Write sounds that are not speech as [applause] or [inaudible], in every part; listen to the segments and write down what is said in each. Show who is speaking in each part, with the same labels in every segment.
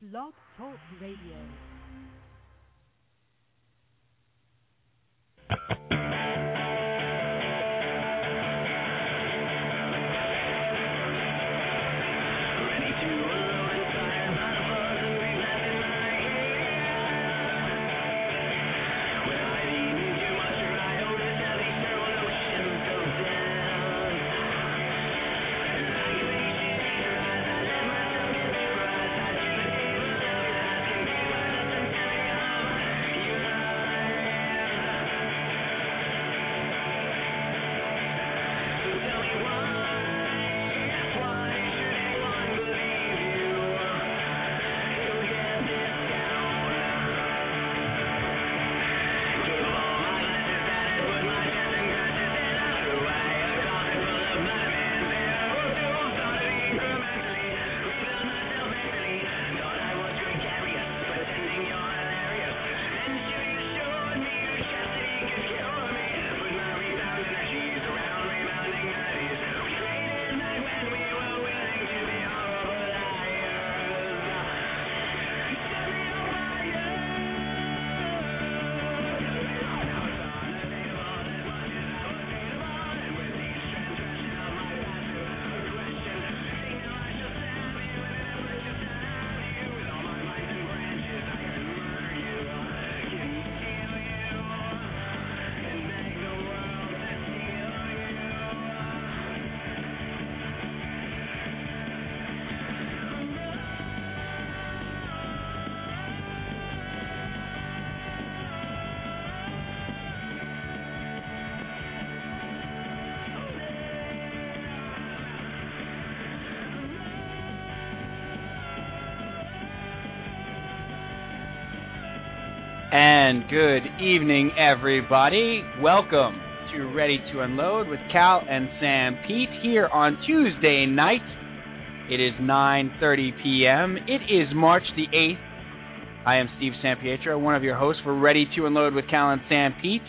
Speaker 1: Blog Talk Radio.
Speaker 2: Ready to roll and fire my buzz and leave that in my ear. When I lean into my survival, that eternal ocean goes down. And I can be seen in my eyes, I let myself get surprised. I choose to be the devil, I can be myself and tell me how you are. So tell me why. Why should anyone believe you? You'll get this down. Gave all my life to that, it was my chance and got it, then I threw away a coffin full of madmen. Then I rose to authority incrementally, rebuilt myself mentally. Thought I was gregarious, pretending you're hilarious. Then you assured me your chastity could cure me. With my rebound energies around rebounding nineties, we traded night when we were willing to be horrible liars. Set me on fire.
Speaker 3: And good evening, everybody. Welcome to Ready to Unload with Cal and Sam Pete here on Tuesday night. It is 9:30 p.m. It is March the 8th. I am Steve Sampietro, one of your hosts for Ready to Unload with Cal and Sam Pete,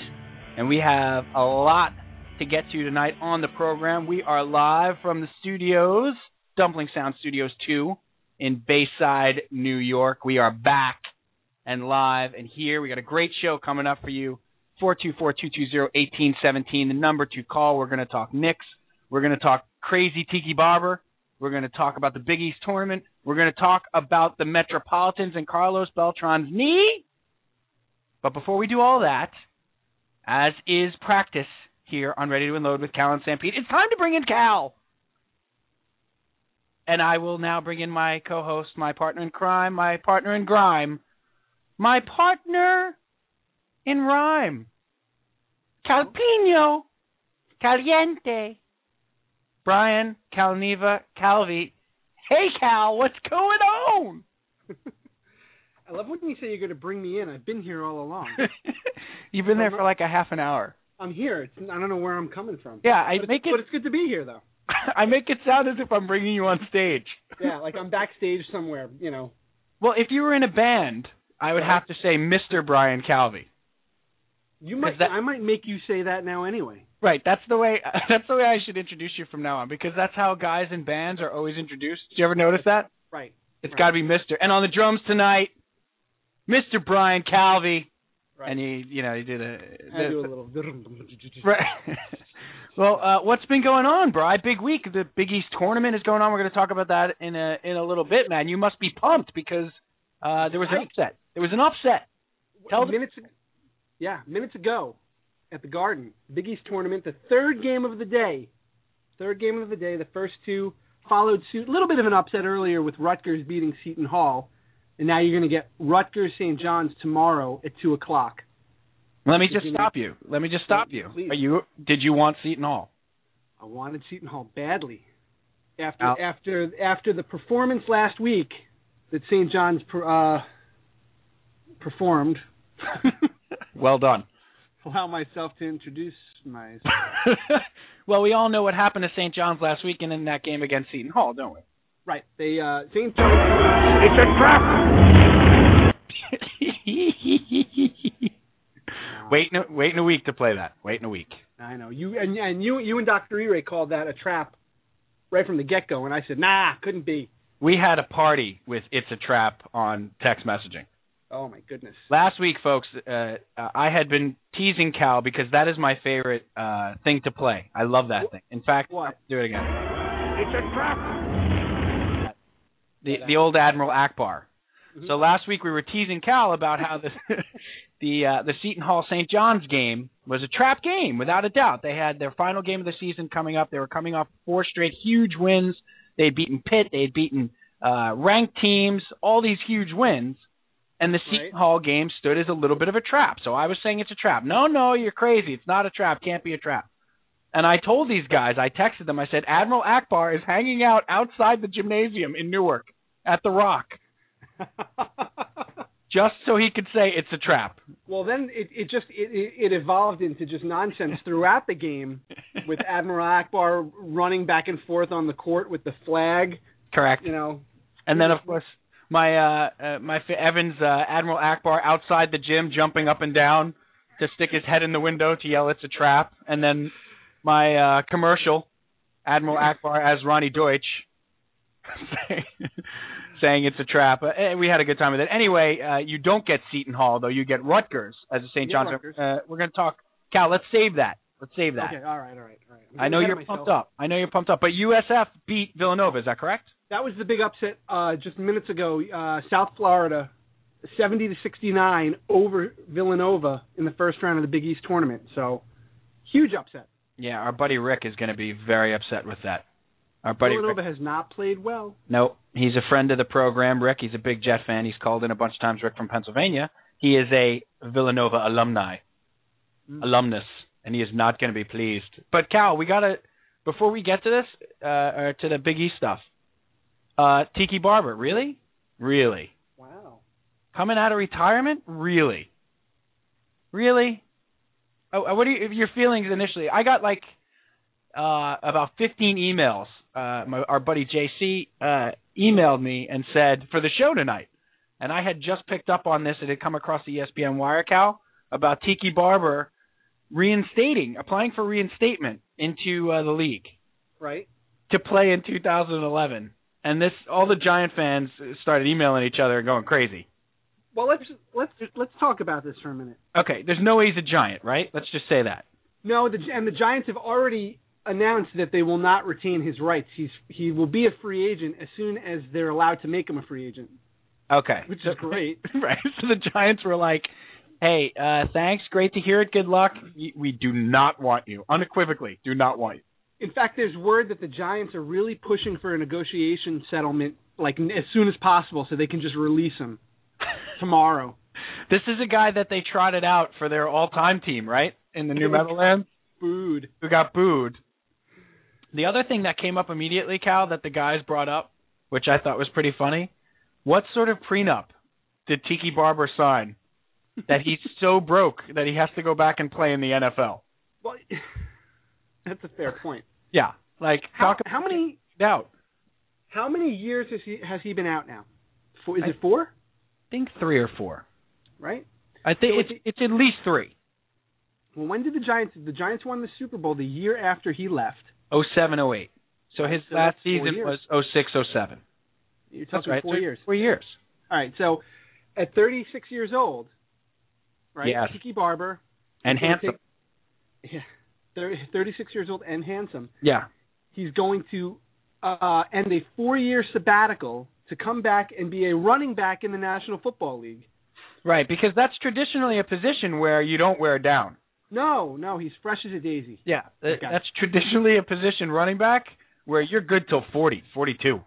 Speaker 3: and we have a lot to get to tonight on the program. We are live from the studios, Dumpling Sound Studios 2 in Bayside, New York. We are back and live and here. We got a great show coming up for you. 424-220-1817, the number to call. We're going to talk Knicks. We're going to talk crazy Tiki Barber. We're going to talk about the Big East tournament. We're going to talk about the Metropolitans and Carlos Beltran's knee. But before we do all that, as is practice here on Ready to Unload with Cal and Stampede, it's time to bring in Cal. And I will now bring in my co-host, my partner in crime, my partner in grime, my partner in rhyme. Calpino. Caliente. Brian, Calneva, Calvi. Hey, Cal, what's going on? [laughs]
Speaker 4: [laughs] I love when you say you're going to bring me in. I've been here all
Speaker 3: [laughs]
Speaker 4: along.
Speaker 3: You've been there for like a half an hour.
Speaker 4: I'm here. It's, I don't know where I'm coming from.
Speaker 3: Yeah, I
Speaker 4: but it's-
Speaker 3: make it. [laughs]
Speaker 4: But it's good to be here, though.
Speaker 3: I make it sound as if I'm bringing you on stage.
Speaker 4: Yeah, like I'm backstage somewhere, you know.
Speaker 3: [laughs] Well, if you were in a band, I would have to say Mr. Brian Calvi.
Speaker 4: You might.
Speaker 3: that-
Speaker 4: I might make you say that now anyway.
Speaker 3: Right, that's the way. [laughs] That's the way I should introduce you from now on because that's how guys in bands are always introduced. Do you ever notice that?
Speaker 4: Right.
Speaker 3: It's
Speaker 4: Right.
Speaker 3: got to be Mister. And on the drums tonight, Mister Brian Calvi.
Speaker 4: Right.
Speaker 3: And he, you know, he did a.
Speaker 4: I do a
Speaker 3: the-
Speaker 4: little.
Speaker 3: [laughs]
Speaker 4: [laughs]
Speaker 3: right. [laughs] well, uh, what's been going on, Bri? Big week. The Big East tournament is going on. We're going to talk about that in a in a little bit, man. You must be pumped because uh, there was an
Speaker 4: Right.
Speaker 3: upset. There was an upset. Tell them-
Speaker 4: minutes. ag- Yeah, minutes ago, at the Garden, Big East tournament, the third game of the day. Third game of the day. The first two followed suit. A little bit of an upset earlier with Rutgers beating Seton Hall, and now you're going to get Rutgers St. John's tomorrow at two o'clock.
Speaker 3: Let me just
Speaker 4: Did you-
Speaker 3: stop you. Let me just stop you.
Speaker 4: Please.
Speaker 3: Are you? Did you want Seton Hall?
Speaker 4: I wanted Seton Hall badly. After
Speaker 3: Out.
Speaker 4: after after the performance last week that St. John's per, uh, performed,
Speaker 3: [laughs] Well done. [laughs]
Speaker 4: allow myself to introduce my.
Speaker 3: well, we all know what happened to St. John's last week and in that game against Seton Hall, don't we?
Speaker 4: Right, they uh, St. John's.
Speaker 3: [laughs] wait, in a, wait in a week to play that. Wait in a week.
Speaker 4: I know you and and you you and Dr. E. Ray called that a trap right from the get go, and I said nah, couldn't be.
Speaker 3: We had a party with "It's a Trap" on text messaging.
Speaker 4: Oh my
Speaker 3: [laughs]
Speaker 4: goodness.
Speaker 3: Last week, folks, uh, I had been teasing Cal because that is my favorite uh, thing to play. I love that thing. In fact,
Speaker 4: What?
Speaker 3: do it again.
Speaker 2: It's a trap.
Speaker 3: The the old Admiral Akbar.
Speaker 4: Mhm.
Speaker 3: So
Speaker 2: Mm-hmm.
Speaker 3: last week we were teasing Cal about how the [laughs] the uh, the Seton Hall St. John's game was a trap game, without a doubt. They had their final game of the season coming up. They were coming off four straight huge wins. They had beaten Pitt. They had beaten uh, ranked teams. All these huge wins. And the Seton
Speaker 4: Right.
Speaker 3: Hall game stood as a little bit of a trap. So I was saying it's a trap. No, no, you're crazy. It's not a trap. Can't be a trap. And I told these guys, I texted them, I said, Admiral Akbar is hanging out outside the gymnasium in Newark at the Rock just so he could say it's a trap.
Speaker 4: well, then it, it just it, it it evolved into just nonsense throughout the game, with Admiral Akbar running back and forth on the court with the flag.
Speaker 3: Correct.
Speaker 4: You know,
Speaker 3: And then of course my uh, uh my fa- Evans uh, Admiral Akbar outside the gym jumping up and down to stick his head in the window to yell it's a trap and then my uh commercial Admiral
Speaker 4: Mm-hmm.
Speaker 3: Akbar as Ronnie Deutsch [laughs] saying it's a trap. Uh, eh, we had a good time with it. Anyway, uh you don't get Seton Hall though. You get Rutgers as a St.
Speaker 4: Yeah,
Speaker 3: John's.
Speaker 4: Rutgers.
Speaker 3: Uh, we're going to talk Cal, let's save that. Let's save that.
Speaker 4: okay, all right, all right, all right. I'm
Speaker 3: I know
Speaker 4: ahead
Speaker 3: you're
Speaker 4: of myself.
Speaker 3: pumped up. I know you're pumped up. But USF beat Villanova, is that correct?
Speaker 4: That was the big upset uh, just minutes ago. Uh, South Florida, seventy to sixty-nine over Villanova in the first round of the Big East tournament. So, huge upset.
Speaker 3: Yeah, our buddy Rick is going to be very upset with that. Our buddy
Speaker 4: Villanova
Speaker 3: Rick.
Speaker 4: has not played well.
Speaker 3: No, he's a friend of the program. Rick, he's a big Jet fan. He's called in a bunch of times. Rick from Pennsylvania. He is a Villanova alumni,
Speaker 4: Mm.
Speaker 3: alumnus, and he is not going to be pleased. But Cal, we got to before we get to this uh, or to the Big East stuff. Uh, Tiki Barber, really, really
Speaker 4: Wow.
Speaker 3: coming out of retirement, really, really. Oh, uh, what are you, your feelings initially? I got like uh, about 15 emails. Uh, my, our buddy JC uh, emailed me and said for the show tonight, and I had just picked up on this. It had come across the E ESPN wire cow about Tiki Barber reinstating, applying for reinstatement into uh, the league
Speaker 4: Right.
Speaker 3: to play in 2011. And this, all the Giant fans started emailing each other and going crazy.
Speaker 4: Well, let's let's let's talk about this for a minute.
Speaker 3: Okay, there's no way he's a giant, right? Let's just say that.
Speaker 4: No, the, and the Giants have already announced that they will not retain his rights. He's he will be a free agent as soon as they're allowed to make him a free agent,
Speaker 3: Okay.
Speaker 4: which
Speaker 3: So-
Speaker 4: is great.
Speaker 3: [laughs] right. So the Giants were like, "Hey, uh thanks, great to hear it. Good luck. Y- We do not want you. Unequivocally, do not want you."
Speaker 4: In fact, there's word that the Giants are really pushing for a negotiation settlement like n- as soon as possible so they can just release him tomorrow.
Speaker 3: [laughs] This is a guy that they trotted out for their all-time team, right? In the New Meadowlands,
Speaker 4: Food.
Speaker 3: who got booed. The other thing that came up immediately, Cal, that the guys brought up, which I thought was pretty funny, what sort of prenup did Tiki Barber sign that [laughs] he's so broke that he has to go back and play in the NFL?
Speaker 4: Well, [laughs] that's a fair point.
Speaker 3: Yeah, like
Speaker 4: How,
Speaker 3: talk
Speaker 4: how many
Speaker 3: out.
Speaker 4: how many years has he has he been out now? Four, is
Speaker 3: I-
Speaker 4: it four?
Speaker 3: I think three or four.
Speaker 4: Right.
Speaker 3: I think
Speaker 4: So
Speaker 3: it's it's at least three.
Speaker 4: Well, when did the Giants? The Giants won the Super Bowl the year after he left.
Speaker 3: Oh seven, oh eight. So his
Speaker 4: So
Speaker 3: last
Speaker 4: that's four
Speaker 3: season
Speaker 4: years.
Speaker 3: was oh six, oh seven.
Speaker 4: You're
Speaker 3: That's
Speaker 4: talking
Speaker 3: right.
Speaker 4: four
Speaker 3: so
Speaker 4: years.
Speaker 3: Four years.
Speaker 4: All right. So, at 36 years old, right?
Speaker 3: Yes.
Speaker 4: Tiki Barber.
Speaker 3: And
Speaker 4: gonna
Speaker 3: handsome.
Speaker 4: take- [laughs] yeah. thir- 36 years old and handsome.
Speaker 3: Yeah.
Speaker 4: He's going to uh, end a four-year sabbatical to come back and be a running back in the National Football League.
Speaker 3: Right, because that's traditionally a position where you don't wear down.
Speaker 4: No, no, he's fresh as a daisy.
Speaker 3: Yeah. uh,
Speaker 4: Okay.
Speaker 3: That's traditionally a position running back where you're good till 40, 42.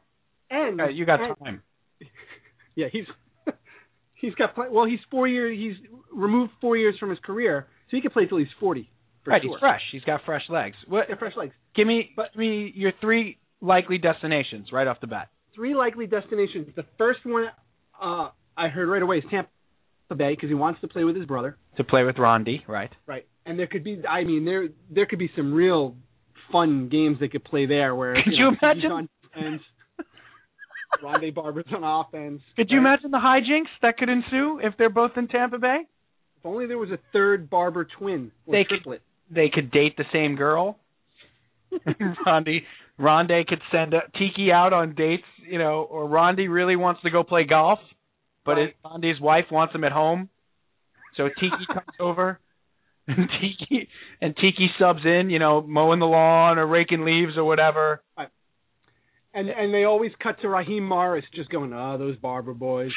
Speaker 4: And
Speaker 3: Uh, you got
Speaker 4: and-
Speaker 3: time.
Speaker 4: [laughs] Yeah, he's [laughs] he's got pl- well, he's four year. He's removed four years from his career, so he could play till he's 40 for
Speaker 3: right,
Speaker 4: sure.
Speaker 3: he's fresh. He's got fresh legs. What
Speaker 4: Yeah, fresh legs.
Speaker 3: give me give me your three likely destinations right off the bat.
Speaker 4: three likely destinations. The first one uh, I heard right away is Tampa Bay because he wants to play with his brother.
Speaker 3: To play with Rondi,
Speaker 4: [laughs]
Speaker 3: right?
Speaker 4: Right. And there could be, I mean, there there could be some real fun games they could play there. Where
Speaker 3: Could
Speaker 4: know,
Speaker 3: you imagine?
Speaker 4: he's on defense, Rondé Barber's on offense.
Speaker 3: Could you
Speaker 4: right?
Speaker 3: imagine the hijinks that could ensue if they're both in Tampa Bay?
Speaker 4: If only there was a third Barber twin
Speaker 3: [laughs]
Speaker 4: or
Speaker 3: They could-
Speaker 4: triplet.
Speaker 3: They could date the same girl. Rondi Rondé could send uh Tiki out on dates, you know, or Rondi really wants to go play golf, but his, Rondi's wife wants him at home. So Tiki comes over, and Tiki and Tiki subs in, you know, mowing the lawn or raking leaves or whatever.
Speaker 4: And and they always cut to Raheem Morris just going, "Ah, those
Speaker 3: [laughs]
Speaker 4: barber boys,"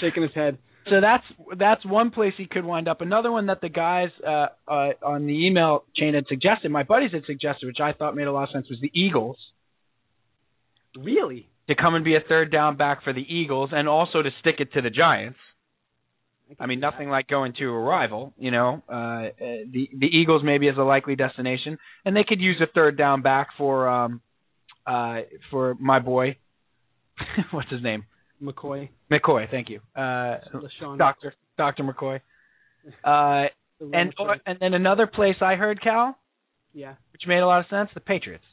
Speaker 4: shaking his head.
Speaker 3: so that's that's one place he could wind up. Another one that the guys uh, uh, on the email chain had suggested, my buddies had suggested, which I thought made a lot of sense, was the Eagles
Speaker 4: Really,
Speaker 3: to come and be a third down back for the Eagles, and also to stick it to the Giants. I mean, nothing like going to a rival, you know. Uh, uh, the the Eagles maybe as a likely destination, and they could use a third down back for um, uh, for my boy, [laughs] what's his name,
Speaker 4: McCoy,
Speaker 3: McCoy. Thank you, uh,
Speaker 4: LaShawn,
Speaker 3: Doctor Doctor McCoy. Uh,
Speaker 4: the
Speaker 3: and
Speaker 4: Rams.
Speaker 3: and then another place I heard Cal,
Speaker 4: yeah,
Speaker 3: which made a lot of sense, the Patriots.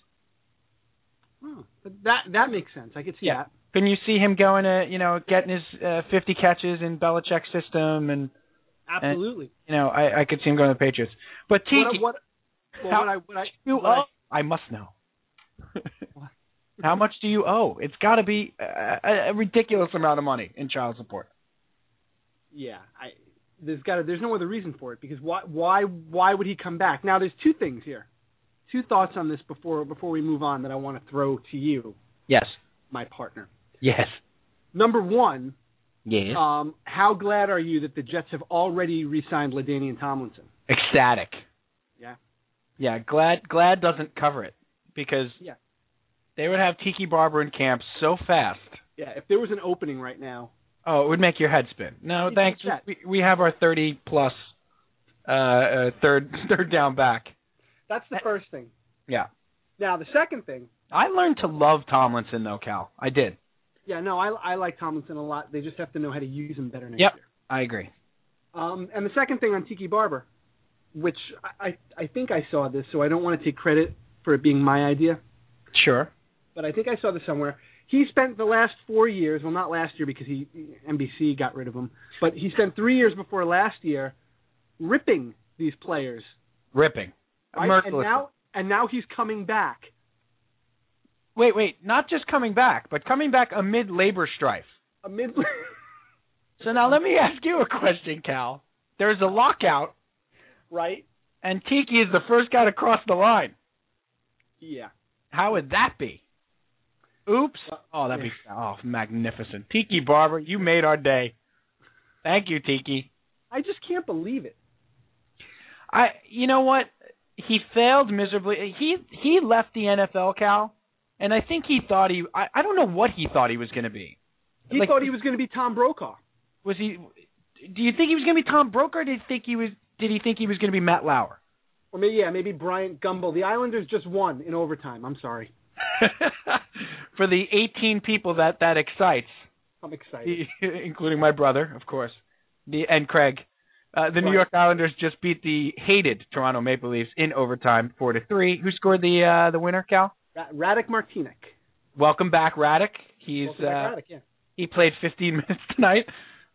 Speaker 4: oh, but that that makes sense. I could see
Speaker 3: Yeah.
Speaker 4: that.
Speaker 3: Couldn't you see him going to you know getting his uh, 50 catches in Belichick's system, and
Speaker 4: Absolutely.
Speaker 3: you know I, I could see him going to the Patriots. But Tiki,
Speaker 4: what, what, well,
Speaker 3: how
Speaker 4: what I what I
Speaker 3: you
Speaker 4: what I-
Speaker 3: owe? I must know. How much do you owe? It's got to be a, a- a ridiculous amount of money in child support.
Speaker 4: yeah, I there's got to there's no other reason for it because why why why would he come back? Now there's two things here, two thoughts on this before before we move on that I want to throw to you,
Speaker 3: Yes.
Speaker 4: my partner.
Speaker 3: Yes.
Speaker 4: Number one,
Speaker 3: Yes.
Speaker 4: um, how glad are you that the Jets have already re-signed Ladainian Tomlinson?
Speaker 3: Ecstatic.
Speaker 4: Yeah.
Speaker 3: Yeah. Glad glad doesn't cover it because
Speaker 4: Yeah.
Speaker 3: they would have Tiki Barber in camp so fast.
Speaker 4: Yeah, if there was an opening right now,
Speaker 3: Oh, it would make your head spin. No,
Speaker 4: It's
Speaker 3: thanks.
Speaker 4: upset.
Speaker 3: We, we have our thirty plus uh, uh third [laughs] third down back.
Speaker 4: that's the first thing.
Speaker 3: Yeah.
Speaker 4: Now the second thing,
Speaker 3: I learned to love Tomlinson though, Cal. I did.
Speaker 4: yeah, no, I I like Tomlinson a lot. They just have to know how to use him better next
Speaker 3: Yep.
Speaker 4: year.
Speaker 3: I agree.
Speaker 4: Um, and the second thing on Tiki Barber, which I, I I think I saw this, so I don't want to take credit for it being my idea,
Speaker 3: Sure.
Speaker 4: but I think I saw this somewhere. He spent the last four years, well, not last year because he NBC got rid of him, but he spent three years before last year ripping these players.
Speaker 3: Ripping.
Speaker 4: Right? And
Speaker 3: Mercilessly.
Speaker 4: now and now he's coming back.
Speaker 3: wait, wait, not just coming back, but coming back amid labor strife.
Speaker 4: Amid
Speaker 3: So now let me [laughs] ask you a question, Cal. There's a lockout
Speaker 4: right?
Speaker 3: and Tiki is the first guy to cross the line.
Speaker 4: Yeah.
Speaker 3: How would that be? Oops. Oh, that'd be oh magnificent. Tiki Barber, you made our day. Thank you, Tiki.
Speaker 4: I just can't believe it.
Speaker 3: I you know what? He failed miserably. He he left the NFL, Cal, and I think he thought he I, I don't know what he thought he was going to be.
Speaker 4: He
Speaker 3: Like-
Speaker 4: thought he was going to be Tom Brokaw.
Speaker 3: Was he Do you think he was going to be Tom Brokaw? Or did he think he was did he think he was going to be Matt Lauer?
Speaker 4: Or maybe yeah, maybe Bryant Gumbel. The Islanders just won in overtime. I'm sorry.
Speaker 3: [laughs] For the 18 people that that excites, [laughs]
Speaker 4: I'm excited.
Speaker 3: including my brother, of course, the and Craig. Uh, the New
Speaker 4: Right.
Speaker 3: York Islanders just beat the hated Toronto Maple Leafs in overtime, four to three. Who scored the uh, the winner, Cal?
Speaker 4: Ra- Radic Martinic.
Speaker 3: Welcome back, Raddick. He's
Speaker 4: Welcome back,
Speaker 3: uh,
Speaker 4: Radic, yeah.
Speaker 3: he played 15 [laughs] minutes tonight.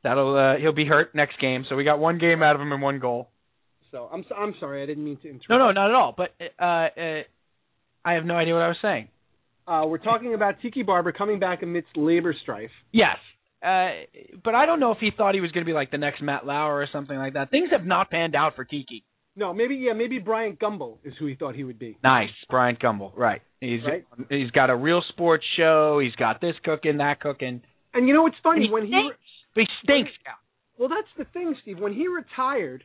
Speaker 3: That'll uh, he'll be hurt next game. So we got one game out of him and one goal.
Speaker 4: So I'm so, I'm sorry, I didn't mean to interrupt.
Speaker 3: No, no, not at all. But uh, uh, I have no idea what I was saying.
Speaker 4: Uh, we're talking about Tiki Barber coming back amidst labor strife.
Speaker 3: Yes. Uh, but I don't know if he thought he was going to be like the next Matt Lauer or something like that. Things have not panned out for Tiki.
Speaker 4: No, maybe yeah, maybe Bryant Gumbel is who he thought he would be.
Speaker 3: Nice, Brian Gumbel. Right. He's
Speaker 4: Right.
Speaker 3: he's got a real sports show. He's got this cooking, that cooking.
Speaker 4: And you know what's
Speaker 3: And
Speaker 4: funny
Speaker 3: he
Speaker 4: when he
Speaker 3: stinks. He stinks. Cal.
Speaker 4: well that's the thing, Steve. When he retired,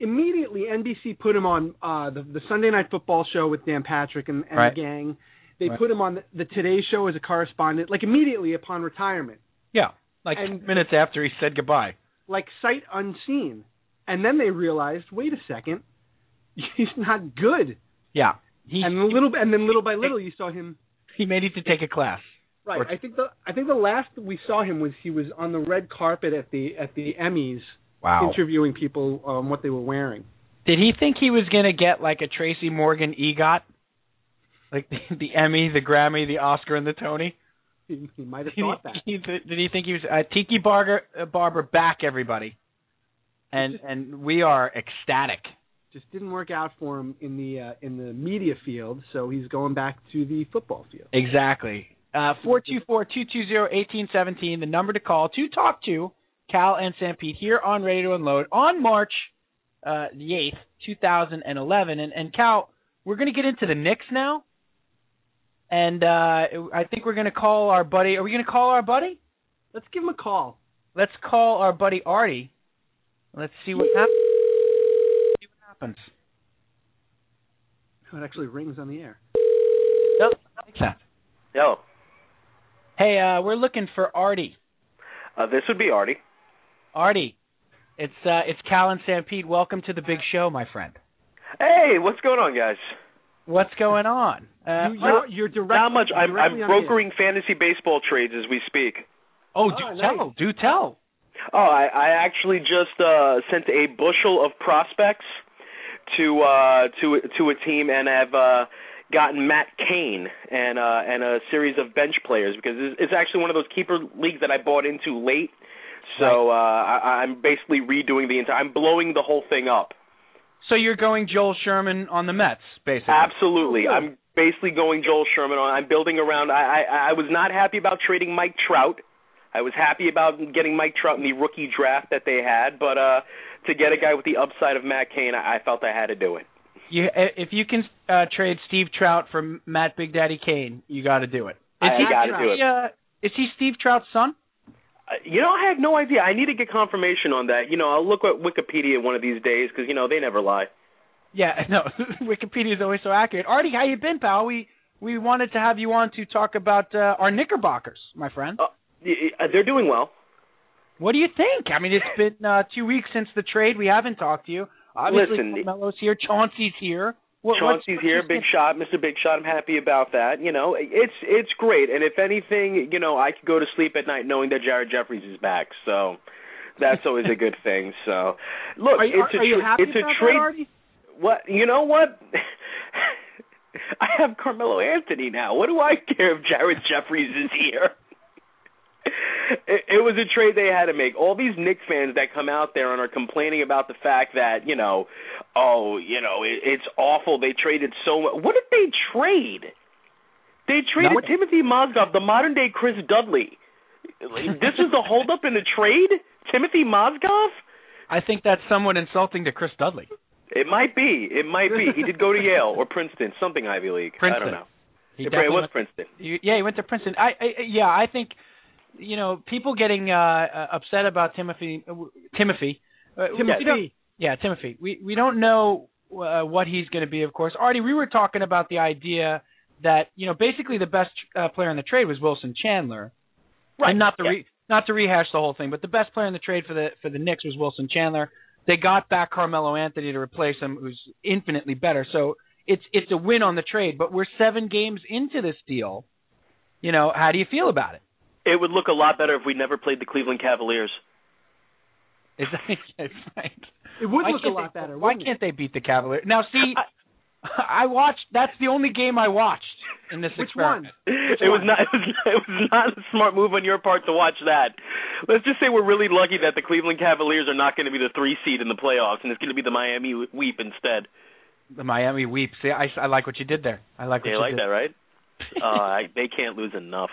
Speaker 4: immediately NBC put him on uh, the the Sunday Night Football show with Dan Patrick and, and
Speaker 3: Right.
Speaker 4: the gang. They
Speaker 3: Right.
Speaker 4: put him on the, the Today Show as a correspondent, like immediately upon retirement,
Speaker 3: Yeah. Like
Speaker 4: And-
Speaker 3: minutes after he said goodbye.
Speaker 4: like sight unseen. And then they realized, wait a second, [laughs] he's not good.
Speaker 3: Yeah. He
Speaker 4: and little and then little by little you saw him
Speaker 3: he may need to take a class.
Speaker 4: right
Speaker 3: Or-
Speaker 4: i think the i think the last we saw him was he was on the red carpet at the at the emmys interviewing people on what they were wearing
Speaker 3: Did he think he was going to get like a Tracy Morgan EGOT? Like [laughs] the, the Emmy, the Grammy, the Oscar, and the Tony?
Speaker 4: he, he might have
Speaker 3: Did [laughs]
Speaker 4: thought that
Speaker 3: he, he- did he think he was uh, Tiki Barber, uh, Barber back, everybody? And and we are ecstatic.
Speaker 4: Just didn't work out for him in the uh, in the media field, so he's going back to the football field.
Speaker 3: Exactly. Uh, 424-220-1817, the number to call to talk to Cal and San Pete here on Ready to Unload on March uh, the 8th, 2011. And, and Cal, we're going to get into the Knicks now. And uh, I think we're going to call our buddy. Are we going to call our buddy?
Speaker 4: Let's give him a call.
Speaker 3: Let's call our buddy Artie. Let's see what, hap- see what happens.
Speaker 4: Oh, It actually rings on the air.
Speaker 3: Nope, makes sense.
Speaker 5: Hello.
Speaker 3: Hey, uh, we're looking for Artie.
Speaker 5: Uh, this would be Artie.
Speaker 3: Artie, it's uh, it's Cal and San Pete. Welcome to the big show, my friend.
Speaker 5: Hey, what's going on, guys?
Speaker 3: What's going on? Uh,
Speaker 4: you, you're, you're direct,
Speaker 5: Not much. I'm, I'm
Speaker 4: directly on the air.
Speaker 5: brokering fantasy baseball trades as we speak.
Speaker 3: oh,
Speaker 4: Oh,
Speaker 3: do
Speaker 4: nice.
Speaker 3: tell, do tell.
Speaker 5: Oh, I, I actually just uh, sent a bushel of prospects to uh, to to a team, and have uh, gotten Matt Kane and uh, and a series of bench players because it's, it's actually one of those keeper leagues that I bought into late. So uh, I, I'm basically redoing the entire. I'm blowing the whole thing up.
Speaker 3: So you're going Joel Sherman on the Mets, basically.
Speaker 5: Absolutely.
Speaker 4: Oh, good.
Speaker 5: I'm basically going Joel Sherman on. I'm building around. I, I I was not happy about trading Mike Trout. I was happy about getting Mike Trout in the rookie draft that they had, but uh to get a guy with the upside of Matt Cain, I, I felt I had to do it.
Speaker 3: You, if you can uh, trade Steve Trout for Matt Big Daddy Kane, you got to do it. Is
Speaker 5: I
Speaker 3: he,
Speaker 5: got
Speaker 4: Trout?
Speaker 5: to do it.
Speaker 3: uh, is he Steve Trout's son?
Speaker 5: Uh, You know, I have no idea. I need to get confirmation on that. You know, I'll look at Wikipedia one of these days because you know they never lie.
Speaker 3: Yeah, [laughs] no. Wikipedia is always so accurate. Artie, how you been, pal? We we wanted to have you on to talk about uh, our Knickerbockers, my friend.
Speaker 5: Uh, y- y- they're doing well.
Speaker 3: What do you think? I
Speaker 5: [laughs]
Speaker 3: mean, it's been uh, two weeks since the trade. We haven't talked to you. Obviously,
Speaker 5: Listen,
Speaker 3: Melo's here. Chauncey's here. What, what's-
Speaker 5: Chauncey's
Speaker 3: what's
Speaker 5: here,
Speaker 3: your
Speaker 5: Big
Speaker 3: sense-
Speaker 5: Shot, Mr. Big Shot. I'm happy about that. You know, it's it's great. And if anything, you know, I could go to sleep at night knowing that Jared Jeffries is back. So that's always a good thing. So look,
Speaker 4: Are, you-
Speaker 5: it's a
Speaker 4: are, are you
Speaker 5: tra-
Speaker 4: happy
Speaker 5: it's
Speaker 4: about
Speaker 5: a trade.
Speaker 4: that, Artie?
Speaker 5: What you know what? [laughs] I have Carmelo Anthony now. What do I care if Jared Jeffries is here? It, it was a trade they had to make. All these Knicks fans that come out there and are complaining about the fact that you know, oh, you know, it, it's awful. They traded so much. What did they trade? They traded
Speaker 4: Nothing.
Speaker 5: Timothy Mozgov, the modern day Chris Dudley. This is the holdup in the trade. Timothy Mozgov.
Speaker 3: I think that's somewhat insulting to Chris Dudley.
Speaker 5: It might be. It might be. He
Speaker 3: [laughs]
Speaker 5: did go to Yale or Princeton, something Ivy League. I
Speaker 3: Princeton.
Speaker 5: don't know.
Speaker 3: He
Speaker 5: It, probably
Speaker 3: definitely
Speaker 5: was
Speaker 3: went-
Speaker 5: Princeton.
Speaker 3: you- yeah, he went to Princeton. I, I I- yeah, I think you know people getting uh, uh, upset about Timothy uh, Timothy. Uh, we
Speaker 4: Timothy.
Speaker 3: don't- Yeah, Timothy. We we don't know uh, what he's going to be, of course. Artie, we were talking about the idea that you know basically the best uh, player in the trade was Wilson Chandler,
Speaker 5: Right,
Speaker 3: And not to
Speaker 5: yeah.
Speaker 3: re- not to rehash the whole thing, but the best player in the trade for the for the Knicks was Wilson Chandler. They got back Carmelo Anthony to replace him, who's infinitely better. So it's it's a win on the trade. But we're seven games into this deal. You know, how do you feel about it?
Speaker 5: It would look a lot better if we never played the Cleveland Cavaliers.
Speaker 3: Is that, [laughs] it's like,
Speaker 4: It would
Speaker 3: why
Speaker 4: look a
Speaker 3: can't
Speaker 4: lot
Speaker 3: they-
Speaker 4: better.
Speaker 3: Why
Speaker 4: wouldn't it?
Speaker 3: can't they beat the Cavaliers? Now, see,
Speaker 5: I-
Speaker 3: I watched. That's the only game I watched in this
Speaker 4: Which
Speaker 3: experiment.
Speaker 4: one?
Speaker 5: It was
Speaker 4: one?
Speaker 5: not. [laughs] It was, it was not a smart move on your part to watch that. Let's just say we're really lucky that the Cleveland Cavaliers are not going to be the three seed in the playoffs, and it's going to be the Miami Weep instead.
Speaker 3: The Miami weeps. See, I, I like what you did there. I like what
Speaker 5: They
Speaker 3: you
Speaker 5: like
Speaker 3: did. [laughs]
Speaker 5: that, right? Uh, I, they can't lose enough.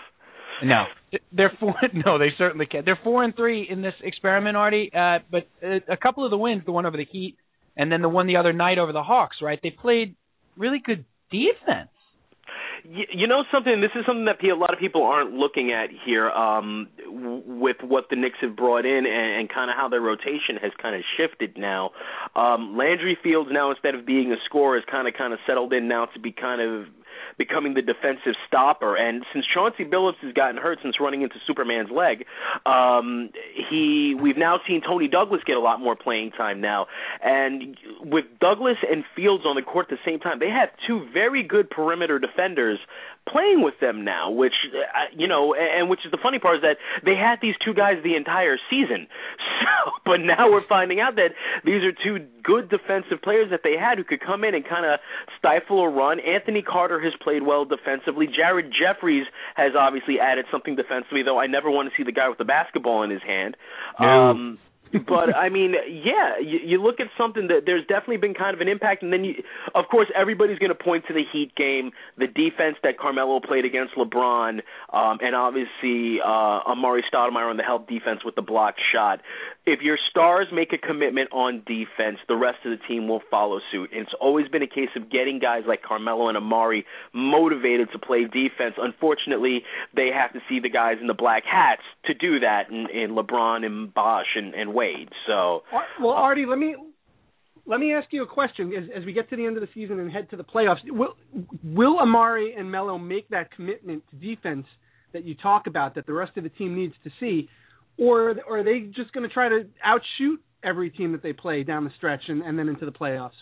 Speaker 3: No, they're four. [laughs] No, they certainly can. They're four and three in this experiment, Artie. Uh, but uh, a couple of the wins, the one over the Heat, and then the one the other night over the Hawks. Right? They played really good defense.
Speaker 5: you, you know something this is something that pe- a lot of people aren't looking at here um w- with what the Knicks have brought in and, and kind of how their rotation has kind of shifted now um Landry Fields now instead of being a scorer is kind of kind of settled in now to be kind of becoming the defensive stopper and since Chauncey Billups has gotten hurt since running into Superman's leg um he we've now seen Tony Douglas get a lot more playing time now and with Douglas and Fields on the court at the same time, they have two very good perimeter defenders playing with them now, which uh, you know, and, and which is the funny part is that they had these two guys the entire season. [laughs] So, but now we're finding out that these are two good defensive players that they had who could come in and kind of stifle a run. Anthony Carter has played well defensively. Jared Jeffries has obviously added something defensively, though I never want to see the guy with the basketball in his hand.
Speaker 3: No.
Speaker 5: Um but I mean, yeah, you, you look at something that there's definitely been kind of an impact, and then you, of course, everybody's going to point to the Heat game, the defense that Carmelo played against LeBron, um, and obviously uh, Amari Stoudemire on the help defense with the block shot. If your stars make a commitment on defense, the rest of the team will follow suit. And it's always been a case of getting guys like Carmelo and Amari motivated to play defense. Unfortunately, they have to see the guys in the black hats to do that, and, and LeBron and Bosch and, and Wade. So
Speaker 4: Ar- [laughs] Well, Artie, let me let me ask you a question as, as we get to the end of the season and head to the playoffs. Will will Amari and Melo make that commitment to defense that you talk about that the rest of the team needs to see, or or are they just going to try to outshoot every team that they play down the stretch and, and then into the playoffs?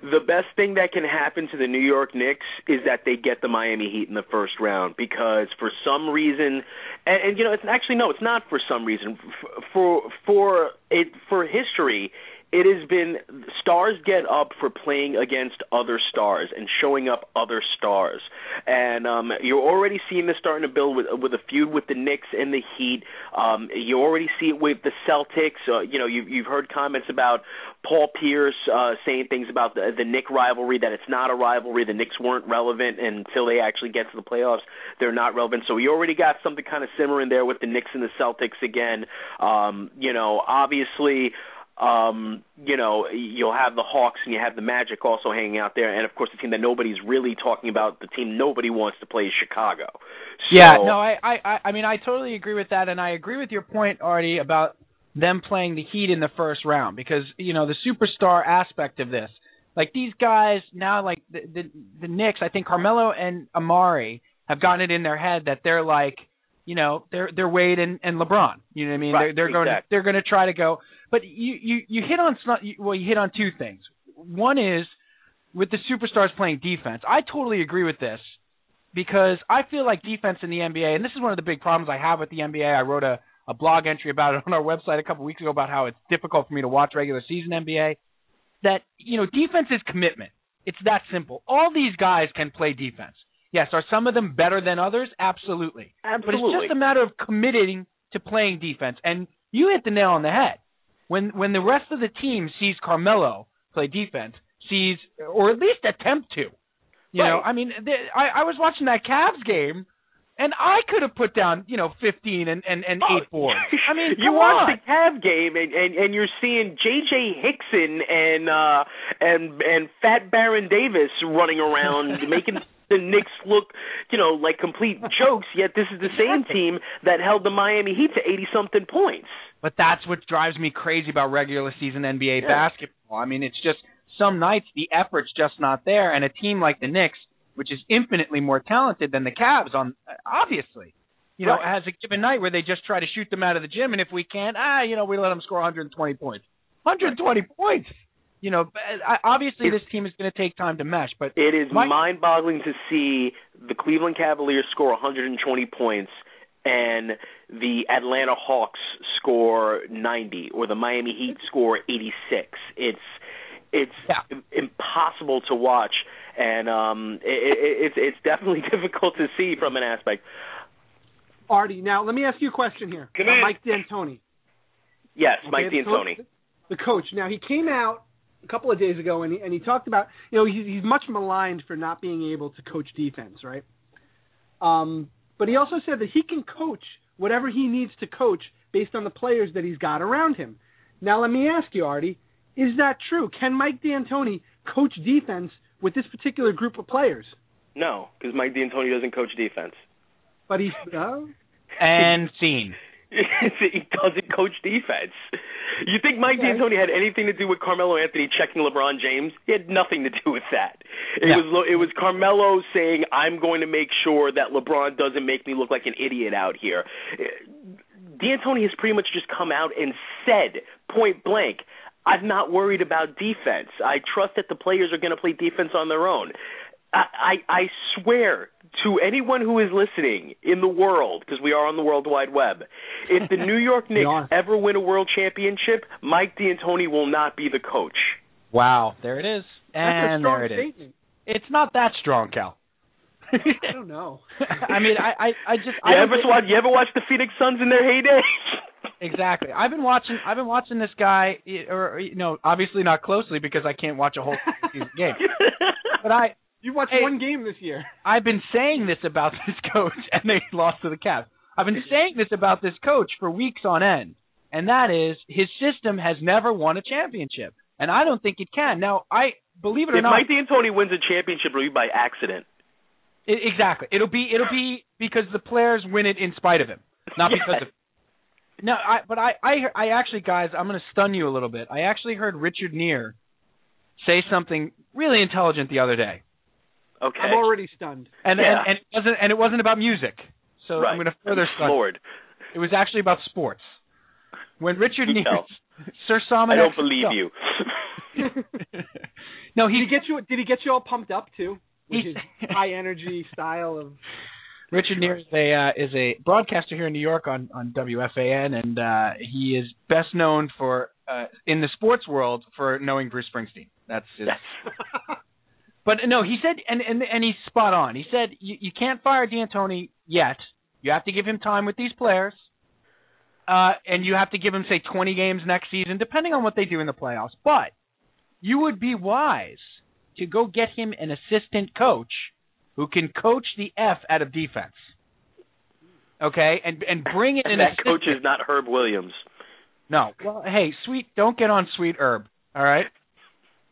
Speaker 5: the best thing that can happen to the New York Knicks is that they get the Miami Heat in the first round because for some reason, and, and you know, it's actually no, it's not for some reason. F- For for it for history, it has been stars get up for playing against other stars and showing up other stars, and um, you're already seeing this starting to build with with a feud with the Knicks and the Heat. Um, you already see it with the Celtics. Uh, you know, you've you've heard comments about Paul Pierce uh, saying things about the the Nick rivalry that it's not a rivalry. The Knicks weren't relevant until they actually get to the playoffs. They're not relevant. So we already got something kind of simmering there with the Knicks and the Celtics again. Um, you know, obviously um, you know, you'll have the Hawks and you have the Magic also hanging out there, and of course the team that nobody's really talking about, the team nobody wants to play is Chicago. So,
Speaker 3: Yeah, no, I, I, I- I mean, I totally agree with that, and I agree with your point, Artie, about them playing the Heat in the first round because you know the superstar aspect of this. Like these guys now, like the the, the Knicks, I think Carmelo and Amari have gotten it in their head that they're like, you know, they're they're Wade and, and LeBron. You know what I mean?
Speaker 5: Right,
Speaker 3: they're they're going to,
Speaker 5: exactly.
Speaker 3: they're going to try to go. But you you you hit on some- you- well, you hit on two things. One is with the superstars playing defense. I totally agree with this because I feel like defense in the NBA, and this is one of the big problems I have with the NBA. I wrote a, a blog entry about it on our website a couple weeks ago about how it's difficult for me to watch regular season NBA. That you know, defense is commitment. It's that simple. All these guys can play defense. Yes, are some of them better than others? Absolutely. But it's
Speaker 5: absolutely.
Speaker 3: just a matter of committing to playing defense. And you hit the nail on the head. When when the rest of the team sees Carmelo play defense, sees or at least attempt to. You know,
Speaker 5: Right.
Speaker 3: I mean, the, I I was watching that Cavs game, and I could have put down you know fifteen and and, and
Speaker 5: Oh,
Speaker 3: eight
Speaker 5: [laughs]
Speaker 3: boards. I mean,
Speaker 5: you
Speaker 3: come on.
Speaker 5: watch the Cav game and, and and you're seeing JJ Hickson and uh and and Fat Baron Davis running
Speaker 3: [laughs]
Speaker 5: around making the Knicks look, you know, like complete jokes. Yet this is the same team that held the Miami Heat to eighty something points.
Speaker 3: But that's what drives me crazy about regular season NBA
Speaker 5: Yeah.
Speaker 3: basketball. I mean, it's just some nights the effort's just not there, and a team like the Knicks, which is infinitely more talented than the Cavs, on uh, obviously, you know,
Speaker 5: Right.
Speaker 3: has a given night where they just try to shoot them out of the gym, and if we can't, ah, you know, we let them score 120 points. 120 points. You know, but I- obviously this team is going to take time to mesh, but
Speaker 5: It is
Speaker 3: My-
Speaker 5: mind-boggling to see the Cleveland Cavaliers score 120 points and the Atlanta Hawks score 90 or the Miami Heat score 86. It's it's
Speaker 3: Yeah.
Speaker 5: im- impossible to watch and um it, it, it's it's definitely [laughs] difficult to see from an aspect.
Speaker 4: Artie, now let me ask you a question here.
Speaker 5: Come
Speaker 4: Uh,
Speaker 5: in.
Speaker 4: Mike D'Antoni.
Speaker 5: Yes, Mike
Speaker 4: Okay, the
Speaker 5: D'Antoni.
Speaker 4: coach- The coach. Now he came out a couple of days ago and he, and he talked about you know he's, he's much maligned for not being able to coach defense, right? Um, but he also said that he can coach whatever he needs to coach based on the players that he's got around him. Now let me ask you, Artie, is that true? Can Mike D'Antoni coach defense with this particular group of players?
Speaker 5: No, cuz Mike D'Antoni doesn't coach defense.
Speaker 3: [laughs]
Speaker 4: But he, oh,
Speaker 3: and scene.
Speaker 5: [laughs] he doesn't coach defense. You think Mike
Speaker 4: Okay.
Speaker 5: D'Antoni had anything to do with Carmelo Anthony checking LeBron James? He had nothing to do with that. It
Speaker 3: Yeah.
Speaker 5: was was it was Carmelo saying, "I'm going to make sure that LeBron doesn't make me look like an idiot out here." Eh, D'Antoni has pretty much just come out and said point blank, "I'm not worried about defense. I trust that the players are going to play defense on their own." I, I I swear to anyone who is listening in the world, because we are on the World Wide Web, if the New York Knicks
Speaker 4: are.
Speaker 5: ever win a world championship, Mike D'Antoni will not be the coach.
Speaker 3: Wow, there it is,
Speaker 4: that's a
Speaker 3: and
Speaker 4: strong
Speaker 3: there it is.
Speaker 4: statement.
Speaker 3: [laughs] It's not that strong, Cal.
Speaker 4: I don't
Speaker 3: [laughs]
Speaker 4: know.
Speaker 3: I mean, I I, I just
Speaker 5: You
Speaker 3: I
Speaker 5: ever watch? You ever watch the Phoenix Suns in their heyday?
Speaker 3: exactly. I've been watching. I've been watching this guy, y- or or, you know, obviously not closely because I can't watch a [laughs] whole season game. But I
Speaker 4: You've watched
Speaker 3: Hey.
Speaker 4: one game this year.
Speaker 3: I've been saying this about [laughs] this coach, and they lost to the Cavs. I've been saying this about this coach for weeks on end, and that is his system has never won a championship, and I don't think it can. Now, I believe it or
Speaker 5: if
Speaker 3: not,
Speaker 5: Mike D'Antoni wins a championship, it'll be by accident.
Speaker 3: I- E, exactly. It'll be it'll be because the players win it in spite of him, not
Speaker 5: Yeah.
Speaker 3: because of. No, I but I I he- I actually guys, I'm going to stun you a little bit. I actually heard Richard Neer say something really intelligent the other day.
Speaker 5: Okay.
Speaker 4: I'm already stunned.
Speaker 3: And,
Speaker 5: Yeah.
Speaker 3: and and it wasn't and it wasn't about music. So
Speaker 5: right.
Speaker 3: I'm going to further stun. you.
Speaker 5: floored.
Speaker 3: It was actually about sports. When Richard
Speaker 5: You
Speaker 3: Neer,
Speaker 5: tell.
Speaker 3: Sir Simon,
Speaker 5: I don't
Speaker 3: Ex-
Speaker 5: believe
Speaker 3: no.
Speaker 5: you.
Speaker 3: [laughs] no,
Speaker 4: Did
Speaker 3: he
Speaker 4: he get you? Did he get you all pumped up too? With
Speaker 3: [laughs] He-
Speaker 4: his high energy style of
Speaker 3: Richard Neer is a uh, is a broadcaster here in New York on on WFAN, and uh, he is best known for uh, in the sports world for knowing Bruce Springsteen. That's his. But no, he said, and and and he's spot on. He said you, you can't fire D'Antoni yet. You have to give him time with these players, uh, and you have to give him say 20 games next season, depending on what they do in the playoffs. But you would be wise to go get him an assistant coach who can coach the f out of defense. Okay, and and bring in an
Speaker 5: and [laughs] that
Speaker 3: assistant.
Speaker 5: coach is not Herb Williams.
Speaker 3: No. Well, hey, sweet, don't get on sweet herb. All right.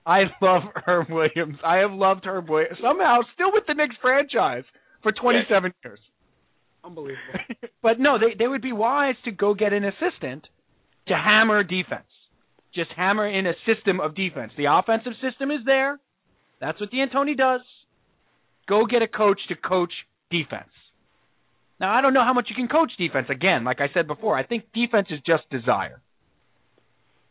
Speaker 3: I love [laughs] Herb Williams. I have loved Herb Williams somehow, still with the Knicks franchise for 27 years.
Speaker 4: unbelievable.
Speaker 3: but no, they they would be wise to go get an assistant to hammer defense. Just hammer in a system of defense. The offensive system is there. That's what D'Antoni does. Go get a coach to coach defense. Now I don't know how much you can coach defense. Again, like I said before, I think defense is just desire.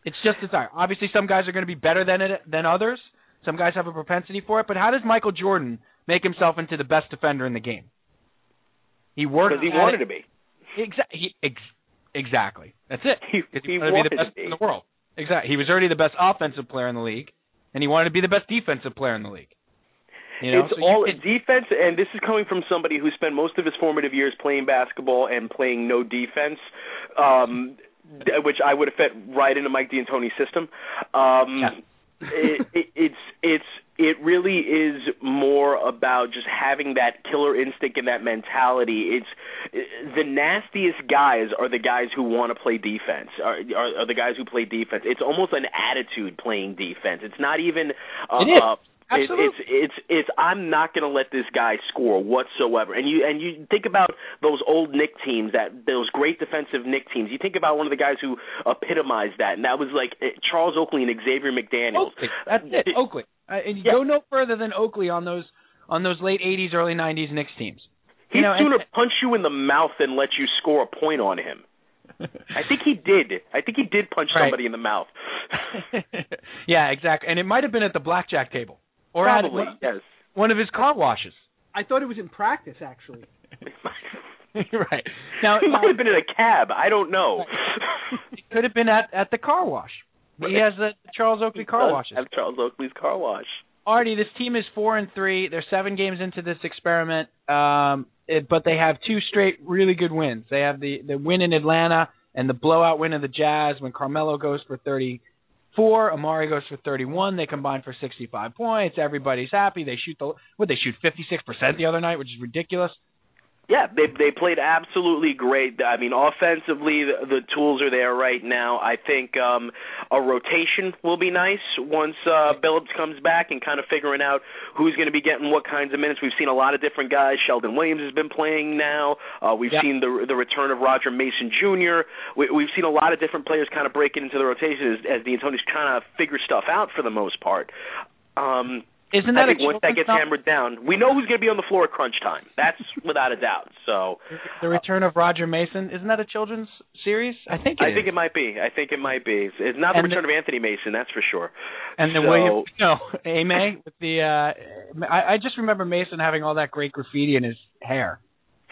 Speaker 3: It's just desire. Obviously, some guys are going to be better than it than others. Some guys have a propensity for it. But how does Michael Jordan make himself into the best defender in the game? He worked
Speaker 5: Because he
Speaker 3: at it.
Speaker 5: wanted to be.
Speaker 3: Exactly. Ex- exactly. That's it.
Speaker 5: He,
Speaker 3: 'Cause
Speaker 5: he
Speaker 3: wanted to
Speaker 5: wanted
Speaker 3: be the best in the world. Exactly. He was already the best offensive player in the league, and he wanted to be the best defensive player in the league. You know,
Speaker 5: it's
Speaker 3: so you
Speaker 5: all
Speaker 3: can-
Speaker 5: defense, and this is coming from somebody who spent most of his formative years playing basketball and playing no defense,
Speaker 3: [laughs]
Speaker 5: um, th- which I would have fit right into Mike D'Antoni's system. Um,
Speaker 3: Yeah.
Speaker 5: it, it, it's it's it really is more about just having that killer instinct and that mentality. It's the nastiest guys are the guys who want to play defense. Are, are are the guys who play defense? It's almost an attitude playing defense. It's not even uh,
Speaker 3: It is.
Speaker 5: uh, it,
Speaker 3: Absolutely.
Speaker 5: it's it's it's I'm not going to let this guy score whatsoever. And you and you think about those old Nick teams that those great defensive Nick teams. You think about one of the guys who epitomized that, and that was like eh, Charles Oakley and Xavier McDaniel.
Speaker 3: Oakley. That's it.
Speaker 5: [laughs]
Speaker 3: Oakley. Uh, and you
Speaker 5: Yeah.
Speaker 3: go no further than Oakley on those on those late '80s, early '90s Knicks teams.
Speaker 5: He'd
Speaker 3: You know, and-
Speaker 5: sooner punch you in the mouth than let you score a point on him. [laughs] I think he did. I think he did punch
Speaker 3: Right.
Speaker 5: somebody in the mouth.
Speaker 3: [laughs] yeah, exactly. And it might have been at the blackjack table [laughs] or at
Speaker 5: Probably
Speaker 3: one-
Speaker 5: yes.
Speaker 3: one of his car washes. [laughs]
Speaker 4: I thought it was in practice actually.
Speaker 3: right
Speaker 5: [laughs]
Speaker 3: now,
Speaker 5: he might have been in a cab. I don't know.
Speaker 3: it could have been at at the car wash. He has the Charles Oakley car
Speaker 5: [laughs] Does
Speaker 3: washes.
Speaker 5: Have Charles Oakley's car wash.
Speaker 3: Artie, this team is four and three. They're seven games into this experiment, um, it, but they have two straight really good wins. They have the the win in Atlanta and the blowout win of the Jazz when Carmelo goes for thirty four, Amari goes for thirty one. They combine for sixty five points. Everybody's happy. They shoot the what they shoot fifty six percent the other night, which is ridiculous.
Speaker 5: Yeah, they they played absolutely great. I mean, offensively, the, the tools are there right now. I think um a rotation will be nice once uh Billups comes back and kind of figuring out who's going to be getting what kinds of minutes. We've seen a lot of different guys. Sheldon Williams has been playing now. Uh We've
Speaker 3: Yeah.
Speaker 5: seen the the return of Roger Mason Jr. We, we've seen a lot of different players kind of breaking into the rotation as, as D'Antoni's trying to figure stuff out for the most part. Um
Speaker 3: Isn't
Speaker 5: I
Speaker 3: that
Speaker 5: think
Speaker 3: a
Speaker 5: once that
Speaker 3: children's
Speaker 5: gets
Speaker 3: novel?
Speaker 5: hammered down, we know who's going to be on the floor at crunch time.
Speaker 3: [laughs]
Speaker 5: That's without a doubt. So
Speaker 3: the return of Roger Mason? Isn't that a children's series? I think it
Speaker 5: I
Speaker 3: is.
Speaker 5: think it might be. I think it might be. It's- It's not the
Speaker 3: And
Speaker 5: return of Anthony Mason, that's for sure.
Speaker 3: And then
Speaker 5: so, [laughs]
Speaker 3: William, [laughs] no, Ame with the. uh I, I just remember Mason having all that great graffiti in his hair,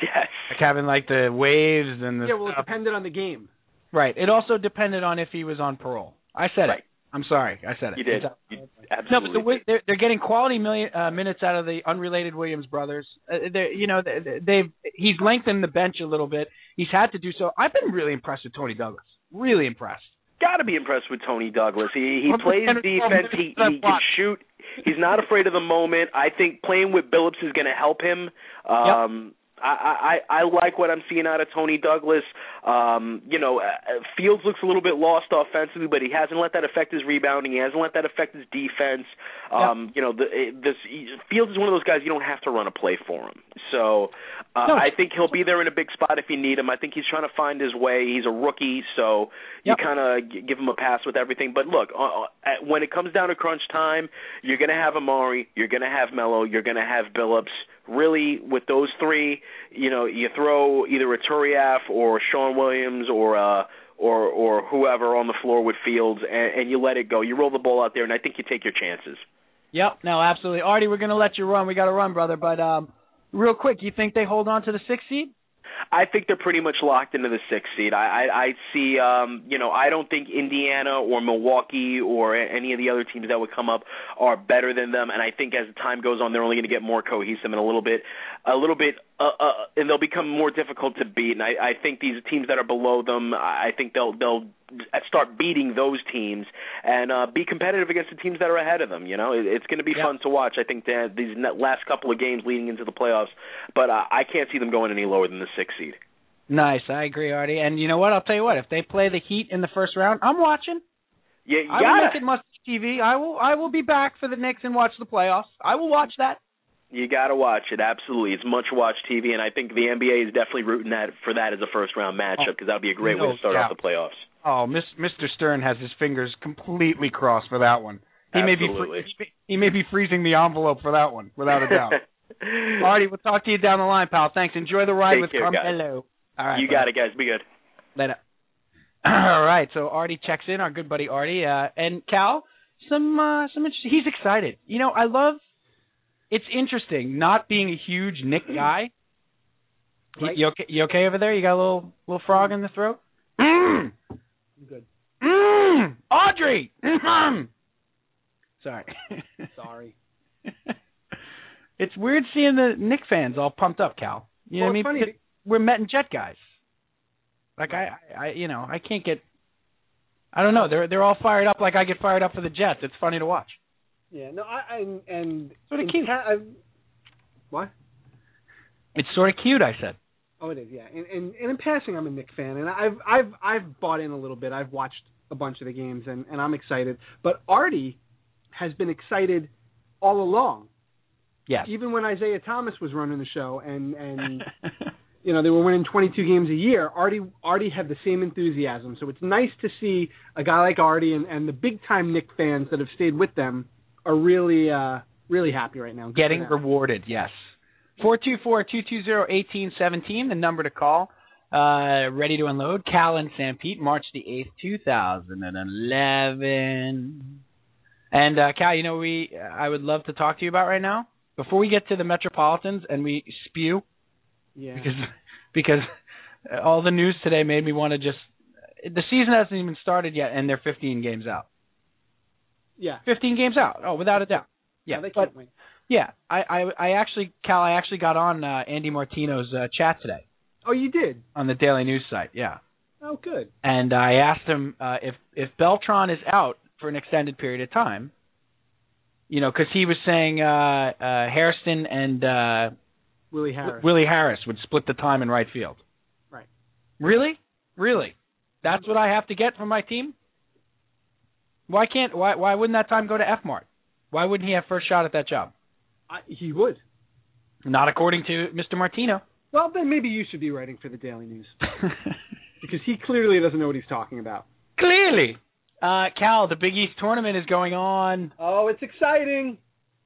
Speaker 5: Yes.
Speaker 3: like having like the waves and the
Speaker 4: [laughs] Yeah, well, it
Speaker 3: stuff.
Speaker 4: depended on the game.
Speaker 3: right. It also depended on if he was on parole. I said
Speaker 5: Right.
Speaker 3: it. I'm sorry, I said it.
Speaker 5: You did.
Speaker 3: It's-
Speaker 5: You
Speaker 3: No,
Speaker 5: absolutely.
Speaker 3: but the, way- they're they're getting quality million, uh, minutes out of the unrelated Williams brothers. Uh, they're, you know, they, they've he's lengthened the bench a little bit. He's had to do so. I've been really impressed with Tony Douglas. Really impressed.
Speaker 5: got to be impressed with Tony Douglas. He he
Speaker 3: Well, the
Speaker 5: plays
Speaker 3: center-
Speaker 5: defense. He he can shoot. He's not afraid of the moment. I think playing with Billups is going to help him. Um I, I I I like what I'm seeing out of Tony Douglas. Um, you know, uh, uh, Fields looks a little bit lost offensively, but he hasn't let that affect his rebounding. He hasn't let that affect his defense. Um, you know, the, it- this Fields is one of those guys you don't have to run a play for him. So uh,
Speaker 3: No.
Speaker 5: I think he'll be there in a big spot if you need him. I think he's trying to find his way. He's a rookie, so you
Speaker 3: Yep.
Speaker 5: kind of give him a pass with everything. But look, uh, uh, at- when it comes down to crunch time, you're going to have Amari, you're going to have Mello, you're going to have Billups. Really, with those three, you know, you throw either a Turiaf or Sean Williams or uh, or or whoever on the floor with Fields, and, and you let it go. You roll the ball out there, and I think you take your chances.
Speaker 3: Yep. No, absolutely. Artie, we're gonna let you run. We got to run, brother. But um, real quick, you think they hold on to the sixth seed?
Speaker 5: I think they're pretty much locked into the sixth seed. I, I, I see, um, you know, I don't think Indiana or Milwaukee or a- any of the other teams that would come up are better than them. And I think as time goes on, they're only going to get more cohesive and a little bit, a little bit, uh, uh, and they'll become more difficult to beat. And I, I think these teams that are below them, I I think they'll they'll start beating those teams and uh, be competitive against the teams that are ahead of them. You know, it, it's going to be
Speaker 3: Yeah.
Speaker 5: fun to watch. I think that these ne- last couple of games leading into the playoffs, but uh, I can't see them going any lower than the sixth seed.
Speaker 3: Nice. I agree, Artie. And you know what? I'll tell you what. If they play the Heat in the first round, I'm watching.
Speaker 5: Yeah, you
Speaker 3: I will
Speaker 5: gotta,
Speaker 3: look at Must TV. I will. I will be back for the Knicks and watch the playoffs. I will watch that.
Speaker 5: you gotta watch it. Absolutely, it's much watch TV, and I think the NBA is definitely rooting that for that as a first round matchup because that'd be a great way
Speaker 3: Oh, no
Speaker 5: to start off
Speaker 3: doubt.
Speaker 5: the playoffs.
Speaker 3: Oh, Miss, Mr. Stern has his fingers completely crossed for that one. He may
Speaker 5: Absolutely.
Speaker 3: be fr- he may be freezing the envelope for that one, without a
Speaker 5: [laughs]
Speaker 3: doubt. Artie, we'll talk to you down the line, pal. Thanks. Enjoy the ride
Speaker 5: Take
Speaker 3: with
Speaker 5: care, guys.
Speaker 3: Carmelo. All right,
Speaker 5: you
Speaker 3: bud.
Speaker 5: got it, guys. Be good.
Speaker 3: Later. [clears throat] All right, so Artie checks in, our good buddy Artie, uh, and Cal. Some uh, some interest- he's excited. You know, I love. It's interesting not being a huge
Speaker 4: [clears throat]
Speaker 3: Nick guy. You-
Speaker 4: Right.
Speaker 3: You okay? You okay over there? You got a little little frog in the throat? Mm.
Speaker 4: I'm good.
Speaker 3: Mm. Audrey. Mm. Sorry. [laughs]
Speaker 4: Sorry.
Speaker 3: it's weird seeing the Nick fans all pumped up, Cal. You know
Speaker 4: Well,
Speaker 3: what I mean?
Speaker 4: it's funny
Speaker 3: Because We're Met and Jet guys. Like I, I, I- you know, I can't get. I don't know. They're they're all fired up like I get fired up for the Jets. It's funny to watch.
Speaker 4: Yeah. No. I, I and and
Speaker 3: Sort of
Speaker 4: in
Speaker 3: cute.
Speaker 4: Ca- I've- what?
Speaker 3: It's sort of cute. I said.
Speaker 4: Oh, it is. Yeah. And, and and in passing, I'm a Nick fan, and I've I've I've bought in a little bit. I've watched a bunch of the games, and and I'm excited. But Artie has been excited all along, [laughs]
Speaker 3: Yes.
Speaker 4: even when Isaiah Thomas was running the show,
Speaker 3: [laughs]
Speaker 4: and and you know they were winning 22 games a year. Artie Artie had the same enthusiasm, so it's nice to see a guy like Artie and and the big time Nick fans that have stayed with them are really uh really happy right now. Good for
Speaker 3: getting
Speaker 4: them.
Speaker 3: rewarded. Yes. Four two four two two zero eighteen seventeen. The number to call. Uh, ready to unload. Cal and San Pete, March the eighth, two thousand and eleven. And uh, Cal, you know we I would love to talk to you about right now. Before we get to the Metropolitans and we spew
Speaker 4: yeah.
Speaker 3: because because all the news today made me want to just the season hasn't even started yet and they're 15 games out.
Speaker 4: yeah.
Speaker 3: 15 games out. Oh, without a doubt. Yeah.
Speaker 4: No, they
Speaker 3: but
Speaker 4: can't win.
Speaker 3: yeah, I, I I actually Cal, I actually got on uh, Andy Martino's uh, chat today
Speaker 4: Oh, you did.
Speaker 3: on the Daily News site. Yeah,
Speaker 4: Oh, good.
Speaker 3: and I asked him uh, if if Beltron is out for an extended period of time. You know, because he was saying uh, uh, Harrison and uh,
Speaker 4: Willie
Speaker 3: W-
Speaker 4: Harris.
Speaker 3: Willie Harris would split the time in right field.
Speaker 4: Right.
Speaker 3: Really? Really? That's what I have to get from my team? Why can't why why wouldn't that time go to F Mart? Why wouldn't he have first shot at that job?
Speaker 4: I, he would.
Speaker 3: Not according to Mr.
Speaker 4: [laughs]
Speaker 3: Martino.
Speaker 4: Well, then maybe you should be writing for the Daily News because he clearly doesn't know what he's talking about.
Speaker 3: Clearly. Uh, Cal, the Big East tournament is going on.
Speaker 4: Oh, it's exciting.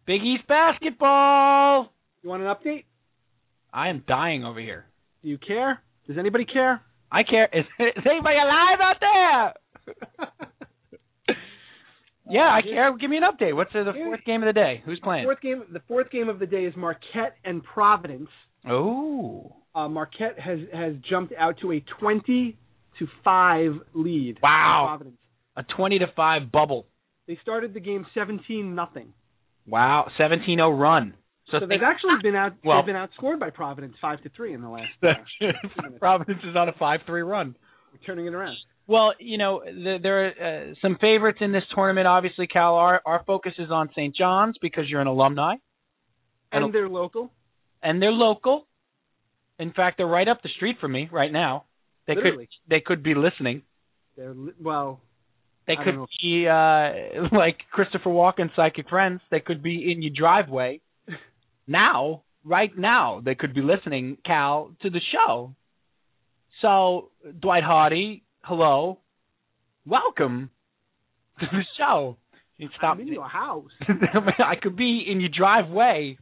Speaker 3: Big East basketball.
Speaker 4: You want an update?
Speaker 3: I am dying over here.
Speaker 4: Do you care? Does anybody care?
Speaker 3: I care. Is, [laughs] is anybody alive out
Speaker 4: [laughs]
Speaker 3: there? yeah, I care. Give me an update. What's the, the
Speaker 4: Here-
Speaker 3: fourth game of the day? Who's playing?
Speaker 4: Fourth game. The fourth game of the day is Marquette and Providence.
Speaker 3: Oh,
Speaker 4: Uh, Marquette has has jumped out to a twenty to five lead.
Speaker 3: Wow.
Speaker 4: Providence.
Speaker 3: a twenty to five bubble.
Speaker 4: They started the game 17 nothing.
Speaker 3: Wow, 17-0 run. So,
Speaker 4: So they've
Speaker 3: think-
Speaker 4: actually been out
Speaker 3: Well-
Speaker 4: they've been outscored by Providence 5 to 3 in the last uh,
Speaker 3: [laughs] Providence is on a 5-3 run.
Speaker 4: turning it around.
Speaker 3: Well, you know, th there are uh, some favorites in this tournament. Obviously, Cal, our, our focus is on St. John's because you're an alumni
Speaker 4: And,
Speaker 3: And-
Speaker 4: they're local.
Speaker 3: and they're local. In fact, they're right up the street from me right now. They
Speaker 4: Literally.
Speaker 3: could they could be listening.
Speaker 4: They're li- well,
Speaker 3: They
Speaker 4: I
Speaker 3: could
Speaker 4: don't know.
Speaker 3: be uh [laughs] like Christopher Walken psychic friends. They could be in your
Speaker 4: [laughs]
Speaker 3: driveway now, right now. They could be listening, Cal, to the show. So Dwight Hardy, hello, welcome to the show. You stop
Speaker 4: I'm in your house.
Speaker 3: [laughs] I could be in your driveway.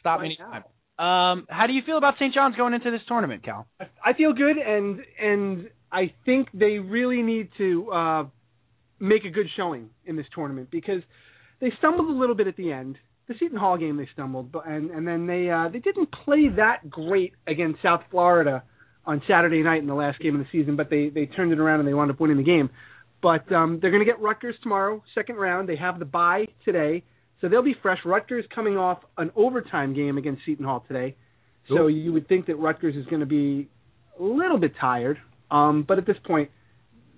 Speaker 3: Stop me
Speaker 4: right now.
Speaker 3: anytime. Um, how do you feel about St. John's going into this tournament, Cal?
Speaker 4: I feel good, and and I think they really need to uh, make a good showing in this tournament because they stumbled a little bit at the end. The Seton Hall game they stumbled, but and and then they uh, they didn't play that great against South Florida on Saturday night in the last game of the season, but they they turned it around and they wound up winning the game. But um, they're going to get Rutgers tomorrow, second round. They have the bye today, so they'll be fresh. Rutgers coming off an overtime game against Seton Hall today, so
Speaker 3: Cool.
Speaker 4: you would think that Rutgers is going to be a little bit tired. Um, but at this point,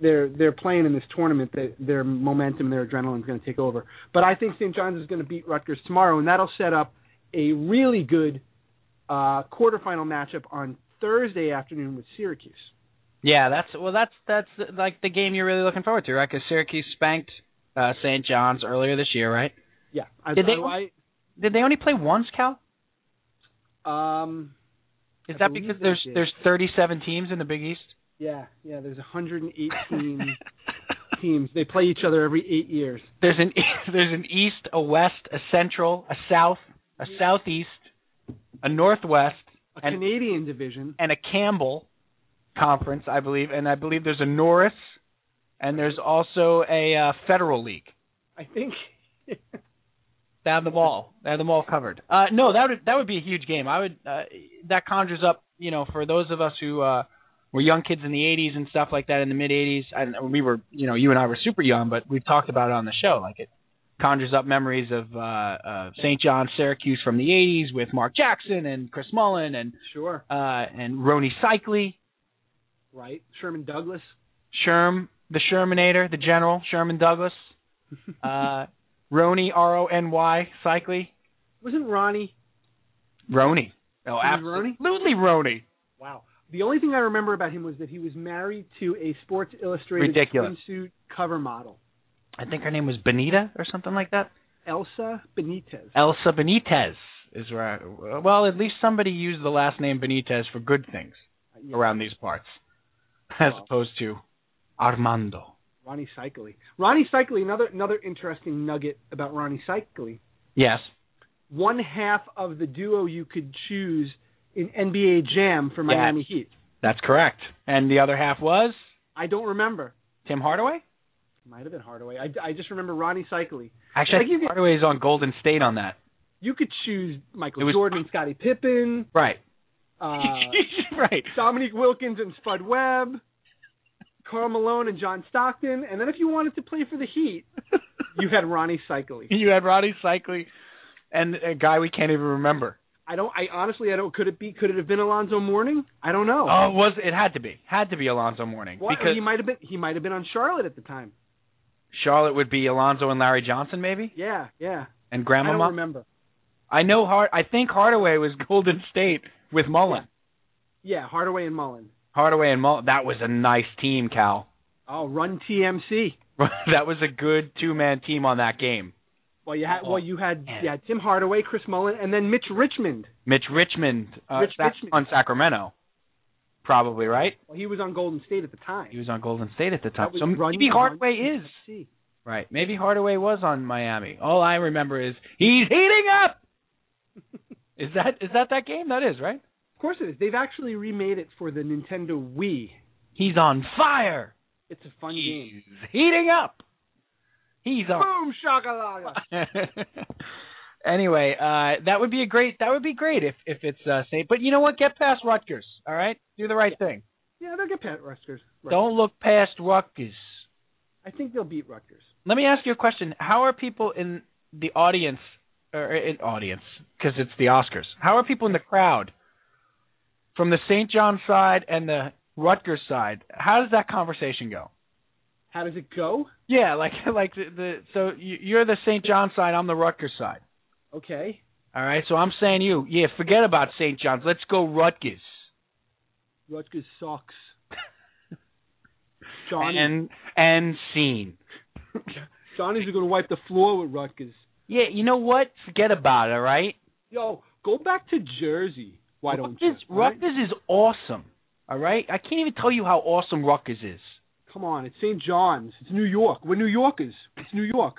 Speaker 4: they're they're playing in this tournament that their momentum, their adrenaline is going to take over. But I think St. John's is going to beat Rutgers tomorrow, and that'll set up a really good uh, quarterfinal matchup on Thursday afternoon with Syracuse.
Speaker 3: Yeah, that's well, that's that's like the game you're really looking forward to, right? Because Syracuse spanked uh, St. John's earlier this year, right?
Speaker 4: Yeah, I,
Speaker 3: Did they-
Speaker 4: I,
Speaker 3: Did they only play once, Cal?
Speaker 4: I, um,
Speaker 3: Is
Speaker 4: I
Speaker 3: that
Speaker 4: believe
Speaker 3: because
Speaker 4: they
Speaker 3: there's
Speaker 4: did.
Speaker 3: there's 37 teams in the Big East?
Speaker 4: yeah, yeah. There's 118 [laughs] teams. They play each other every eight years.
Speaker 3: [laughs] there's an [laughs] there's an East, a West, a Central, a South, a Southeast, a Northwest,
Speaker 4: A
Speaker 3: And-
Speaker 4: Canadian division.
Speaker 3: and a Campbell conference, I believe, and I believe there's a Norris, and there's also a uh, Federal League.
Speaker 4: I
Speaker 3: [laughs]
Speaker 4: think.
Speaker 3: They have them all. They have them all covered. Uh, no, that would that would be a huge game. I would uh, that conjures up, you know, for those of us who uh, were young kids in the '80s and stuff like that in the mid '80s, and we were, you know, you and I were super young, but we've talked about it on the show. Like it conjures up memories of uh, uh, St. John, Syracuse from the '80s with Mark Jackson and Chris Mullen and
Speaker 4: sure.
Speaker 3: uh, and Roni Cycli,
Speaker 4: Right. Sherman Douglas.
Speaker 3: Sherm, the Shermanator, the General Sherman Douglas, uh, [laughs] Rony R O N Y Cycli.
Speaker 4: [laughs] Wasn't Ronnie?
Speaker 3: Rony. Oh,
Speaker 4: He was Rony?
Speaker 3: absolutely Rony.
Speaker 4: Wow. The only thing I remember about him was that he was married to a Sports Illustrated
Speaker 3: Ridiculous.
Speaker 4: swimsuit cover model,
Speaker 3: I think her name was Benita or something like that.
Speaker 4: Elsa Benitez.
Speaker 3: Elsa Benitez is where. I, well, at least somebody used the last name Benitez for good things
Speaker 4: Uh, Yeah,
Speaker 3: around these parts, [laughs] as
Speaker 4: Well.
Speaker 3: opposed to Armando.
Speaker 4: Ronnie Cycli. Ronnie Cycli. Another another interesting nugget about Ronnie Cycli.
Speaker 3: Yes.
Speaker 4: One half of the duo you could choose in NBA Jam for
Speaker 3: Yeah.
Speaker 4: Miami Heat.
Speaker 3: That's correct. And the other half was
Speaker 4: I don't remember.
Speaker 3: Tim Hardaway?
Speaker 4: Might have been Hardaway. I, I just remember Ronnie Cycli.
Speaker 3: Actually, I
Speaker 4: Like you
Speaker 3: think
Speaker 4: could-
Speaker 3: Hardaway is on Golden State on that.
Speaker 4: You could choose Michael
Speaker 3: It was-
Speaker 4: Jordan and Scottie Pippen,
Speaker 3: Right. [laughs]
Speaker 4: uh,
Speaker 3: right. [laughs]
Speaker 4: Dominique Wilkins and Spud Webb, Carl Malone and John Stockton, and then if you wanted to play for the Heat, you had Ronnie Cycli.
Speaker 3: you had Ronnie Cycli and a guy we can't even remember.
Speaker 4: I don't. I honestly, I don't. Could it be? Could it have been Alonzo Mourning? I don't know.
Speaker 3: Oh, it was it had to be. Had to be Alonzo Mourning
Speaker 4: What-
Speaker 3: because
Speaker 4: he might have been. He might have been on Charlotte at the time.
Speaker 3: Charlotte would be Alonzo and Larry Johnson maybe
Speaker 4: Yeah, yeah.
Speaker 3: and
Speaker 4: I don't
Speaker 3: Grandma.
Speaker 4: remember.
Speaker 3: I know Hard. I think Hardaway was [laughs] Golden State with Mullen.
Speaker 4: Yeah, Hardaway and Mullen.
Speaker 3: Hardaway and Mullen. That was a nice team, Cal. [laughs]
Speaker 4: Oh, run TMC.
Speaker 3: that was a good two man team on that game.
Speaker 4: Well, you had.
Speaker 3: Oh,
Speaker 4: well, you had.
Speaker 3: man.
Speaker 4: Yeah, Tim Hardaway, Chris Mullen, and then Mitch Richmond.
Speaker 3: Mitch Richmond, uh,
Speaker 4: Mitch
Speaker 3: that's
Speaker 4: Richmond.
Speaker 3: on Sacramento, probably right.
Speaker 4: Well, he was on Golden State at the time.
Speaker 3: He was on Golden State at the time,
Speaker 4: That was
Speaker 3: so
Speaker 4: run-
Speaker 3: maybe Hardaway
Speaker 4: run
Speaker 3: is
Speaker 4: [laughs] TMC.
Speaker 3: right. Maybe Hardaway was on Miami. All I remember is he's heating up. is that is that that game? That is right.
Speaker 4: Of course it is. They've actually remade it for the Nintendo Wii.
Speaker 3: He's on fire.
Speaker 4: It's a fun game.
Speaker 3: He's heating up. He's on
Speaker 4: Boom shakalaka.
Speaker 3: [laughs] anyway, uh, that would be a great. That would be great if if it's uh, St. But you know what? Get past Rutgers. All right, do the right thing.
Speaker 4: Yeah, they'll get Pat Rutgers. Right.
Speaker 3: Don't look past Rutgers.
Speaker 4: I think they'll beat Rutgers.
Speaker 3: Let me ask you a question. How are people in the audience, or uh, in audience, because it's the Oscars? How are people in the crowd from the St. John side and the Rutgers side? How does that conversation go?
Speaker 4: How does it go?
Speaker 3: Yeah, like [laughs] like the, the so you- you're the St. John side, I'm the Rutgers side.
Speaker 4: Okay.
Speaker 3: All right, so I'm saying you, yeah, forget about St. John's. Let's go Rutgers.
Speaker 4: Rutgers
Speaker 3: [laughs]
Speaker 4: sucks. Johnny,
Speaker 3: And and scene.
Speaker 4: Johnny's going to wipe the floor with Rutgers.
Speaker 3: Yeah, you know what? Forget about it. All right.
Speaker 4: Yo, go back to Jersey. Why don't
Speaker 3: Rutgers,
Speaker 4: you? All right?
Speaker 3: Rutgers is awesome. All right, I can't even tell you how awesome Rutgers is.
Speaker 4: Come on, it's St. John's. It's New York. We're New Yorkers. It's New York.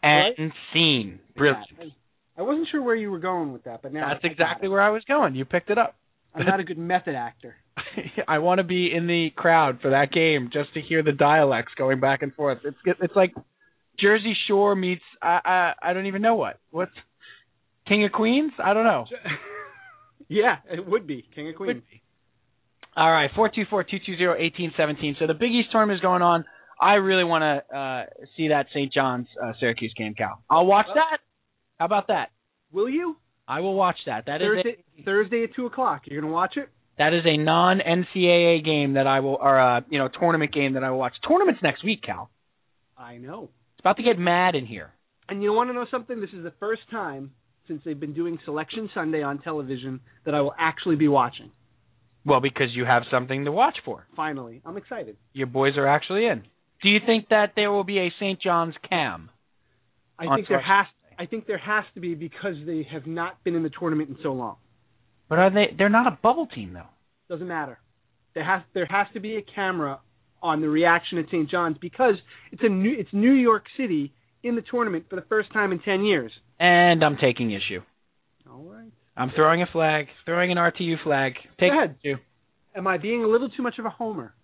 Speaker 3: And scene, brilliant.
Speaker 4: Yeah, I, I wasn't sure where you were going with that, but now
Speaker 3: That's
Speaker 4: I- I got
Speaker 3: exactly
Speaker 4: it.
Speaker 3: where I was going. You picked it up.
Speaker 4: I'm not a good method
Speaker 3: [laughs]
Speaker 4: actor.
Speaker 3: I want to be in the crowd for that game just to hear the dialects going back and forth. It's it's like Jersey Shore meets I I, I don't even know what what's King of Queens. I don't know.
Speaker 4: yeah, it would be King of Queens.
Speaker 3: All right, four two four two two zero eighteen seventeen. So the Big East tournament is going on. I really want to uh, see that St. John's uh, Syracuse game, Cal. I'll watch
Speaker 4: Well-
Speaker 3: that. How about that?
Speaker 4: Will you?
Speaker 3: I will watch that. That is a,
Speaker 4: Thursday, Thursday at two o'clock. You're gonna watch it.
Speaker 3: that is a non NCAA game that I will or a you know tournament game that I will watch. Tournaments next week, Cal.
Speaker 4: I know.
Speaker 3: It's about to get mad in here.
Speaker 4: And you want to know something? This is the first time since they've been doing Selection Sunday on television that I will actually be watching.
Speaker 3: Well, because you have something to watch for.
Speaker 4: Finally, I'm excited.
Speaker 3: Your boys are actually in. Do you think that there will be a St. John's cam?
Speaker 4: I
Speaker 3: On
Speaker 4: think there
Speaker 3: Selection
Speaker 4: has. I think there has to be because they have not been in the tournament in so long.
Speaker 3: But are they? They're not a bubble team though.
Speaker 4: Doesn't matter. There has there has to be a camera on the reaction at St. John's because it's a new it's New York City in the tournament for the first time in ten years.
Speaker 3: And I'm taking issue.
Speaker 4: All right.
Speaker 3: I'm throwing a flag, throwing an RTU flag. Take
Speaker 4: Go ahead.
Speaker 3: issue.
Speaker 4: Am I being a little too much of a homer?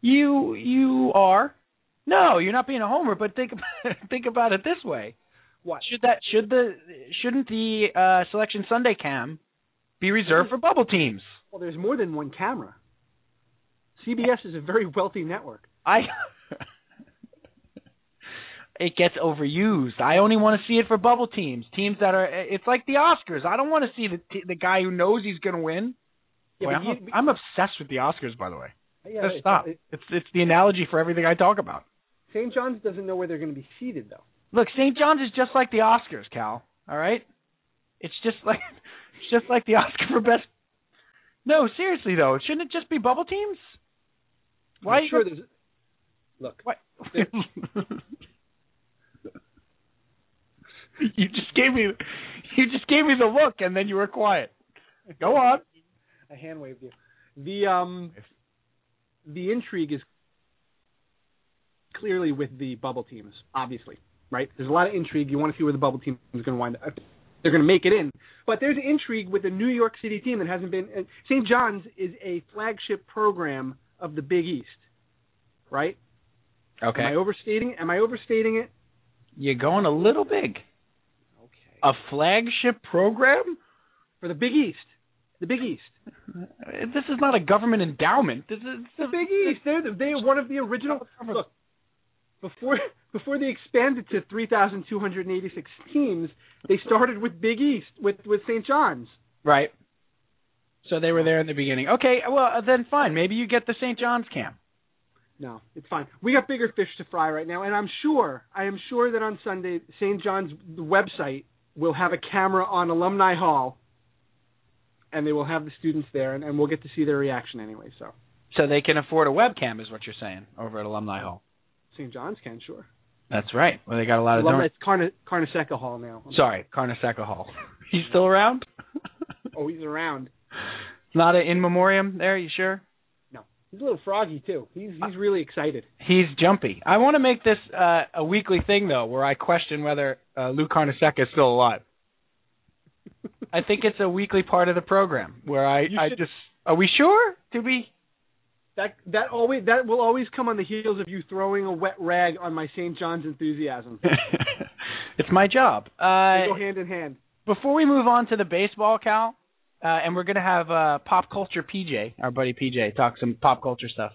Speaker 3: You you are. No, you're not being a homer, but think [laughs] think about it this way.
Speaker 4: What?
Speaker 3: Should that should the shouldn't the uh, selection Sunday cam be reserved for bubble teams?
Speaker 4: Well, there's more than one camera. CBS is a very wealthy network.
Speaker 3: I [laughs] It gets overused. I only want to see it for bubble teams, teams that are it's like the Oscars. I don't want to see the t- the guy who knows he's going to win.
Speaker 4: Yeah,
Speaker 3: Boy,
Speaker 4: but
Speaker 3: I'm,
Speaker 4: you-
Speaker 3: I'm obsessed with the Oscars by the way.
Speaker 4: yeah,
Speaker 3: Just
Speaker 4: it's-
Speaker 3: stop.
Speaker 4: it-
Speaker 3: It's it's the analogy for everything I talk about.
Speaker 4: St. John's doesn't know where they're going to be seated, though.
Speaker 3: Look, St. John's is just like the Oscars, Cal. All right, it's just like [laughs] it's just like the Oscar for best. No, seriously though, shouldn't it just be bubble teams? Why
Speaker 4: I'm
Speaker 3: you
Speaker 4: sure
Speaker 3: got-
Speaker 4: there's.
Speaker 3: [laughs]
Speaker 4: Look,
Speaker 3: What? you just gave me you just gave me the look, and then you were quiet. Go on.
Speaker 4: I hand waved you. The um, the intrigue is clearly with the bubble teams, obviously, right? There's a lot of intrigue. You want to see where the bubble team is going to wind up. They're going to make it in, but there's intrigue with the New York City team that hasn't been. And St. John's is a flagship program of the Big East, right? Am I overstating? Am I overstating it?
Speaker 3: you're going a little big.
Speaker 4: Okay.
Speaker 3: A flagship program.
Speaker 4: For the Big East, the Big East,
Speaker 3: This is not a government endowment. This is
Speaker 4: the Big East. They're the, they're one of the original. Look, before before they expanded to 3,286 teams, they started with Big East with with St. John's.
Speaker 3: Right. So they were there in the beginning. Okay, well uh, then fine. Maybe you get the St. John's camp.
Speaker 4: No, it's fine. We got bigger fish to fry right now, and I'm sure I am sure that on Sunday, St. John's website will have a camera on Alumni Hall, and they will have the students there, and, and we'll get to see their reaction anyway. So
Speaker 3: So they can afford a webcam, is what you're saying, over at Alumni Hall.
Speaker 4: St. John's can sure.
Speaker 3: That's right. Well, they got a lot of
Speaker 4: Alumni,
Speaker 3: donors.
Speaker 4: it's Carne, Carneseca Hall now.
Speaker 3: Sorry, Carneseca Hall. [laughs] He's still around? [laughs]
Speaker 4: Oh, he's around.
Speaker 3: Not a in memoriam there, you sure?
Speaker 4: He's a little froggy too. He's he's really excited.
Speaker 3: He's jumpy. I want to make this uh, a weekly thing, though, where I question whether uh, Lou Carneseca is still alive. I think it's a weekly part of the program where I,
Speaker 4: You
Speaker 3: I
Speaker 4: should-
Speaker 3: just. Are we sure? Did we?
Speaker 4: [laughs] That that always that will always come on the heels of you throwing a wet rag on my St. John's enthusiasm.
Speaker 3: it's my job.
Speaker 4: They
Speaker 3: Uh,
Speaker 4: go hand in hand.
Speaker 3: before we move on to the baseball, Cal, uh, and we're gonna have uh, pop culture PJ, our buddy PJ, talk some pop culture stuff.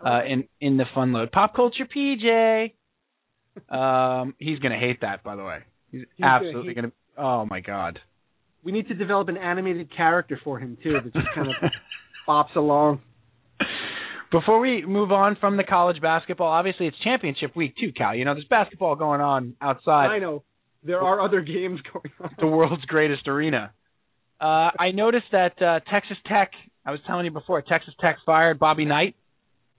Speaker 3: uh, in in the fun load. Pop culture PJ. Um, he's gonna hate that, by the way. He's,
Speaker 4: gonna
Speaker 3: absolutely
Speaker 4: hate-
Speaker 3: gonna. Oh my god.
Speaker 4: We need to develop an animated character for him too that just kind of [laughs] bops along.
Speaker 3: [laughs] Before we move on from the college basketball, obviously it's championship week too, Cal. You know, there's basketball going on outside.
Speaker 4: I know there are other games going on.
Speaker 3: the world's greatest arena. Uh, I noticed that uh, Texas Tech. I was telling you before, Texas Tech fired Bobby Knight.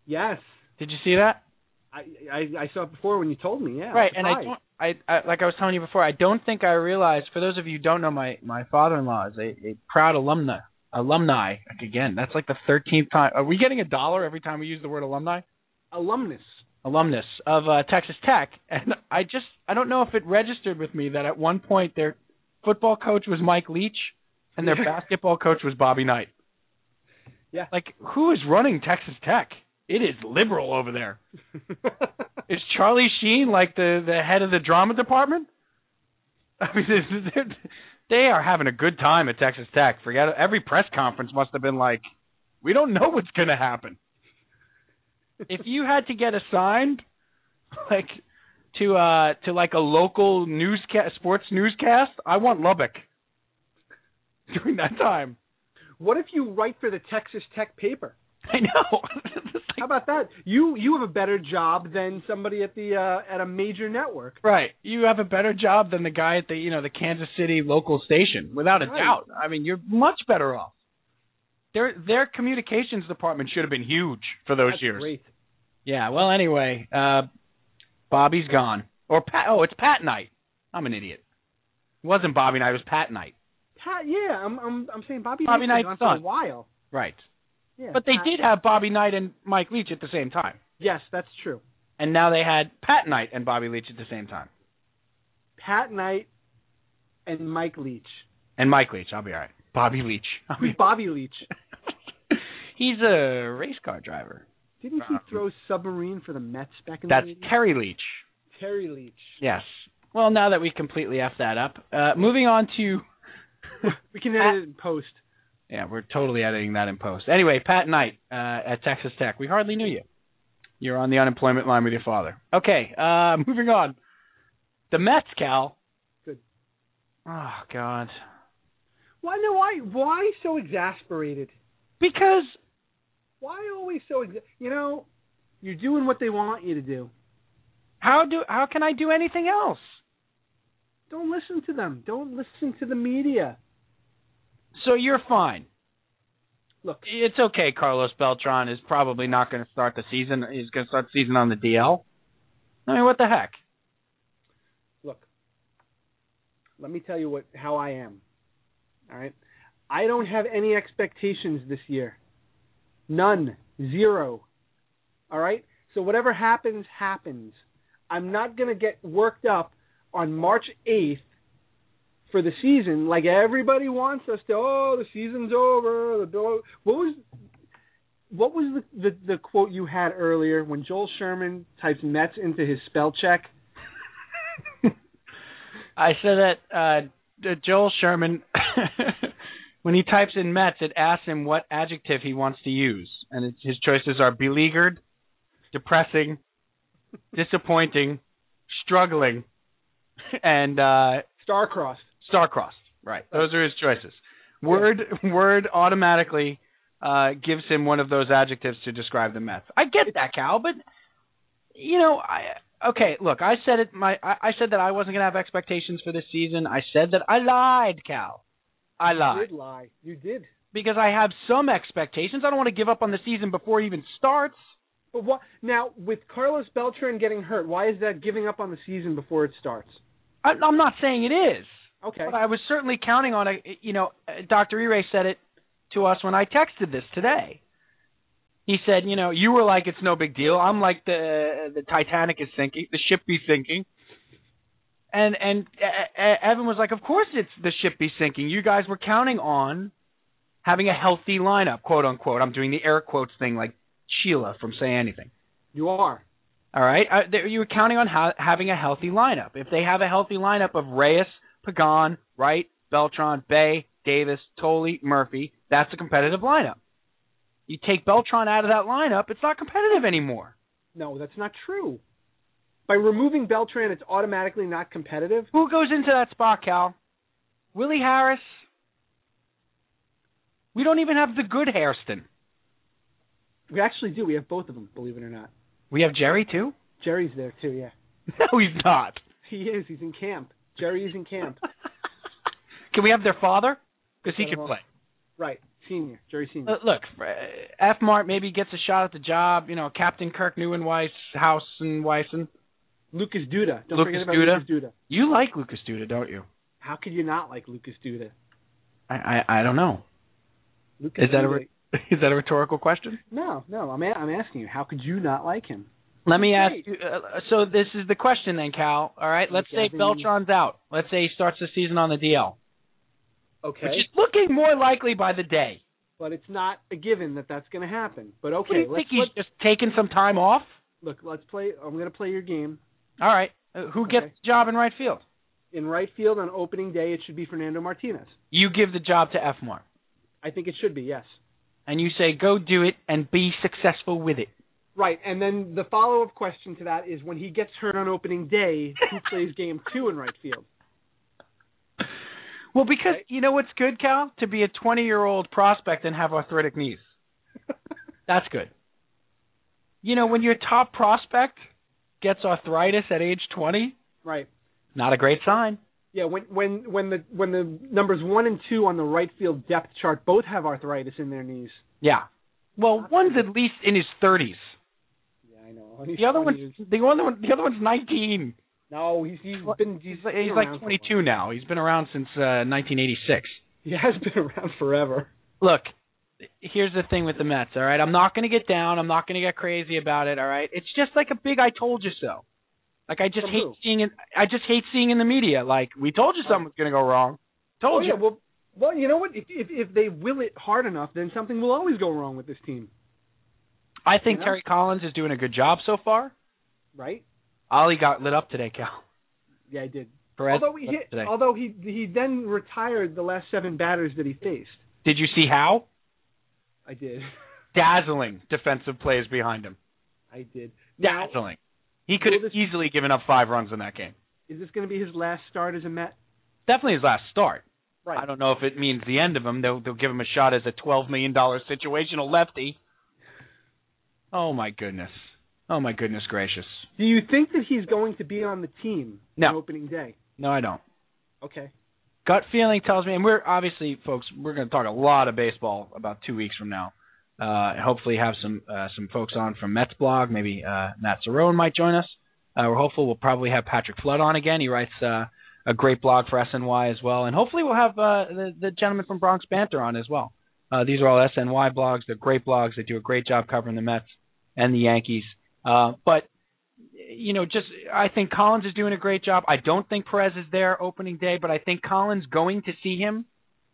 Speaker 4: Yes,
Speaker 3: Did you see that?
Speaker 4: I, I I saw it before when you told me. Yeah,
Speaker 3: right, and I,
Speaker 4: surprised.
Speaker 3: don't, I, I, like I was telling you before, I don't think I realized. For those of you who don't know, my my father-in-law is a, a proud alumna, alumni. Like, again, that's like the thirteenth time. Are we getting a dollar every time we use the word alumni?
Speaker 4: alumnus. [laughs]
Speaker 3: Alumnus of uh, Texas Tech, [laughs] and I just, I don't know if it registered with me that at one point their football coach was Mike Leach, and their basketball coach was Bobby Knight.
Speaker 4: Yeah.
Speaker 3: Like, who is running Texas Tech? It is liberal over there. Is Charlie Sheen like the the head of the drama department? [laughs] I mean, this is- they are having a good time at Texas Tech. Forget it. every press conference must have been like, we don't know what's going to happen. [laughs] if you had to get assigned, like to uh to like a local newscast, sports newscast, I want Lubbock [laughs] during that time.
Speaker 4: what if you write for the Texas Tech paper?
Speaker 3: I know. [laughs] It's
Speaker 4: How
Speaker 3: like-
Speaker 4: about that? You you have a better job than somebody at the uh, at a major network.
Speaker 3: right. You have a better job than the guy at the you know the Kansas City local station, without a
Speaker 4: Right.
Speaker 3: doubt. I mean, you're much better off. Their their communications department should have been huge for those
Speaker 4: That's
Speaker 3: years.
Speaker 4: great.
Speaker 3: Yeah. Well, anyway, uh, Bobby's gone. Or Pat. Oh, it's Pat Knight. I'm an idiot. It wasn't Bobby Knight. It was Pat Knight.
Speaker 4: Pat, yeah, I'm I'm I'm saying Bobby.
Speaker 3: Bobby
Speaker 4: Knight's been
Speaker 3: Knight's
Speaker 4: gone for
Speaker 3: son.
Speaker 4: a while.
Speaker 3: Right.
Speaker 4: Yeah,
Speaker 3: But they
Speaker 4: Pat-
Speaker 3: did have Bobby Knight and Mike Leach at the same time.
Speaker 4: Yes, that's true.
Speaker 3: And now they had Pat Knight and Bobby Leach at the same time.
Speaker 4: Pat Knight and Mike Leach.
Speaker 3: And Mike Leach. I'll be all right. Bobby Leach. [laughs] I'll be
Speaker 4: Who's Bobby Leach? Hmm.
Speaker 3: [laughs] He's a race car driver.
Speaker 4: Didn't he throw submarine for the Mets back in
Speaker 3: That's
Speaker 4: the day?
Speaker 3: Terry Leach.
Speaker 4: Terry Leach.
Speaker 3: Yes. Well, now that we completely f that up, uh, moving on to
Speaker 4: We can edit it in post.
Speaker 3: yeah, we're totally editing that in post. Anyway, Pat Knight uh, at Texas Tech. We hardly knew you. You're on the unemployment line with your father. Okay, uh, moving on. The Mets, Cal.
Speaker 4: Good.
Speaker 3: Oh God.
Speaker 4: Why no? Why why so exasperated?
Speaker 3: Because
Speaker 4: Why always so? Exa- you know, you're doing what they want you to do.
Speaker 3: how do how can I do anything else?
Speaker 4: Don't listen to them. Don't listen to the media.
Speaker 3: So you're fine.
Speaker 4: Look,
Speaker 3: It's okay. Carlos Beltran is probably not going to start the season. He's going to start the season on the DL. I mean, what the heck?
Speaker 4: look. Let me tell you what how I am. All right. I don't have any expectations this year. None. Zero. All right? So whatever happens happens. I'm not going to get worked up on March 8th for the season like everybody wants us to. Oh, the season's over. The door. What was what was the, the the quote you had earlier when Joel Sherman types Mets into his spell check?
Speaker 3: I said that uh, Joel Sherman, [laughs] when he types in Mets, it asks him what adjective he wants to use, and it's, his choices are beleaguered, [laughs] depressing, disappointing, struggling, and uh,
Speaker 4: Star-crossed.
Speaker 3: star-crossed. Right. Those are his choices. Word word automatically uh, gives him one of those adjectives to describe the Mets. I get that, Cal, but you know, I okay. Look, I said it. My I, I said that I wasn't going to have expectations for this season. I said that I lied, Cal. I
Speaker 4: You
Speaker 3: lied
Speaker 4: did lie. You did.
Speaker 3: because I have some expectations. I don't want to give up on the season before it even starts.
Speaker 4: But what now with Carlos Beltran getting hurt? Why is that giving up on the season before it starts?
Speaker 3: I, I'm not saying it is.
Speaker 4: Okay.
Speaker 3: But I was certainly counting on a, you know, uh, Dr. E-Ray said it to us when I texted this today. He said, you know, you were like it's no big deal. I'm like the the Titanic is sinking, the ship be sinking. And and uh, uh, Evan was like, of course it's the ship be sinking. You guys were counting on having a healthy lineup, quote unquote. I'm doing the air quotes thing like Sheila from Say Anything.
Speaker 4: You are.
Speaker 3: All right, uh, there- you were counting on ha- having a healthy lineup. If they have a healthy lineup of Reyes, Pagan, Wright, Beltran, Bay, Davis, Tolley, Murphy, that's a competitive lineup. You take Beltron out of that lineup, it's not competitive anymore.
Speaker 4: No, that's not true. By removing Beltran, it's automatically not competitive.
Speaker 3: Who goes into that spot, Cal? Willie Harris. We don't even have the good Hairston.
Speaker 4: We actually do. We have both of them, believe it or not.
Speaker 3: We have Jerry too. [laughs]
Speaker 4: Jerry's there too. Yeah,
Speaker 3: No, he's not.
Speaker 4: he is. He's in camp. Jerry is in camp.
Speaker 3: [laughs] can we have their father? Because he
Speaker 4: Set
Speaker 3: could
Speaker 4: him up.
Speaker 3: play.
Speaker 4: right, senior. Jerry senior.
Speaker 3: L- Look, uh, F. Mart maybe gets a shot at the job. You know, Captain Kirk Neuenweiss, House and Weissen.
Speaker 4: Lucas Duda. Don't
Speaker 3: Lucas
Speaker 4: forget about
Speaker 3: Duda?
Speaker 4: Lucas Duda.
Speaker 3: You like Lucas Duda, don't you?
Speaker 4: How could you not like Lucas Duda?
Speaker 3: I I, I don't know. [laughs]
Speaker 4: Lucas
Speaker 3: Is that a
Speaker 4: Duda-
Speaker 3: re- Is that a rhetorical question?
Speaker 4: no? No, I'm a- I'm asking you. How could you not like him?
Speaker 3: Let me ask
Speaker 4: Great.
Speaker 3: you. Uh, so this is the question then, Cal. All right, let's say
Speaker 4: Gavin-
Speaker 3: Beltron's out. Let's say he starts the season on the DL,
Speaker 4: Okay,
Speaker 3: which is looking more likely by the day.
Speaker 4: but it's not a given that that's going to happen. But
Speaker 3: What do
Speaker 4: okay,
Speaker 3: you
Speaker 4: let's
Speaker 3: think he's
Speaker 4: let's-
Speaker 3: just taking some time off?
Speaker 4: look. Let's play. I'm going to play your game
Speaker 3: All right, uh, who gets
Speaker 4: Okay.
Speaker 3: the job in right field?
Speaker 4: in right field on opening day. It should be Fernando Martinez.
Speaker 3: You give the job to F. Mart,
Speaker 4: I think it should be yes.
Speaker 3: and you say, "Go do it and be successful with it."
Speaker 4: Right, and then the follow-up question to that is when he gets hurt on opening day, who plays game two in right field?
Speaker 3: Well, because
Speaker 4: Right.
Speaker 3: you know what's good, Cal, to be a 20-year-old prospect and have arthritic
Speaker 4: [laughs]
Speaker 3: knees. That's good. You know, when your top prospect gets arthritis at age 20,
Speaker 4: right.
Speaker 3: not a great sign.
Speaker 4: Yeah, when when when the when the numbers one and two on the right field depth chart both have arthritis in their knees.
Speaker 3: Yeah. Well, one's at least in his 30s.
Speaker 4: Yeah, I know.
Speaker 3: The other one's the other one the other one's 19.
Speaker 4: no, he's he's been
Speaker 3: He's,
Speaker 4: he's,
Speaker 3: like-
Speaker 4: been
Speaker 3: he's
Speaker 4: around
Speaker 3: like
Speaker 4: for a
Speaker 3: 22 now. He's been around since uh 1986.
Speaker 4: while. He has been around forever.
Speaker 3: look, here's the thing with the Mets, all right? I'm not going to get down. I'm not going to get crazy about it, all right? It's just like a big I told you so. Like I just
Speaker 4: From
Speaker 3: hate
Speaker 4: who?
Speaker 3: seeing it I just hate seeing in the media like we told you something's going to go wrong. Told
Speaker 4: oh
Speaker 3: you.
Speaker 4: yeah, well, well, you know what? If, if if they will it hard enough, then something will always go wrong with this team,
Speaker 3: I think
Speaker 4: you know?
Speaker 3: Terry Collins is doing a good job so far.
Speaker 4: right?
Speaker 3: Ollie got lit up today, Cal.
Speaker 4: Yeah, I did.
Speaker 3: Perez
Speaker 4: although he
Speaker 3: lit up
Speaker 4: hit,
Speaker 3: today.
Speaker 4: although he he then retired the last seven batters that he faced.
Speaker 3: Did you see how?
Speaker 4: I did. [laughs]
Speaker 3: Dazzling defensive plays behind him.
Speaker 4: I did. Now,
Speaker 3: Dazzling. He could
Speaker 4: Will
Speaker 3: have
Speaker 4: this-
Speaker 3: easily given up 5 runs in that game.
Speaker 4: is this going to be his last start as a Met?
Speaker 3: Definitely his last start.
Speaker 4: Right.
Speaker 3: I don't know if it means the end of him. They'll they'll give him a shot as a twelve million dollar situational lefty. Oh my goodness. Oh my goodness gracious.
Speaker 4: Do you think that he's going to be on the team
Speaker 3: No.
Speaker 4: on opening day?
Speaker 3: No, I don't.
Speaker 4: Okay.
Speaker 3: Gut feeling tells me, and we're obviously, folks, we're going to talk a lot of baseball about two weeks from now. Uh, and hopefully, have some uh, some folks on from Mets blog. Maybe uh, Matt Cerrone might join us. Uh, we're hopeful we'll probably have Patrick Flood on again. He writes uh, a great blog for SNY as well, and hopefully we'll have uh, the, the gentleman from Bronx Banter on as well. Uh, these are all SNY blogs. They're great blogs. They do a great job covering the Mets and the Yankees. Uh, but you know, just I think Collins is doing a great job. I don't think Perez is there opening day, but I think Collins going to see him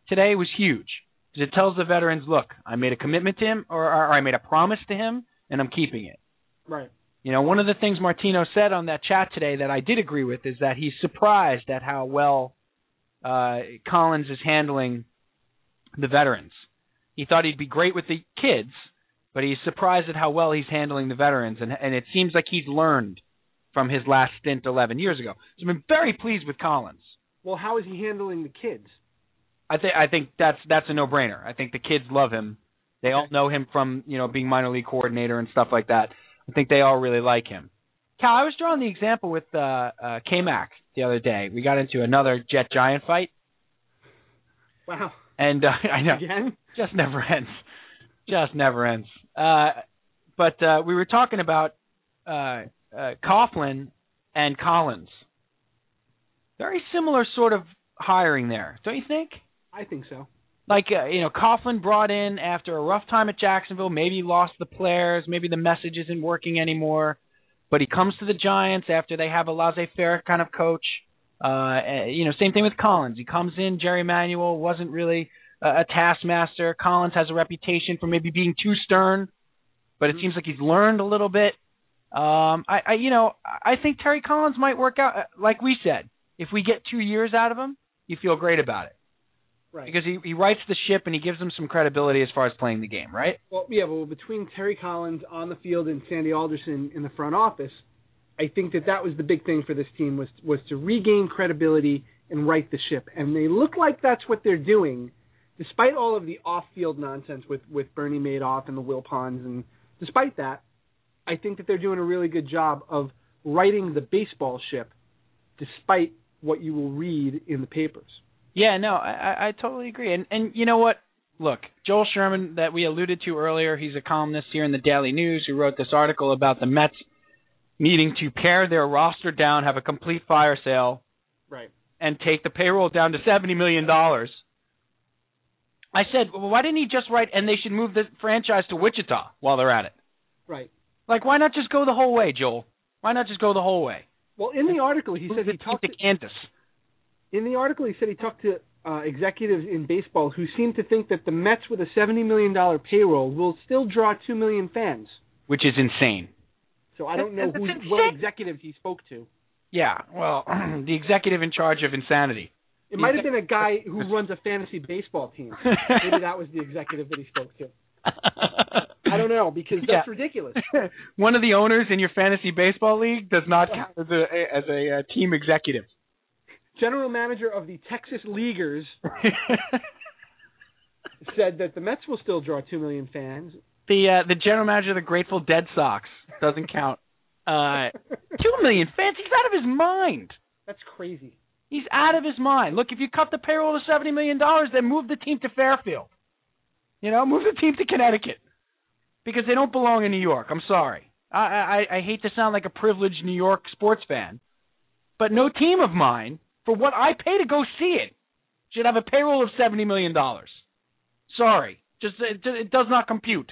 Speaker 3: today was huge because it tells the veterans, look, I made a commitment to him, or, or I made a promise to him, and I'm keeping it.
Speaker 4: Right.
Speaker 3: You know, one of the things Martino said on that chat today that I did agree with is that he's surprised at how well uh, Collins is handling the veterans. He thought he'd be great with the kids, but he's surprised at how well he's handling the veterans, and and it seems like he's learned from his last stint 11 years ago. So I've been very pleased with Collins.
Speaker 4: Well, how is he handling the kids?
Speaker 3: I think I think that's that's a no-brainer. I think the kids love him. They all know him from you know being minor league coordinator and stuff like that. I think they all really like him. Cal, I was drawing the example with uh, uh, K-Mac the other day. We got into another Jet Giant fight,
Speaker 4: Wow.
Speaker 3: and uh, [laughs] I know
Speaker 4: Again?
Speaker 3: just never ends. Just never ends. Uh, but uh, we were talking about uh, uh, Coughlin and Collins. Very similar sort of hiring there, don't you think?
Speaker 4: I think so.
Speaker 3: like uh, you know Coughlin brought in after a rough time at Jacksonville, maybe lost the players, maybe the message isn't working anymore, but he comes to the Giants after they have a laissez-faire kind of coach. Uh, eh, you know, same thing with Collins. He comes in, Jerry Manuel wasn't really a, a taskmaster. Collins has a reputation for maybe being too stern, but it seems like he's learned a little bit. Um, I, I, you know, I I think Terry Collins might work out. Uh, Like we said, if we get two years out of him, you feel great about it.
Speaker 4: Right.
Speaker 3: because he he writes the ship and he gives them some credibility as far as playing the game, right?
Speaker 4: well, yeah, well, between Terry Collins on the field and Sandy Alderson in the front office, I think that that was the big thing for this team was was to regain credibility and right the ship, and they look like that's what they're doing, despite all of the off-field nonsense with with Bernie Madoff and the Wilpons, and despite that, I think that they're doing a really good job of righting the baseball ship, despite what you will read in the papers.
Speaker 3: Yeah, no, I, I- I totally agree. And and you know what? Look, Joel Sherman that we alluded to earlier, he's a columnist here in the Daily News who wrote this article about the Mets needing to pare their roster down, have a complete fire sale,
Speaker 4: Right.
Speaker 3: and take the payroll down to seventy million dollars. I said, well, why didn't he just write? And they should move the franchise to Wichita while they're at it.
Speaker 4: Right.
Speaker 3: Like, why not just go the whole way, Joel? Why not just go the whole way?
Speaker 4: Well, in the article, he
Speaker 3: Move
Speaker 4: said
Speaker 3: the
Speaker 4: he
Speaker 3: team
Speaker 4: talked
Speaker 3: to
Speaker 4: to-
Speaker 3: Kansas.
Speaker 4: In the article, he said he talked to uh, executives in baseball who seem to think that the Mets with a seventy million dollar payroll will still draw two million fans.
Speaker 3: which is insane.
Speaker 4: So I don't know
Speaker 3: That's-
Speaker 4: who,
Speaker 3: that's
Speaker 4: what
Speaker 3: insane.
Speaker 4: executive he spoke to.
Speaker 3: Yeah, well, [clears throat] the executive in charge of [laughs] insanity.
Speaker 4: It might have been a guy who runs a fantasy baseball team. Maybe that was the executive that he spoke to. I don't know because that's
Speaker 3: Yeah.
Speaker 4: ridiculous.
Speaker 3: [laughs] One of the owners in your fantasy baseball league does not count as a as a uh, team [laughs] executive.
Speaker 4: General manager of the Texas Leaguers said that the Mets will still draw two million fans. [laughs]
Speaker 3: the uh, the general manager of the Grateful Dead Sox doesn't count. Uh, two million fans. He's out of his mind.
Speaker 4: That's crazy. [laughs]
Speaker 3: He's out of his mind. Look, if you cut the payroll to seventy million dollars, then move the team to Fairfield. You know, move the team to Connecticut because they don't belong in New York. I'm sorry. I I, I hate to sound like a privileged New York sports fan, but no team of mine, for what I pay to go see it, should have a payroll of seventy million dollars. Sorry, just it, it does not compute.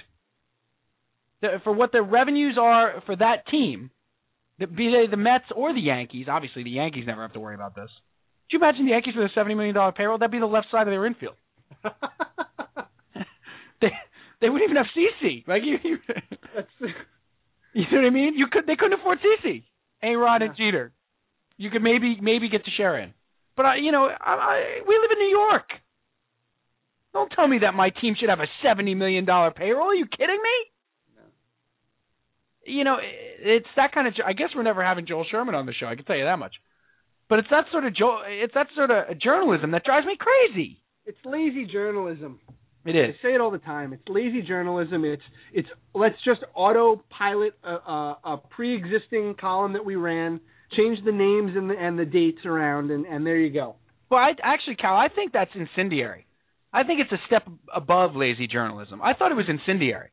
Speaker 3: The- For what the revenues are for that team, the, be they the Mets or the Yankees. Obviously, the Yankees never have to worry about this. Could you imagine the Yankees with a seventy million dollar payroll? That'd be the left side of their infield. [laughs] They they wouldn't even have CC. Like [laughs] you, you,
Speaker 4: that's
Speaker 3: you know what I mean? You could they couldn't afford CC. A Rod and
Speaker 4: Yeah.
Speaker 3: Jeter. You could maybe maybe get to Sharon, but I, you know, I, I, we live in New York. Don't tell me that my team should have a seventy million dollar payroll. Are you kidding me? You know, i- it's that kind of. jo- I guess we're never having Joel Sherman on the show. I can tell you that much. But it's that sort of jo- it's that sort of journalism that drives me crazy.
Speaker 4: it's lazy journalism.
Speaker 3: It is.
Speaker 4: I say it all the time. It's lazy journalism. It's it's let's just autopilot a, a, a pre-existing column that we ran, change the names and the and the dates around, and and there you go.
Speaker 3: Well, I actually, Cal, I think that's incendiary. I think it's a step above lazy journalism. I thought it was incendiary.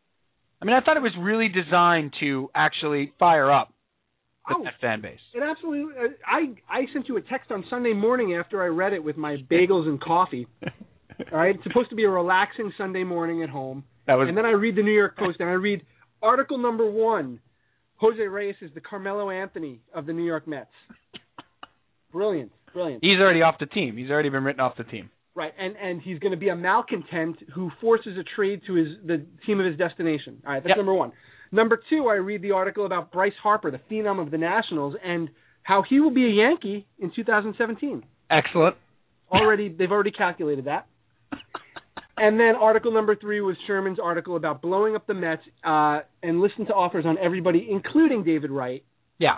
Speaker 3: I mean, I thought it was really designed to actually fire up the
Speaker 4: Oh.
Speaker 3: Met fan base.
Speaker 4: It absolutely. uh, I I sent you a text on Sunday morning after I read it with my bagels and coffee. All right, it's supposed to be a relaxing Sunday morning at home,
Speaker 3: That was
Speaker 4: and then I read the New York Post and I read article number one. Jose Reyes is the Carmelo Anthony of the New York Mets. Brilliant, brilliant.
Speaker 3: he's already off the team. He's already been written off the team.
Speaker 4: Right, and and he's going to be a malcontent who forces a trade to his the team of his destination. All right, that's
Speaker 3: Yep.
Speaker 4: number one. Number two, I read the article about Bryce Harper, the phenom of the Nationals, and how he will be a Yankee in
Speaker 3: [laughs]
Speaker 4: 2017.
Speaker 3: Excellent.
Speaker 4: Already, they've already calculated that. And then article number three was Sherman's article about blowing up the Mets uh, and listen to offers on everybody, including David Wright,
Speaker 3: Yeah.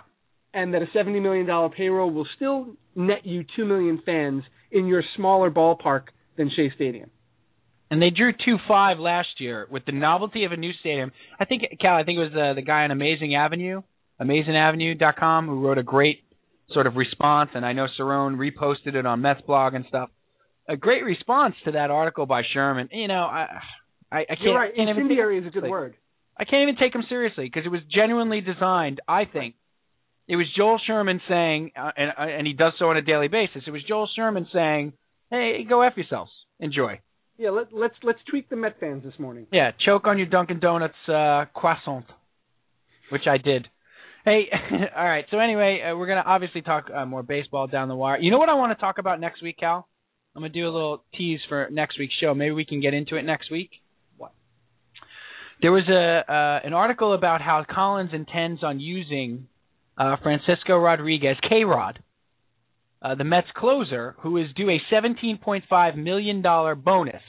Speaker 4: and that a 70 million dollar payroll will still net you two million fans in your smaller ballpark than Shea Stadium.
Speaker 3: And they drew two five last year with the novelty of a new stadium. I think Cal, I think it was uh, the guy on Amazing Avenue, AmazingAvenue.com, who wrote a great sort of response, and I know Cerrone reposted it on Mets blog and stuff. A great response to that article by Sherman. You know, I I, I can't,
Speaker 4: You're right.
Speaker 3: can't even
Speaker 4: Incendiary is a good
Speaker 3: like-
Speaker 4: word.
Speaker 3: I can't even take him seriously because it was genuinely designed. I think it was Joel Sherman saying, uh, and and he does so on a daily basis. It was Joel Sherman saying, "Hey, go f yourselves, enjoy."
Speaker 4: Yeah, let, let's let's tweak the Met fans this morning.
Speaker 3: Yeah, choke on your Dunkin' Donuts uh, croissant, which I did. Hey, [laughs] all right. So anyway, uh, we're gonna obviously talk uh, more baseball down the wire. You know what I want to talk about next week, Cal? I'm gonna do a little tease for next week's show. Maybe we can get into it next week.
Speaker 4: What?
Speaker 3: There was a uh, an article about how Collins intends on using uh, Francisco Rodriguez, K. Rod, uh, the Mets closer, who is due a $17.5 million bonus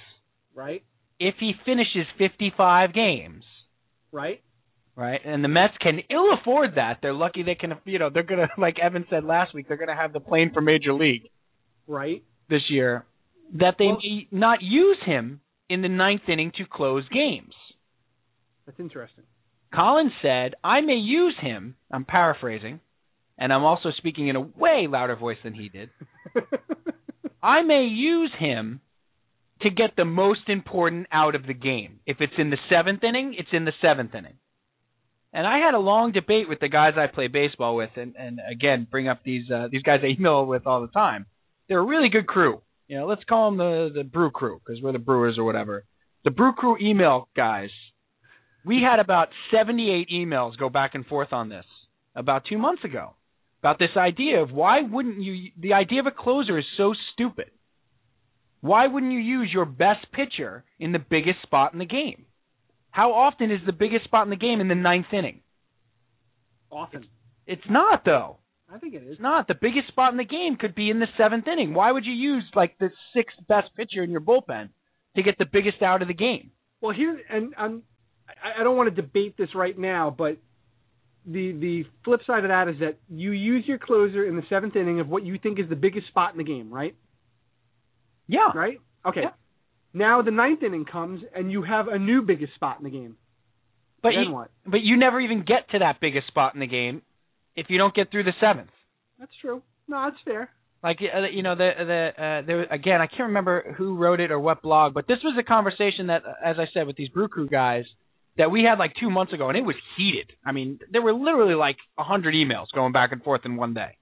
Speaker 4: right?
Speaker 3: if he finishes 55 games,
Speaker 4: Right?
Speaker 3: right? And the Mets can ill afford that. They're lucky they can, you know, they're going to, [laughs] like Evan said last week, they're going to have the plane for Major League
Speaker 4: Right?
Speaker 3: this year, that they
Speaker 4: Well-
Speaker 3: may not use him in the ninth inning to close games.
Speaker 4: That's interesting. [laughs]
Speaker 3: Collins said, I may use him, I'm paraphrasing, and I'm also speaking in a way louder voice than he did. I may use him to get the most important out of the game. If it's in the seventh inning, it's in the seventh inning. And I had a long debate with the guys I play baseball with, and, and again, bring up these uh, these guys I email with all the time. They're a really good crew. You know, let's call them the the Brew Crew because we're the Brewers or whatever. The Brew Crew email guys. We had about 78 emails go back and forth on this about two months ago about this idea of why wouldn't you the idea of a closer is so stupid. Why wouldn't you use your best pitcher in the biggest spot in the game? How often is the biggest spot in the game in the ninth inning?
Speaker 4: Often.
Speaker 3: It's not though.
Speaker 4: I think it is.
Speaker 3: It's not. The biggest spot in the game could be in the seventh inning. Why would you use like the sixth best pitcher in your bullpen to get the biggest out of the game?
Speaker 4: Well, here and I'm, I, I don't want to debate this right now, but the the flip side of that is that you use your closer in the seventh inning of what you think is the biggest spot in the game, right?
Speaker 3: Yeah.
Speaker 4: Right? Okay.
Speaker 3: Yeah.
Speaker 4: Now the ninth inning comes and you have a new biggest spot in the game.
Speaker 3: But
Speaker 4: then
Speaker 3: you,
Speaker 4: what?
Speaker 3: but you never even get to that biggest spot in the game if you don't get through the seventh.
Speaker 4: That's true. No, that's fair.
Speaker 3: Like uh, you know the the uh, there again I can't remember who wrote it or what blog, but this was a conversation that, uh, as I said, with these Brew Crew guys that we had like two months ago, and it was heated. I mean, there were literally like a hundred emails going back and forth in one day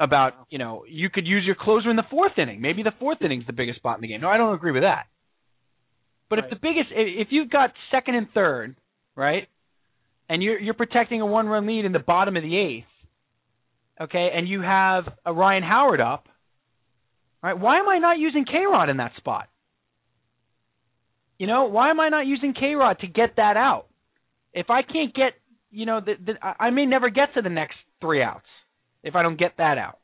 Speaker 3: about you know you could use your closer in the fourth inning. Maybe the fourth inning's the biggest spot in the game. No, I don't agree with that. But if
Speaker 4: Right.
Speaker 3: the biggest i- if you've got second and third, right, and you're you're protecting a one run lead in the bottom of the eighth okay, and you have a Ryan Howard up, right? Why am I not using K Rod in that spot? You know, why am I not using K Rod to get that out? If I can't get, you know, the, the, I I may never get to the next three outs if I don't get that out.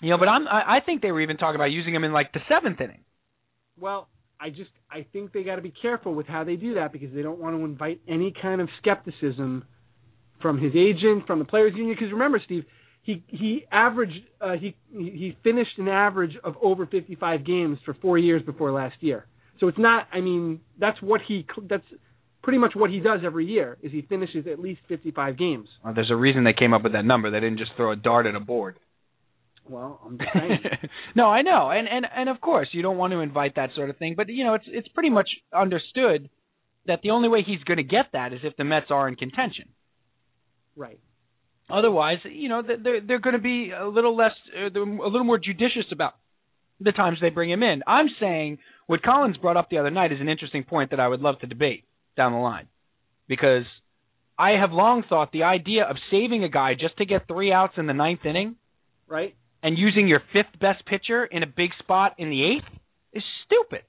Speaker 3: You know, but I'm I, I think they were even talking about using him in like the seventh inning.
Speaker 4: Well, I just I think they got to be careful with how they do that because they don't want to invite any kind of skepticism from his agent, from the players union. Because remember, Steve, he he averaged uh, he he he finished an average of over 55 games for four years before last year. So it's not. I mean, that's what he that's pretty much what he does every year is he finishes at least 55 games.
Speaker 3: Well, there's a reason they came up with that number. They didn't just throw a dart at a board.
Speaker 4: Well, I'm just saying.
Speaker 3: [laughs] no, I know, and and and of course you don't want to invite that sort of thing, but you know it's it's pretty much understood that the only way he's going to get that is if the Mets are in contention.
Speaker 4: [laughs] right.
Speaker 3: Otherwise, you know th- they're they're going to be a little less, uh, they're a little more judicious about the times they bring him in. I'm saying what Collins brought up the other night is an interesting point that I would love to debate down the line, because I have long thought the idea of saving a guy just to get three outs in the ninth inning
Speaker 4: Right.
Speaker 3: and using your fifth best pitcher in a big spot in the eighth is stupid.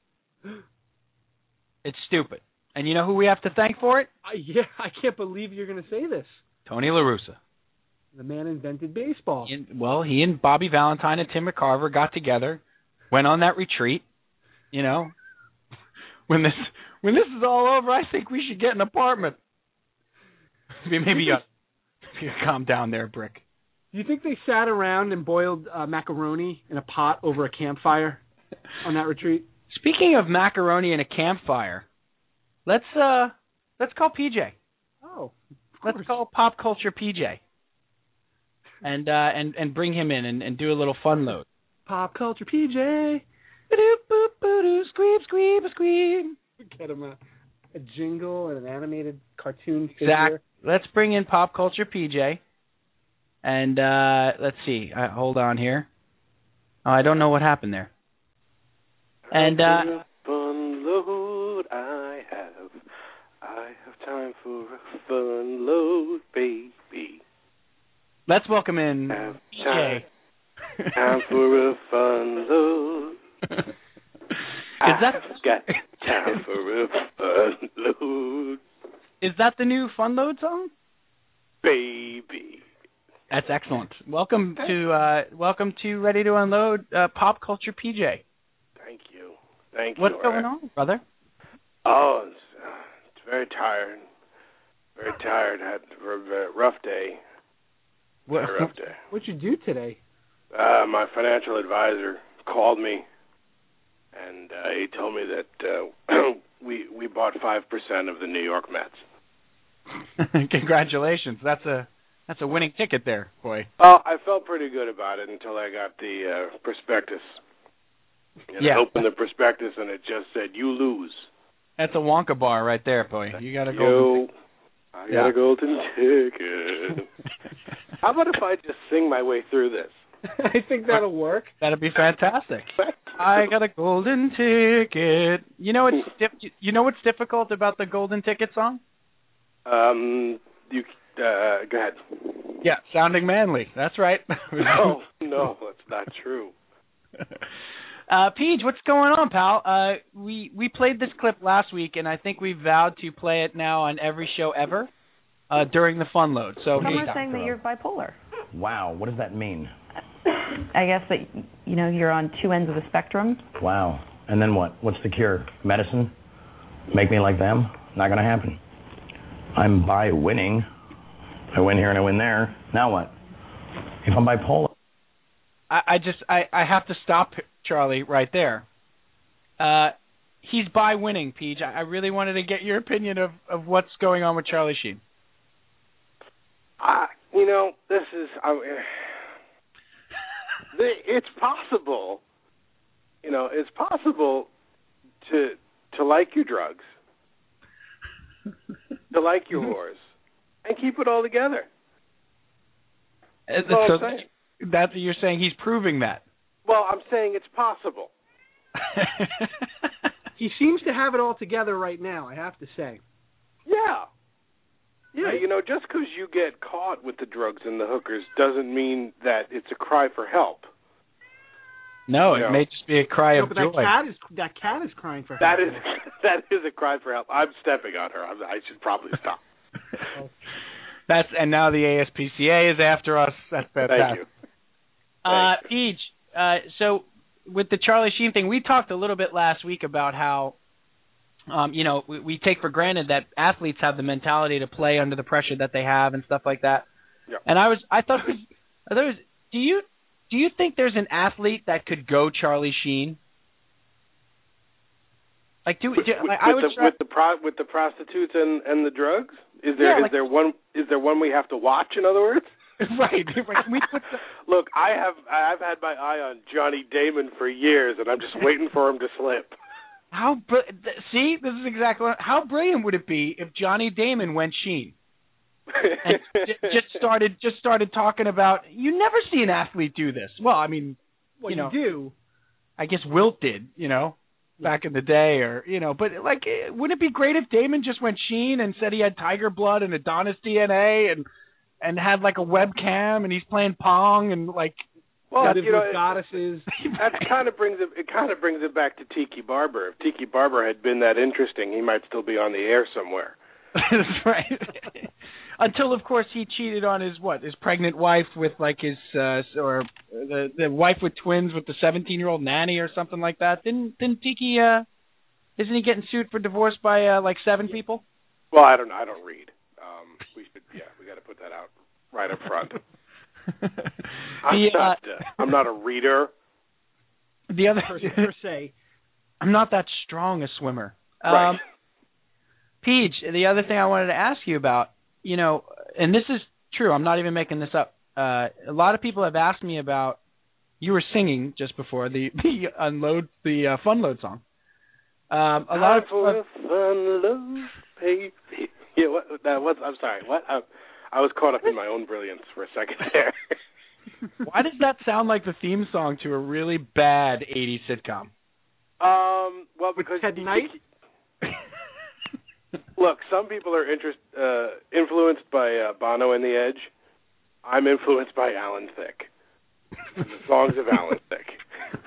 Speaker 3: It's stupid. And you know who we have to thank for it?
Speaker 4: I, yeah, I can't believe you're going to say this.
Speaker 3: Tony La Russa.
Speaker 4: The man invented baseball.
Speaker 3: In- Well, he and Bobby Valentine and Tim McCarver got together, went on that retreat. You know, when this when this is all over, I think we should get an apartment. [laughs] Maybe you, you calm down there, Brick.
Speaker 4: Do you think they sat around and boiled uh, macaroni in a pot over a campfire on that retreat?
Speaker 3: Speaking of macaroni and a campfire, let's uh let's call PJ.
Speaker 4: Oh,
Speaker 3: let's call pop culture PJ, and uh, and and bring him in and, and do a little fun load.
Speaker 4: pop culture PJ.
Speaker 3: Ba-doop, boop, ba-doo, squeeb, squeeb, squeeb.
Speaker 4: Get him a, a jingle and an animated cartoon figure.
Speaker 3: Zach, let's bring in pop culture PJ, and uh, let's see. Uh, hold on here. Oh, I don't know what happened there. And uh,
Speaker 2: fun load I have. I have time for a fun load, baby.
Speaker 3: let's welcome in
Speaker 2: Have
Speaker 3: PJ.
Speaker 2: time, time
Speaker 3: [laughs]
Speaker 2: for a fun load.
Speaker 3: Is that
Speaker 2: I've got time for a fun load,
Speaker 3: is that the new Fun Load song?
Speaker 2: baby.
Speaker 3: That's excellent. Welcome to uh, welcome to Ready to Unload uh, Pop Culture PJ.
Speaker 6: Thank you. Thank
Speaker 3: What's
Speaker 6: you.
Speaker 3: going on, brother? [laughs]
Speaker 6: Oh, it's, uh, it's very tired. Very tired. I had a r- very rough day.
Speaker 3: What,
Speaker 6: Very rough day.
Speaker 4: What'd you do today? [laughs]
Speaker 6: Uh, my financial advisor called me, and uh, he told me that uh, [clears throat] we we bought five percent of the New York Mets.
Speaker 3: Congratulations. That's a that's a winning ticket there, boy.
Speaker 6: Oh, I felt pretty good about it until I got the uh, prospectus. And
Speaker 3: Yeah.
Speaker 6: I opened the prospectus, and it just said you lose.
Speaker 3: That's a Wonka bar right there, boy. You got a golden
Speaker 6: You, I got
Speaker 3: Yeah.
Speaker 6: a golden ticket. [laughs] How about if I just sing my way through this?
Speaker 4: I think
Speaker 3: Uh,
Speaker 4: that'll work.
Speaker 3: That'd be fantastic. I got a golden ticket. You know what's dif- you know what's difficult about the golden ticket song?
Speaker 6: [laughs] Um, you uh, go ahead.
Speaker 3: Yeah, sounding manly. That's right.
Speaker 6: [laughs]
Speaker 3: [laughs]
Speaker 6: No,
Speaker 3: Oh.
Speaker 6: no, that's not true.
Speaker 3: Uh, Peach, what's going on, pal? Uh, we we played this clip last week, and I think we vowed to play it now on every show ever uh, during the fun load. So
Speaker 7: Some
Speaker 3: hey,
Speaker 7: are saying that you're bipolar.
Speaker 8: Wow, what does that mean?
Speaker 7: [coughs] I guess that you know you're on two ends of the spectrum.
Speaker 8: Wow. And then what? What's the cure? Medicine? Make me like them? Not gonna happen. I'm by winning. I win here and I win there. Now what? If I'm bipolar,
Speaker 3: I, I just I, I have to stop Charlie right there. Uh, he's by winning, Peach. I, I really wanted to get your opinion of, of what's going on with Charlie Sheen.
Speaker 6: I, you know, this is. I, the, it's possible. You know, it's possible to to like your drugs, to like your whores, and keep it all together.
Speaker 3: That's
Speaker 6: all I'm saying.
Speaker 3: that you're saying he's proving that. [laughs]
Speaker 6: Well, I'm saying it's possible.
Speaker 4: He seems to have it all together right now. I have to say.
Speaker 6: Yeah. Yeah, you know, just because you get caught with the drugs and the hookers doesn't mean that it's a cry for help.
Speaker 3: no, it
Speaker 6: No.
Speaker 3: may just be a cry
Speaker 4: No,
Speaker 3: of
Speaker 4: but
Speaker 3: joy.
Speaker 4: that cat is that cat is crying for help.
Speaker 6: That is [laughs] that is a cry for help. I'm stepping on her. I'm, I should probably stop.
Speaker 3: That's and now the ASPCA is after us. That's fantastic.
Speaker 6: Thank you.
Speaker 3: Uh, Peach, uh, so with the Charlie Sheen thing, we talked a little bit last week about how, um, you know, we, we take for granted that athletes have the mentality to play under the pressure that they have and stuff like that.
Speaker 6: Yeah.
Speaker 3: And I was, I thought, it was, I thought it was, do you, do you think there's an athlete that could go Charlie Sheen? Like, do, do
Speaker 6: With, with,
Speaker 3: like, I would
Speaker 6: the,
Speaker 3: try-
Speaker 6: with the pro, with the prostitutes and and the drugs, is there
Speaker 3: Yeah,
Speaker 6: is
Speaker 3: like-
Speaker 6: there one is there one we have to watch? In other words,
Speaker 3: [laughs] right, right. Can [laughs] we put the-
Speaker 6: [laughs] look, I have I've had my eye on Johnny Damon for years, and I'm just waiting for him to slip.
Speaker 3: How br- th- see this is exactly what- how brilliant would it be if Johnny Damon went Sheen and j- just
Speaker 6: [laughs]
Speaker 3: started just started talking about you never see an athlete do this. Well, I mean,
Speaker 4: Well,
Speaker 3: you
Speaker 4: you,
Speaker 3: know.
Speaker 4: do.
Speaker 3: I guess Wilt did, you know, back in the day, or you know, but like, eh, wouldn't it be great if Damon just went Sheen and said he had tiger blood and Adonis DNA and and had like a webcam and he's playing pong and like
Speaker 6: well,
Speaker 4: Lived
Speaker 6: you know,
Speaker 4: with goddesses.
Speaker 6: That kind of brings it. It kind of brings it back to Tiki Barber. If Tiki Barber had been that interesting, he might still be on the air somewhere.
Speaker 3: [laughs] That's right.
Speaker 4: [laughs]
Speaker 3: Until of course he cheated on his what his pregnant wife with like his uh or the the wife with twins with the seventeen year old nanny or something like that. Didn't didn't Tiki uh isn't he getting sued for divorce by uh like seven people?
Speaker 6: Well, I don't. I don't read. Um, we should. Yeah, we got to put that out right up front. [laughs] I'm
Speaker 3: the, uh,
Speaker 6: not. Uh, I'm not a reader.
Speaker 3: the other
Speaker 4: per, per se.
Speaker 3: I'm not that strong a swimmer.
Speaker 6: Right.
Speaker 3: [laughs] Um Peach, the other thing I wanted to ask you about, you know, and this is true, I'm not even making this up. Uh, a lot of people have asked me about you were singing just before the [laughs] the unload the uh, fun load song. Um, a lot
Speaker 6: Time
Speaker 3: of
Speaker 6: for a fun love, baby. Yeah. What? That was. I'm sorry. What? I, I was caught up in my own brilliance for a second [laughs] there.
Speaker 3: uh, why does that sound like the theme song to a really bad 80s sitcom?
Speaker 6: um. Well, because
Speaker 4: Ted
Speaker 6: you-
Speaker 4: Knight?
Speaker 6: Look, some people are interest, uh, influenced by uh, Bono and the Edge. I'm influenced by Alan Thicke. The songs of
Speaker 4: [laughs]
Speaker 6: Alan Thicke.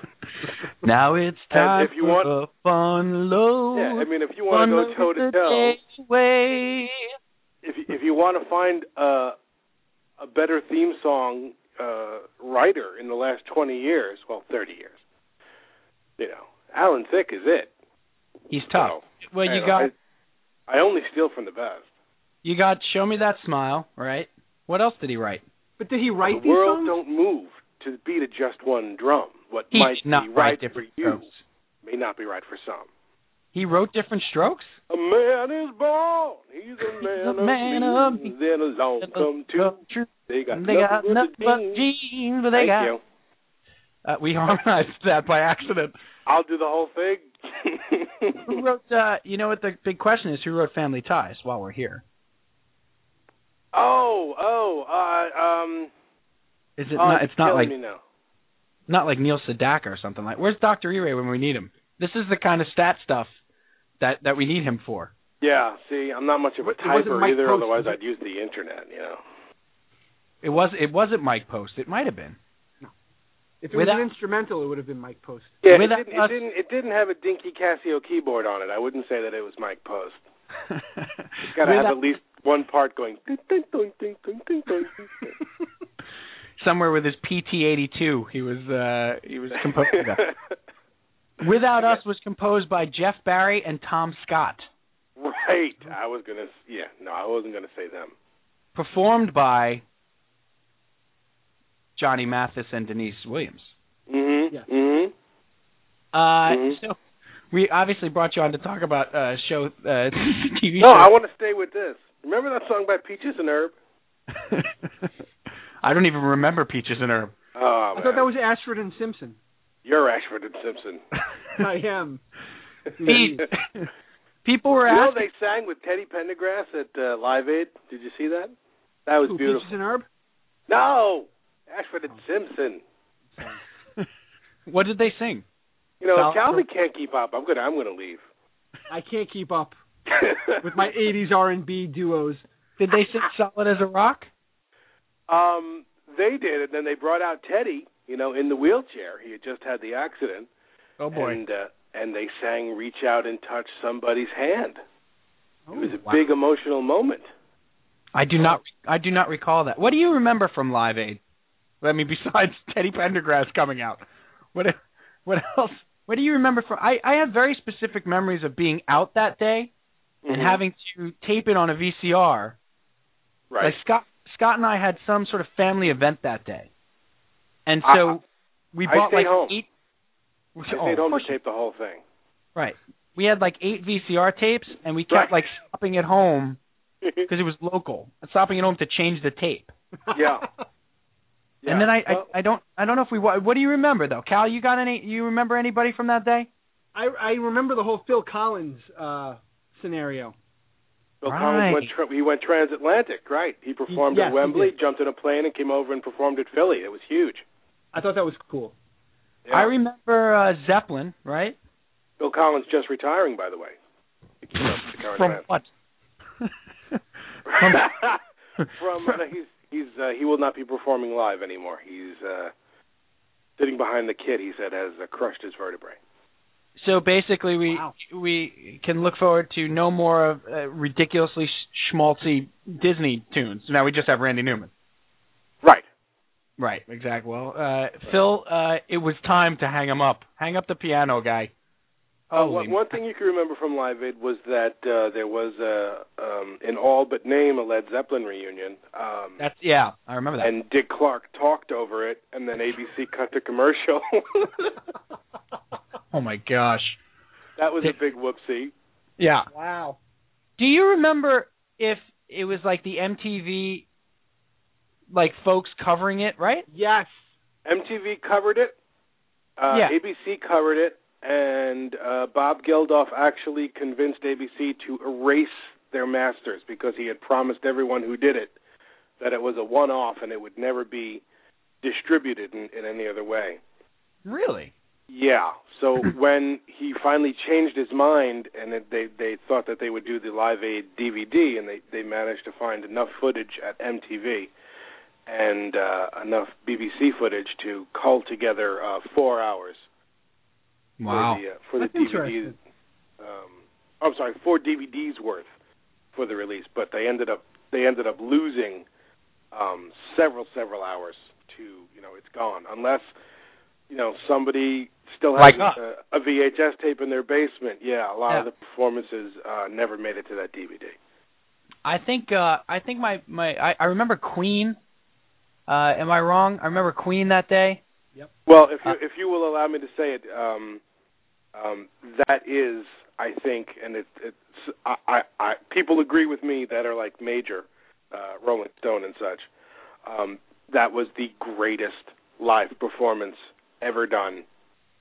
Speaker 3: now it's time
Speaker 6: if you
Speaker 3: for
Speaker 6: want-
Speaker 3: a fun load.
Speaker 6: Yeah, I mean, if you
Speaker 3: fun
Speaker 6: want to go
Speaker 3: load
Speaker 6: toe to
Speaker 3: the
Speaker 6: toe,
Speaker 3: day away.
Speaker 6: if you- if you want to find uh, a better theme song uh, writer in the last 20 years, well, 30 years. You know, Alan Thicke is it.
Speaker 3: He's tough.
Speaker 6: So,
Speaker 3: well,
Speaker 6: I
Speaker 3: you
Speaker 6: know,
Speaker 3: got
Speaker 6: I, I only steal from the best.
Speaker 3: you got Show Me That Smile, right? What else did he write?
Speaker 4: But did he write
Speaker 6: the
Speaker 4: these
Speaker 6: world
Speaker 4: songs?
Speaker 6: don't move to the beat of just one drum. What
Speaker 3: He
Speaker 6: might
Speaker 3: did not
Speaker 6: be
Speaker 3: write
Speaker 6: right for
Speaker 3: different
Speaker 6: you
Speaker 3: strokes.
Speaker 6: may not be right for some.
Speaker 3: He wrote different strokes.
Speaker 6: A man is born, he's a man,
Speaker 3: a
Speaker 6: of,
Speaker 3: man of
Speaker 6: means, then along come two.
Speaker 3: True.
Speaker 6: They got
Speaker 3: They got
Speaker 6: nothing
Speaker 3: nothing
Speaker 6: but
Speaker 3: but
Speaker 6: jeans.
Speaker 3: jeans, but they
Speaker 6: Thank
Speaker 3: got.
Speaker 6: you.
Speaker 3: Uh, we [laughs] harmonized that by accident.
Speaker 6: I'll do the whole
Speaker 3: [laughs]
Speaker 6: thing. [laughs]
Speaker 3: Who wrote? Uh, you know what the big question is? Who wrote Family Ties? While we're here,
Speaker 6: oh, oh, uh, um.
Speaker 3: is it?
Speaker 6: oh,
Speaker 3: not, it's not like
Speaker 6: killing me now.
Speaker 3: not like Neil Sedaka or something like. Where's Doctor E-Ray when we need him? This is the kind of stat stuff that that we need him for.
Speaker 6: Yeah, see, I'm not much of a
Speaker 4: It wasn't
Speaker 6: typer
Speaker 4: Mike
Speaker 6: either.
Speaker 4: Post,
Speaker 6: otherwise,
Speaker 4: was it?
Speaker 6: I'd use the internet. You know.
Speaker 3: It was it wasn't Mike Post. It might have
Speaker 6: [laughs]
Speaker 3: been.
Speaker 4: If it was
Speaker 3: Without-
Speaker 4: an instrumental, it would have been Mike Post.
Speaker 6: Yeah, it
Speaker 3: Without
Speaker 6: didn't,
Speaker 3: us-
Speaker 6: it didn't. It didn't have a dinky Casio keyboard on it. I wouldn't say that it was Mike Post. It's got to
Speaker 3: Without-
Speaker 6: have at least one part going. "Ding, ding, ding, ding, ding, ding,
Speaker 3: [laughs]
Speaker 6: ding, ding."
Speaker 3: somewhere with his PT82. He was uh he was
Speaker 6: [laughs]
Speaker 3: composing that. Without Us was composed by Jeff Barry and Tom Scott,
Speaker 6: right. I was gonna. s- Yeah. No, I wasn't gonna say them.
Speaker 3: performed by Johnny Mathis and Denise Williams.
Speaker 6: Mhm.
Speaker 4: Yeah.
Speaker 6: Mhm.
Speaker 3: Uh
Speaker 6: Mhm.
Speaker 3: so we obviously brought you on to talk about uh show uh [laughs] TV
Speaker 6: No,
Speaker 3: shows.
Speaker 6: I want to stay with this. Remember that song by Peaches and Herb?
Speaker 3: I don't even remember Peaches and Herb. [laughs]
Speaker 6: Oh,
Speaker 4: I
Speaker 6: man.
Speaker 4: thought that was Ashford and
Speaker 6: [laughs]
Speaker 4: Simpson.
Speaker 6: You're Ashford and
Speaker 4: [laughs]
Speaker 6: Simpson.
Speaker 4: I
Speaker 6: [laughs]
Speaker 4: am.
Speaker 3: Pete, people were
Speaker 6: You know
Speaker 3: asking
Speaker 6: they sang with Teddy Pendergrass at uh, Live Aid. Did you see that? That was
Speaker 4: Who,
Speaker 6: beautiful.
Speaker 4: Peaches and Herb?
Speaker 6: No, Ashford and Simpson.
Speaker 3: [laughs] what did they sing?
Speaker 6: You know,
Speaker 3: Val-
Speaker 6: if Calvin can't keep up. I'm gonna, I'm gonna leave.
Speaker 4: I can't keep up [laughs] with
Speaker 6: [laughs]
Speaker 4: my 80s R&B duos.
Speaker 3: Did they sing Solid as a Rock?
Speaker 6: Um, they did, and then they brought out Teddy. You know, in the wheelchair. He had just had the accident.
Speaker 3: Oh boy.
Speaker 6: And uh, and they sang "Reach Out and Touch Somebody's Hand."
Speaker 3: Oh,
Speaker 6: It was a
Speaker 3: wow.
Speaker 6: big emotional moment.
Speaker 3: I do not. I do not recall that. What do you remember from Live Aid? I mean, [laughs] besides Teddy Pendergrass coming out, what what else? What do you remember from? I I have very specific memories of being out that day and
Speaker 6: Mhm.
Speaker 3: having to tape it on a VCR.
Speaker 6: right.
Speaker 3: Like Scott Scott and I had some sort of family event that day, and so
Speaker 6: I-
Speaker 3: we
Speaker 6: Uh, I
Speaker 3: bought
Speaker 6: stayed
Speaker 3: like
Speaker 6: home.
Speaker 3: eight.
Speaker 6: I
Speaker 3: Oh,
Speaker 6: stayed
Speaker 3: of
Speaker 6: home
Speaker 3: course
Speaker 6: to tape the whole
Speaker 3: [laughs]
Speaker 6: thing.
Speaker 3: Right. We had like eight VCR tapes, and we kept
Speaker 6: Right.
Speaker 3: like stopping at home because it was local. Stopping at home to change the tape,
Speaker 6: Yeah.
Speaker 3: and then I,
Speaker 6: Well,
Speaker 3: I I don't I don't know if we wa- what do you remember though, Cal? You got any? You remember anybody from that day?
Speaker 4: [laughs] I I remember the whole Phil Collins uh scenario.
Speaker 6: Bill Collins went
Speaker 3: Right.
Speaker 6: tra- he went transatlantic, right? He performed
Speaker 4: yes,
Speaker 6: at
Speaker 4: he
Speaker 6: Wembley,
Speaker 4: did.
Speaker 6: jumped in a plane, and came over and performed at Philly. It was huge.
Speaker 4: I thought that was cool.
Speaker 6: Yeah.
Speaker 3: I remember uh, Zeppelin, right?
Speaker 6: [laughs] Bill Collins just retiring, by the way. the current
Speaker 3: from
Speaker 6: man.
Speaker 3: what?
Speaker 6: [laughs] From,
Speaker 3: from
Speaker 6: uh, he's he's uh, he will not be performing live anymore. He's uh, sitting behind the kid. He said has uh, crushed his vertebrae.
Speaker 3: [laughs] so basically we
Speaker 4: Wow.
Speaker 3: we can look forward to no more of uh, ridiculously sh- schmaltzy Disney tunes. Now we just have Randy Newman.
Speaker 6: Right.
Speaker 3: Right, exactly. Well, uh, Phil, uh, it was time to hang him up. Hang up the piano guy.
Speaker 6: Uh,
Speaker 3: Holy
Speaker 6: one, one thing you can remember from Live Aid was that uh, there was uh, um, in all but name a Led Zeppelin reunion. Um,
Speaker 3: [laughs] That's yeah, I remember that.
Speaker 6: and Dick Clark talked over it, and then ABC cut the commercial. [laughs]
Speaker 3: oh my gosh.
Speaker 6: that was a big whoopsie.
Speaker 3: Yeah.
Speaker 4: Wow.
Speaker 3: Do you remember if it was like the MTV like folks covering it, right?
Speaker 4: Yes.
Speaker 6: MTV covered it. Uh,
Speaker 3: Yeah.
Speaker 6: ABC covered it, and uh, Bob Geldof actually convinced ABC to erase their masters because he had promised everyone who did it that it was a one-off and it would never be distributed in, in any other way.
Speaker 3: Really?
Speaker 6: Yeah. So when he finally changed his mind, and it, they they thought that they would do the Live Aid DVD, and they they managed to find enough footage at MTV and uh, enough BBC footage to cull together uh, four hours for the uh, for
Speaker 4: That's
Speaker 6: the DVD.
Speaker 4: interesting.
Speaker 6: Um, I'm sorry, four DVDs worth for the release, but they ended up they ended up losing um, several several hours to you know it's gone unless you know somebody still has
Speaker 3: Like us.
Speaker 6: a, a VHS tape in their basement. Yeah, a lot of
Speaker 3: Yeah.
Speaker 6: the performances uh, never made it to that DVD.
Speaker 3: I think uh I think my my I, I remember Queen. Uh am I wrong? I remember Queen that day.
Speaker 6: Well, if you,
Speaker 3: Uh,
Speaker 6: if you will allow me to say it, um, um, that is, I think, and it, it's I, I, I people agree with me that are like major uh, Rolling Stone and such. Um, that was the greatest live performance ever done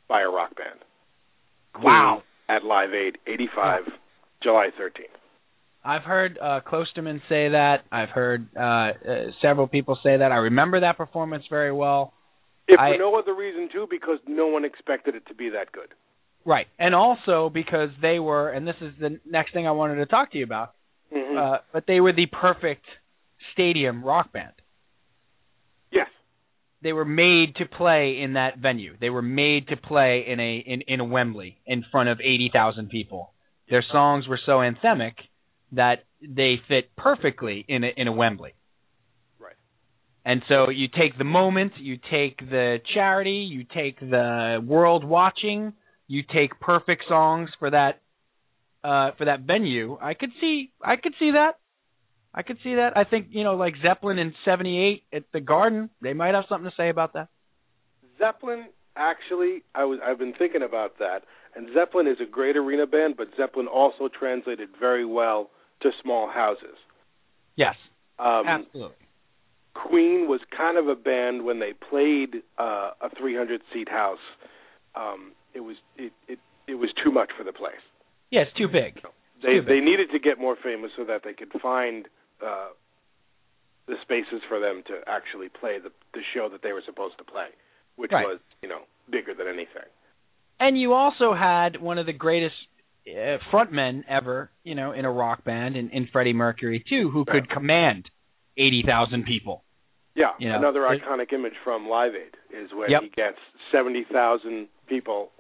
Speaker 6: by a rock band.
Speaker 3: Wow.
Speaker 6: At Live Aid, '85, July 13th.
Speaker 3: I've heard uh Klosterman say that. I've heard uh, uh several people say that. I remember that performance very well.
Speaker 6: If
Speaker 3: I-
Speaker 6: for no other reason too, because no one expected it to be that good.
Speaker 3: Right. And also because they were and this is the next thing I wanted to talk to you about.
Speaker 6: Mhm.
Speaker 3: Uh but they were the perfect stadium rock band.
Speaker 6: yes.
Speaker 3: They were made to play in that venue. They were made to play in a in in a Wembley in front of 80,000 people. Their songs were so anthemic that they fit perfectly in a in a Wembley.
Speaker 6: Right.
Speaker 3: And so you take the moment, you take the charity, you take the world watching, you take perfect songs for that uh for that venue. I could see I could see that. I could see that. I think, you know, like Zeppelin in 78 at the Garden, they might have something to say about that.
Speaker 6: Zeppelin actually I was I've been thinking about that. And Zeppelin is a great arena band, but Zeppelin also translated very well to small houses.
Speaker 3: Yes.
Speaker 6: Um
Speaker 3: absolutely.
Speaker 6: Queen was kind of a band when they played uh a 300 seat house. Um it was it it, it was too much for the place.
Speaker 3: Yeah, it's too big.
Speaker 6: They
Speaker 3: Too big.
Speaker 6: they needed to get more famous so that they could find uh the spaces for them to actually play the the show that they were supposed to play, which
Speaker 3: Right.
Speaker 6: was, you know, bigger than anything.
Speaker 3: And you also had one of the greatest uh, frontmen ever, you know, in a rock band, in, in Freddie Mercury too, who could command eighty thousand people.
Speaker 6: Yeah,
Speaker 3: You know,
Speaker 6: another
Speaker 3: it-
Speaker 6: iconic image from Live Aid is when
Speaker 3: Yep.
Speaker 6: he gets seventy thousand people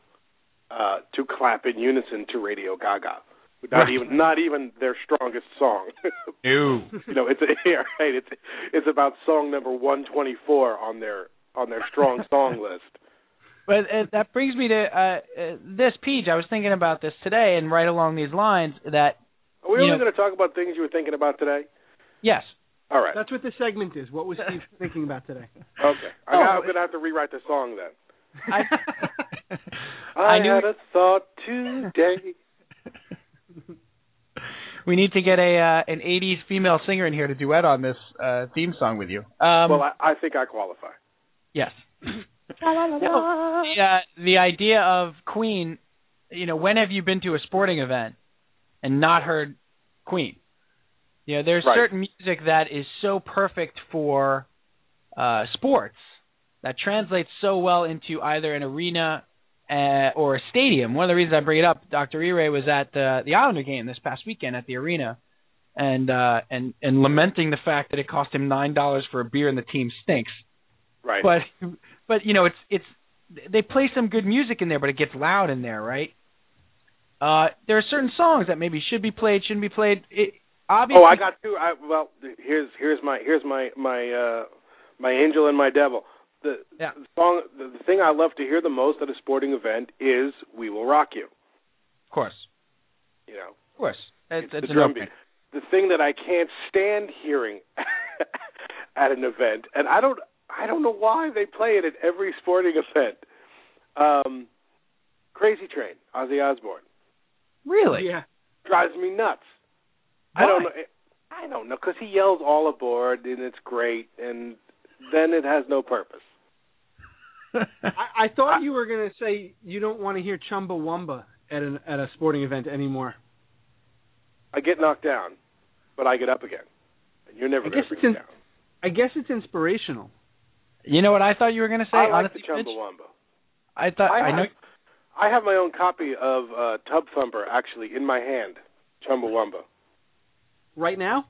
Speaker 6: uh, to clap in unison to Radio Gaga. Not
Speaker 3: Right.
Speaker 6: even not even their strongest song. [laughs]
Speaker 3: Ew.
Speaker 6: you know, it's [laughs] yeah, right. It's it's about song number one twenty four on their on their strong
Speaker 3: [laughs]
Speaker 6: song list.
Speaker 3: But uh, that brings me to uh, uh, this Pete. I was thinking about this today, and right along these lines, that
Speaker 6: Are we
Speaker 3: You
Speaker 6: only
Speaker 3: know-
Speaker 6: going to talk about things you were thinking about today?
Speaker 3: yes,
Speaker 6: All right.
Speaker 4: [laughs] That's what this segment is. What was Steve [laughs] thinking about today?
Speaker 6: okay.
Speaker 3: No,
Speaker 6: I, I'm
Speaker 3: it-
Speaker 6: going to have to rewrite the song then.
Speaker 3: [laughs]
Speaker 6: [laughs]
Speaker 3: I,
Speaker 6: I,
Speaker 3: I knew
Speaker 6: had a thought today.
Speaker 3: we need to get a uh, an '80s female singer in here to duet on this uh, theme song with you. [laughs] Um,
Speaker 6: well, I, I think I qualify.
Speaker 3: Yes. No, the, uh, the idea of Queen, you know, when have you been to a sporting event and not heard Queen? You know, there's
Speaker 6: Right.
Speaker 3: certain music that is so perfect for uh, sports that translates so well into either an arena uh, or a stadium. One of the reasons I bring it up, Dr. E-Ray was at the the Islander game this past weekend at the arena, and uh, and and lamenting the fact that it cost him nine dollars for a beer and the team stinks
Speaker 6: Right.
Speaker 3: but but you know it's it's they play some good music in there but it gets loud in there right uh there are certain songs that maybe should be played shouldn't be played it obviously
Speaker 6: Oh, I got two. I, well, th- here's here's my here's my my uh my angel and my devil. The
Speaker 3: Yeah.
Speaker 6: the song, the, the thing I love to hear the most at a sporting event is "We Will Rock You."
Speaker 3: of course
Speaker 6: You know,
Speaker 3: of course it's,
Speaker 6: It's
Speaker 3: it's
Speaker 6: the
Speaker 3: a
Speaker 6: drum
Speaker 3: no-brainer.
Speaker 6: the thing that I can't stand hearing [laughs] at an event, and I don't I don't know why they play it at every sporting event. Um, Crazy Train, Ozzy Osbourne,
Speaker 3: really
Speaker 4: yeah.
Speaker 6: drives me nuts. I don't know. eh, I don't know because he yells all aboard and it's great, and then it has no purpose.
Speaker 3: know
Speaker 4: I, I thought you were gonna say you don't want to hear Chumbawamba at an at a sporting event anymore.
Speaker 6: I get knocked down, but I get up again, and you're never
Speaker 4: I
Speaker 6: going
Speaker 4: guess
Speaker 6: to
Speaker 4: it's
Speaker 6: bring me
Speaker 4: in-
Speaker 6: down.
Speaker 4: I guess it's inspirational.
Speaker 3: [laughs] you know what i thought you were going to say
Speaker 6: I like
Speaker 3: honestly
Speaker 6: the
Speaker 3: Mitch?
Speaker 6: Chumbawamba.
Speaker 3: i thought
Speaker 6: I
Speaker 3: i, know
Speaker 6: have- I have my own copy of uh, Tub Thumper actually in my hand. Chumbawamba.
Speaker 4: Right now?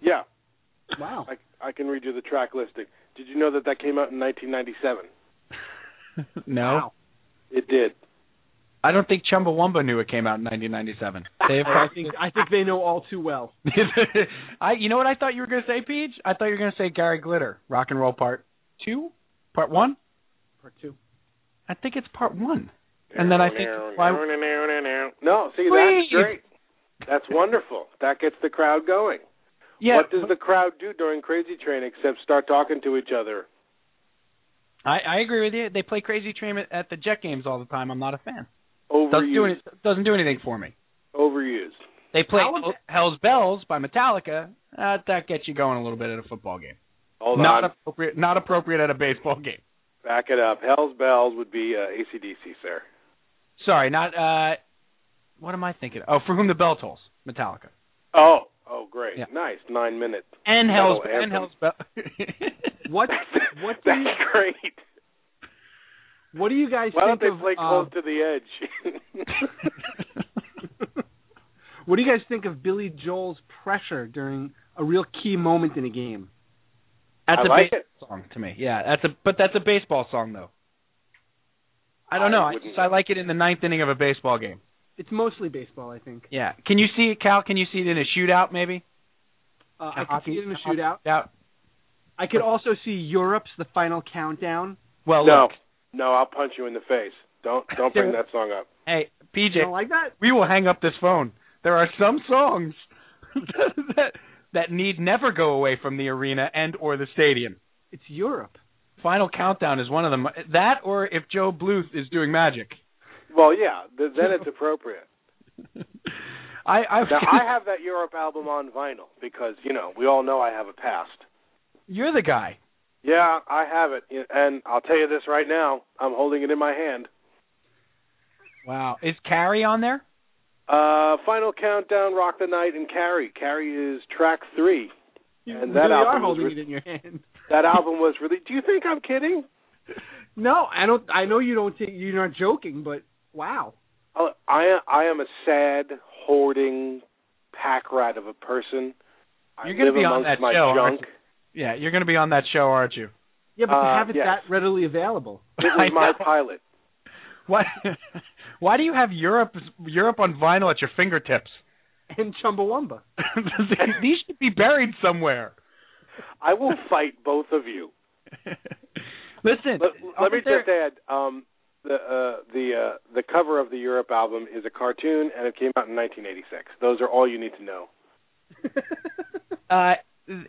Speaker 6: Yeah,
Speaker 4: Wow.
Speaker 6: I I can read you the track listing. Did you know that that came out in 1997?
Speaker 3: [laughs] no
Speaker 4: Wow.
Speaker 6: It did.
Speaker 3: I don't think Chumbawamba knew it came out in
Speaker 6: [laughs]
Speaker 3: 1997. Dave?
Speaker 4: I think I think they know all too well.
Speaker 3: [laughs] I, you know what I thought you were going to say, Peach? I thought you were going to say Gary Glitter, Rock and Roll Part Two, Part One.
Speaker 4: Part two.
Speaker 3: I think it's Part One. And then I think, why-
Speaker 6: No, see
Speaker 3: Whee!
Speaker 6: that's great. That's wonderful. That gets the crowd going.
Speaker 3: Yeah,
Speaker 6: What does the crowd do during Crazy Train except start talking to each other?
Speaker 3: I, I agree with you. They play Crazy Train at- at the Jet games all the time. I'm not a fan. Doesn't do
Speaker 6: Overused.
Speaker 3: any, doesn't do anything for me.
Speaker 6: Overused.
Speaker 3: They play
Speaker 4: How was it-
Speaker 3: Hell's Bells by Metallica. Uh, that gets you going a little bit at a football game.
Speaker 6: Hold
Speaker 3: not
Speaker 6: on.
Speaker 3: appropriate. Not appropriate at a baseball game.
Speaker 6: Back it up. Hell's Bells would be uh, ACDC, sir.
Speaker 3: Sorry, not. uh What am I thinking? Oh, for whom the bell tolls, Metallica.
Speaker 6: Oh. Oh, great.
Speaker 3: Yeah.
Speaker 6: Nice. Nine minutes. [laughs]
Speaker 3: And Hell's
Speaker 6: Metal
Speaker 3: and Hell's
Speaker 6: [laughs]
Speaker 3: Bell.
Speaker 4: What what do
Speaker 6: That's
Speaker 4: you,
Speaker 6: great.
Speaker 4: what do you guys
Speaker 6: Why don't
Speaker 4: think
Speaker 6: they
Speaker 4: of?
Speaker 6: play
Speaker 4: uh,
Speaker 6: close to the edge?
Speaker 4: [laughs]
Speaker 6: [laughs]
Speaker 4: what do you guys think of Billy Joel's pressure during a real key moment in a game?
Speaker 3: That's
Speaker 6: I
Speaker 3: a
Speaker 6: like
Speaker 3: baseball
Speaker 6: it.
Speaker 3: song to me. Yeah, that's a but that's a baseball song though. I don't
Speaker 6: I
Speaker 3: know. I
Speaker 6: wouldn't
Speaker 3: just I
Speaker 6: know.
Speaker 3: like it in the ninth inning of a baseball game.
Speaker 4: It's mostly baseball, I think.
Speaker 3: Yeah. Can you see it, Cal? Can you see it in a shootout maybe?
Speaker 4: Uh, I could
Speaker 3: Hockey-
Speaker 4: see it in a
Speaker 3: hockey
Speaker 4: shootout. I could also see Europe's The Final Countdown.
Speaker 3: Well,
Speaker 6: no.
Speaker 3: look.
Speaker 6: No, I'll punch you in the face. Don't don't bring that song up.
Speaker 3: Hey,
Speaker 4: You don't
Speaker 3: PJ,
Speaker 4: like that?
Speaker 3: we will hang up this phone. There are some songs [laughs] that that need never go away from the arena and or the stadium.
Speaker 4: It's Europe.
Speaker 3: Final countdown is one of them. That or if Joe Bluth is doing magic. [laughs]
Speaker 6: Well, yeah, th- then it's appropriate.
Speaker 3: I I,
Speaker 6: Now,
Speaker 3: [laughs]
Speaker 6: I have that Europe album on vinyl because, you know, we all know I have a past.
Speaker 3: you're the guy.
Speaker 6: Yeah, I have it. And I'll tell you this right now, I'm holding it in my hand.
Speaker 3: Wow. Is Carrie on there?
Speaker 6: Uh, Final Countdown, Rock the Night, and Carrie. Carrie is track three.
Speaker 4: You
Speaker 6: And that
Speaker 4: really
Speaker 6: album
Speaker 4: are
Speaker 6: was
Speaker 4: holding
Speaker 6: writ-
Speaker 4: it in your hand. [laughs]
Speaker 6: That album was really. Do you think I'm kidding?
Speaker 4: No, I don't. I know you don't. Think, you're not joking, but wow.
Speaker 6: I Oh, I- I am a sad, hoarding pack rat of a person. I
Speaker 3: You're gonna
Speaker 6: live
Speaker 3: be on
Speaker 6: amongst
Speaker 3: that
Speaker 6: my
Speaker 3: show, aren't
Speaker 6: junk.
Speaker 3: you? Yeah, you're going to be on that show, aren't you?
Speaker 4: Yeah, but to
Speaker 6: Uh,
Speaker 4: have it
Speaker 6: yes.
Speaker 4: that readily available.
Speaker 3: [laughs]
Speaker 6: It
Speaker 3: I
Speaker 6: was my
Speaker 3: know.
Speaker 6: pilot.
Speaker 3: Why? [laughs] Why do you have Europe Europe on vinyl at your fingertips? [laughs]
Speaker 4: And Chumbawamba.
Speaker 3: These should be buried somewhere. [laughs]
Speaker 6: I will fight both of you.
Speaker 3: Listen,
Speaker 6: Let, let me
Speaker 3: aren't there-
Speaker 6: just add um, the uh, the uh, the cover of the Europe album is a cartoon, and it came out in 1986. Those are all you need to know.
Speaker 3: uh,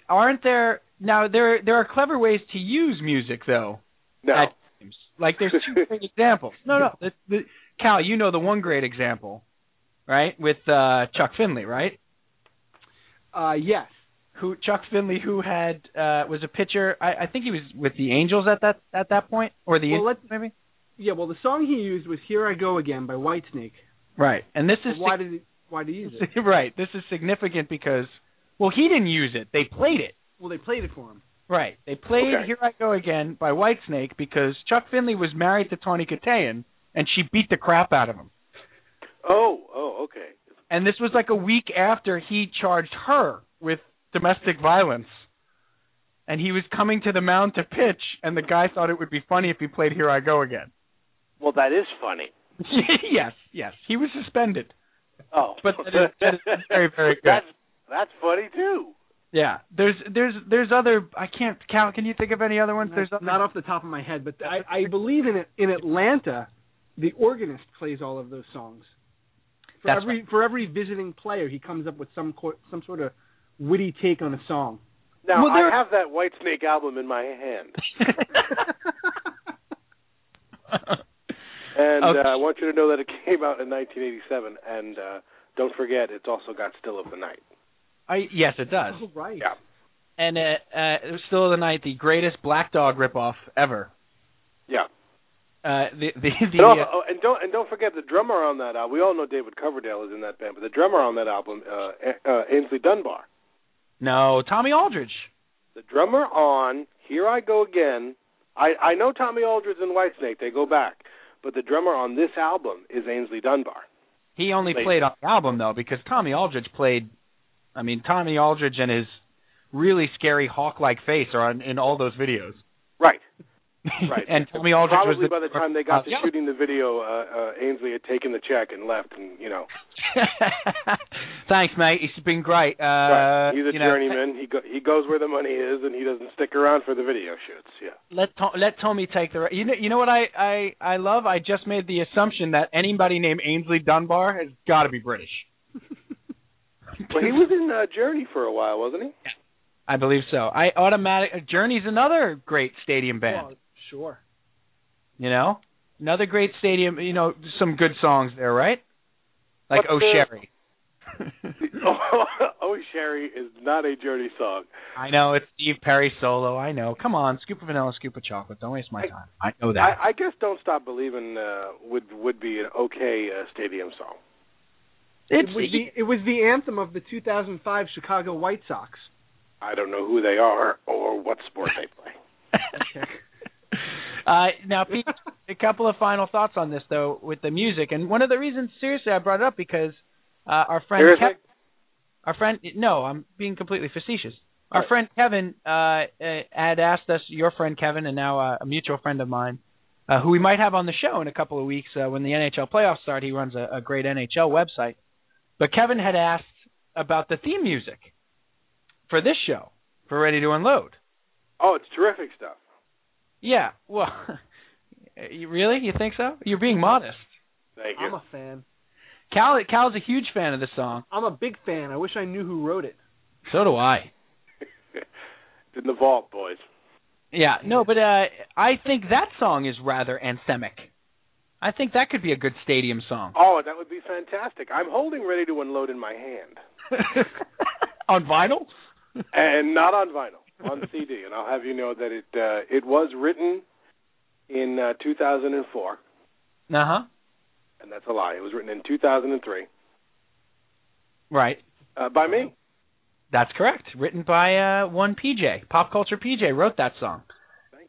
Speaker 3: aren't there now there there are clever ways to use music though.
Speaker 6: No,
Speaker 3: at games. Like there's
Speaker 6: [laughs]
Speaker 3: two great examples. No, no, the, the, Cal, you know the one great example, right? With uh, Chuck Finley, right?
Speaker 4: Uh, yes.
Speaker 3: who Chuck Finley, who had uh, was a pitcher. I, I think he was with the Angels at that at that point, or the
Speaker 4: Well,
Speaker 3: Indians,
Speaker 4: let's-
Speaker 3: maybe.
Speaker 4: Yeah. Well, the song he used was "Here I Go Again" by Whitesnake.
Speaker 3: Right, and this is
Speaker 4: But Why did he, Why did he use it?
Speaker 3: sig- [laughs] right. This is significant because well, he didn't use it; they played it.
Speaker 4: Well, they played it for him.
Speaker 3: Right, they played
Speaker 6: Okay.
Speaker 3: "Here I Go Again" by Whitesnake because Chuck Finley was married to Tawny Katayan, and she beat the crap out of him.
Speaker 6: Oh, oh, okay.
Speaker 3: And this was like a week after he charged her with domestic violence. And he was coming to the mound to pitch, and the guy thought it would be funny if he played "Here I Go Again."
Speaker 6: Well, that is funny.
Speaker 3: [laughs] yes, yes. He was suspended.
Speaker 6: Oh,
Speaker 3: [laughs] But that is- that is very, very
Speaker 6: [laughs]
Speaker 3: good.
Speaker 6: That's that's funny too.
Speaker 3: Yeah. There's there's there's other I can't Cal, can you think of any other ones? There's
Speaker 4: Not-
Speaker 3: other,
Speaker 4: not off the top of my head, but I, I believe in in Atlanta, the organist plays all of those songs. For
Speaker 3: That's
Speaker 4: every for every visiting player, he comes up with some co- some sort of witty take on a song.
Speaker 6: Now
Speaker 3: Well, there-
Speaker 6: I have that White Snake album in my hand,
Speaker 3: [laughs]
Speaker 6: and
Speaker 3: Okay.
Speaker 6: uh, I want you to know that it [laughs] came out in 1987. And uh, don't forget, it's also got Still of the Night.
Speaker 3: [laughs] I yes, it does.
Speaker 4: Oh, right.
Speaker 6: Yeah.
Speaker 3: And uh, uh it was still of the night, the greatest black dog ripoff ever.
Speaker 6: Yeah.
Speaker 3: Uh the the, the
Speaker 6: And, also,
Speaker 3: uh,
Speaker 6: oh, and don't and don't forget the drummer on that album. We all know David Coverdale is in that band, but the drummer on that album, uh, A- uh, Ainsley Dunbar,
Speaker 3: No, Tommy Aldridge.
Speaker 6: the drummer on "Here I Go Again." I I know Tommy Aldridge and Whitesnake; they go back, but the drummer on this album is Ainsley Dunbar.
Speaker 3: He only
Speaker 6: Played-
Speaker 3: played on the album though, because Tommy Aldridge played I mean, Tommy Aldridge and his really scary hawk like face are on in all those videos.
Speaker 6: Right. Right.
Speaker 3: [laughs] and Tommy Aldrich was
Speaker 6: Probably
Speaker 3: the
Speaker 6: by the time they got to
Speaker 3: Yeah.
Speaker 6: shooting the video, uh, uh, Ainsley had taken the check and left, and you know,
Speaker 3: [laughs] Thanks, mate. It's been great. Uh,
Speaker 6: right. he's a
Speaker 3: you know,
Speaker 6: journeyman. He go, he goes where the money is, and he doesn't stick around for the video shoots. Yeah.
Speaker 3: Let Tom, let Tommy take the. You know, you know what I, I I love. I just made the assumption that anybody named Ainsley Dunbar has got to be British.
Speaker 6: [laughs] Well, he was in uh, Journey for a while, wasn't he?
Speaker 3: I believe so. I automatic Journey's another great stadium band.
Speaker 4: Well, sure.
Speaker 3: You know, another great stadium. You know, some good songs there, right? Like
Speaker 6: What's
Speaker 3: Oh
Speaker 6: the-
Speaker 3: Sherry.
Speaker 6: oh, [laughs] oh, Sherry is not a Journey song.
Speaker 3: I know it's Steve Perry solo. I know. Come on, scoop of vanilla, scoop of chocolate. Don't waste my
Speaker 6: I-
Speaker 3: time. I know that.
Speaker 6: I, I guess "Don't Stop Believing" uh, would would be an okay uh, stadium song.
Speaker 3: it's
Speaker 4: it, was the, it was the anthem of the 2005 Chicago White Sox.
Speaker 6: I don't know who they are or what sport they
Speaker 3: [laughs]
Speaker 6: play.
Speaker 3: uh, now,
Speaker 4: [laughs]
Speaker 3: Pete, a couple of final thoughts on this though with the music, and one of the reasons, seriously, I brought it up because uh, our friend
Speaker 6: Seriously?
Speaker 3: Kev- our friend, no, I'm being completely facetious. Our
Speaker 6: Right.
Speaker 3: friend Kevin uh, uh, had asked us, your friend Kevin, and now uh, a mutual friend of mine, uh, who we might have on the show in a couple of weeks uh, when the NHL playoffs start. He runs a, a great NHL website, but Kevin had asked about the theme music for this show for Ready to Unload.
Speaker 6: Oh, it's terrific stuff.
Speaker 3: Yeah. Well, [laughs] you really? You think so? You're being modest.
Speaker 6: Thank
Speaker 4: I'm
Speaker 6: you.
Speaker 4: a fan.
Speaker 3: Cal Cal's a huge fan of the song.
Speaker 4: I'm a big fan. I wish I knew who wrote it.
Speaker 3: So do I.
Speaker 6: It's in the vault, boys.
Speaker 3: Yeah. No, but uh I think that song is rather anthemic. I think that could be a good stadium song.
Speaker 6: Oh, that would be fantastic. I'm holding "Ready to Unload" in
Speaker 3: [laughs]
Speaker 6: my hand,
Speaker 3: On vinyl?
Speaker 6: and not on vinyl, on CD. And I'll have you know that it uh, it was written in uh, 2004,
Speaker 3: Uh-huh.
Speaker 6: and that's a lie. It was written in 2003
Speaker 3: Right.
Speaker 6: uh, by me.
Speaker 3: That's correct. Written by uh, one PJ. Pop Culture PJ wrote that song.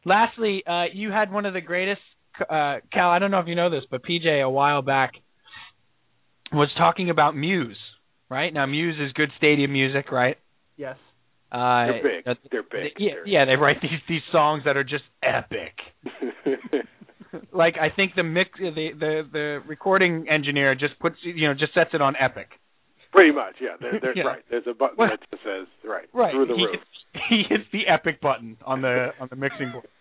Speaker 3: Lastly, uh, you had one of the greatest, uh, Cal, I don't know if you know this, but PJ a while back was talking about Muse, right? Now, Muse is good stadium music, right?
Speaker 4: Yes.
Speaker 3: Uh,
Speaker 6: They're big.
Speaker 3: that-
Speaker 6: They're big.
Speaker 3: Yeah, yeah, they write these these songs that are just epic.
Speaker 6: yeah.
Speaker 3: Like I think the mix, the the the recording engineer just puts you know just sets it on epic.
Speaker 6: [laughs] Pretty much, yeah. There, there's
Speaker 3: Yeah.
Speaker 6: right. There's a button
Speaker 3: Well-
Speaker 6: that just says right,
Speaker 3: Right.
Speaker 6: through the
Speaker 3: he,
Speaker 6: roof.
Speaker 3: he hits [laughs] the epic button on the on the mixing board.
Speaker 6: [laughs]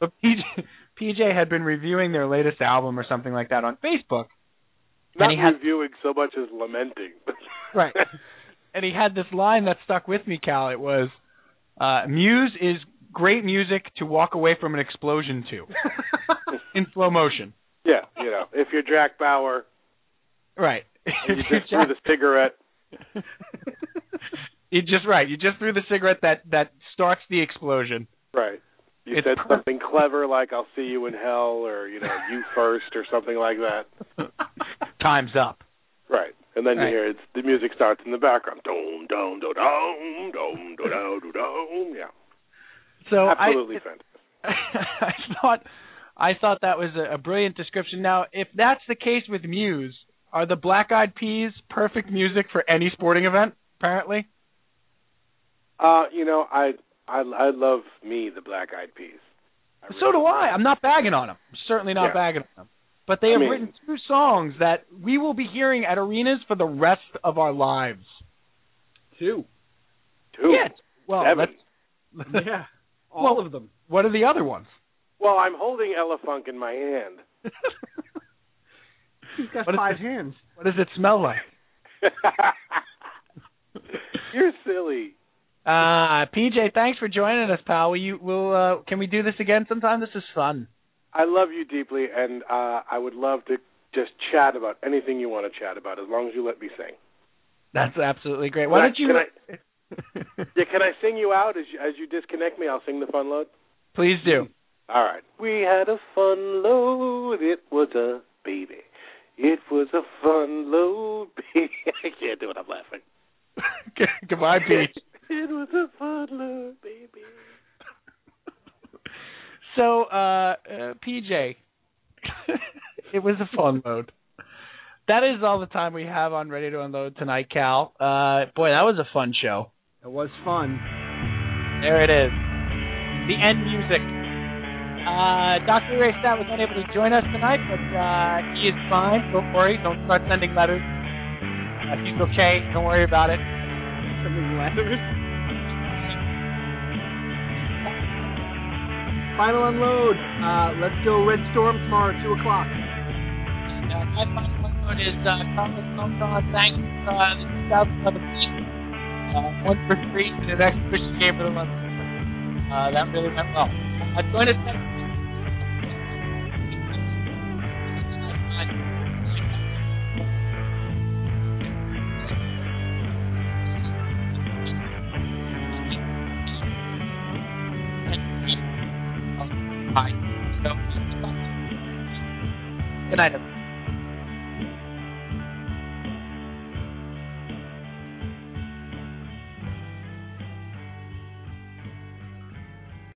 Speaker 3: But PJ, [laughs] PJ had been reviewing their latest album or something like that on Facebook,
Speaker 6: Not
Speaker 3: he had-
Speaker 6: reviewing so much as lamenting. [laughs]
Speaker 3: Right. and he had this line that stuck with me, Cal. It was, uh, "Muse is great music to walk away from an explosion to, in slow motion."
Speaker 6: yeah, you know, if you're Jack Bauer
Speaker 3: Right. [laughs]
Speaker 6: and you just threw the cigarette,
Speaker 3: you just right. You just threw the cigarette that that starts the explosion. [laughs]
Speaker 6: right? You
Speaker 3: It's
Speaker 6: said
Speaker 3: perfect.
Speaker 6: something clever like "I'll see you in hell" or you know "You first or something like that.
Speaker 3: Time's up.
Speaker 6: Right. And then
Speaker 3: Right.
Speaker 6: you hear it's, the music starts in the background. Dom, dom, dom, dom, dom, dom, dom, dom. Yeah.
Speaker 3: So
Speaker 6: Absolutely
Speaker 3: I,
Speaker 6: fantastic.
Speaker 3: [laughs] I thought I thought that was a, a brilliant description. Now, if that's the case with Muse, are the Black Eyed Peas perfect music for any sporting event? Apparently,
Speaker 6: Uh, you know, I I I love me the Black Eyed Peas. I
Speaker 3: so
Speaker 6: really
Speaker 3: do I. I'm not bagging on them. Certainly not
Speaker 6: Yeah.
Speaker 3: bagging on them. But they
Speaker 6: I
Speaker 3: have
Speaker 6: mean-
Speaker 3: written two songs that we will be hearing at arenas for the rest of our lives.
Speaker 4: Two.
Speaker 6: Two.
Speaker 3: Yeah. Oh, Well,
Speaker 6: Seven.
Speaker 3: let's-
Speaker 4: Yeah. All
Speaker 3: Well-
Speaker 4: of them.
Speaker 3: what are the other ones?
Speaker 6: Well, I'm holding Ella Funk in my hand.
Speaker 4: He's got
Speaker 3: What is
Speaker 4: five
Speaker 3: this?
Speaker 4: hands.
Speaker 3: What does it smell like?
Speaker 6: [laughs] You're silly.
Speaker 3: Uh, PJ, thanks for joining us, pal. Will you will uh, can we do this again sometime? This is fun.
Speaker 6: I love you deeply, and uh, I would love to just chat about anything you want to chat about, as long as you let me sing.
Speaker 3: That's absolutely great. Why
Speaker 6: Can I-
Speaker 3: don't you
Speaker 6: Can I, [laughs] yeah, can I
Speaker 3: [laughs]
Speaker 6: sing you out as you, as you disconnect me? I'll sing the fun load.
Speaker 3: please do?
Speaker 6: All right. We had a fun load. It was a baby. It was a fun load, [laughs] baby. I can't do it. I'm laughing.
Speaker 3: Goodbye, Pete.
Speaker 6: it was a fun load, baby.
Speaker 3: So, uh, uh, PJ, [laughs] it was a fun load. That is all the time we have on Ready to Unload tonight, Cal. Uh, boy, that was a fun show.
Speaker 4: It was fun.
Speaker 3: There it is. The end music. Uh, Dr. Ray Stat was unable to join us tonight, but uh, he is fine. Don't worry. Don't start sending letters. Uh, he's okay. Don't worry about it.
Speaker 4: Sending letters. Final unload. Uh, let's go Red Storm tomorrow at 2 o'clock.
Speaker 3: Uh, my final one is uh, Thomas Moncon. Thanks uh, this is out for the beat. Uh, one for three to the next push game for the month. Uh, that really went well. Uh, join us next Hi. So, good night, everyone.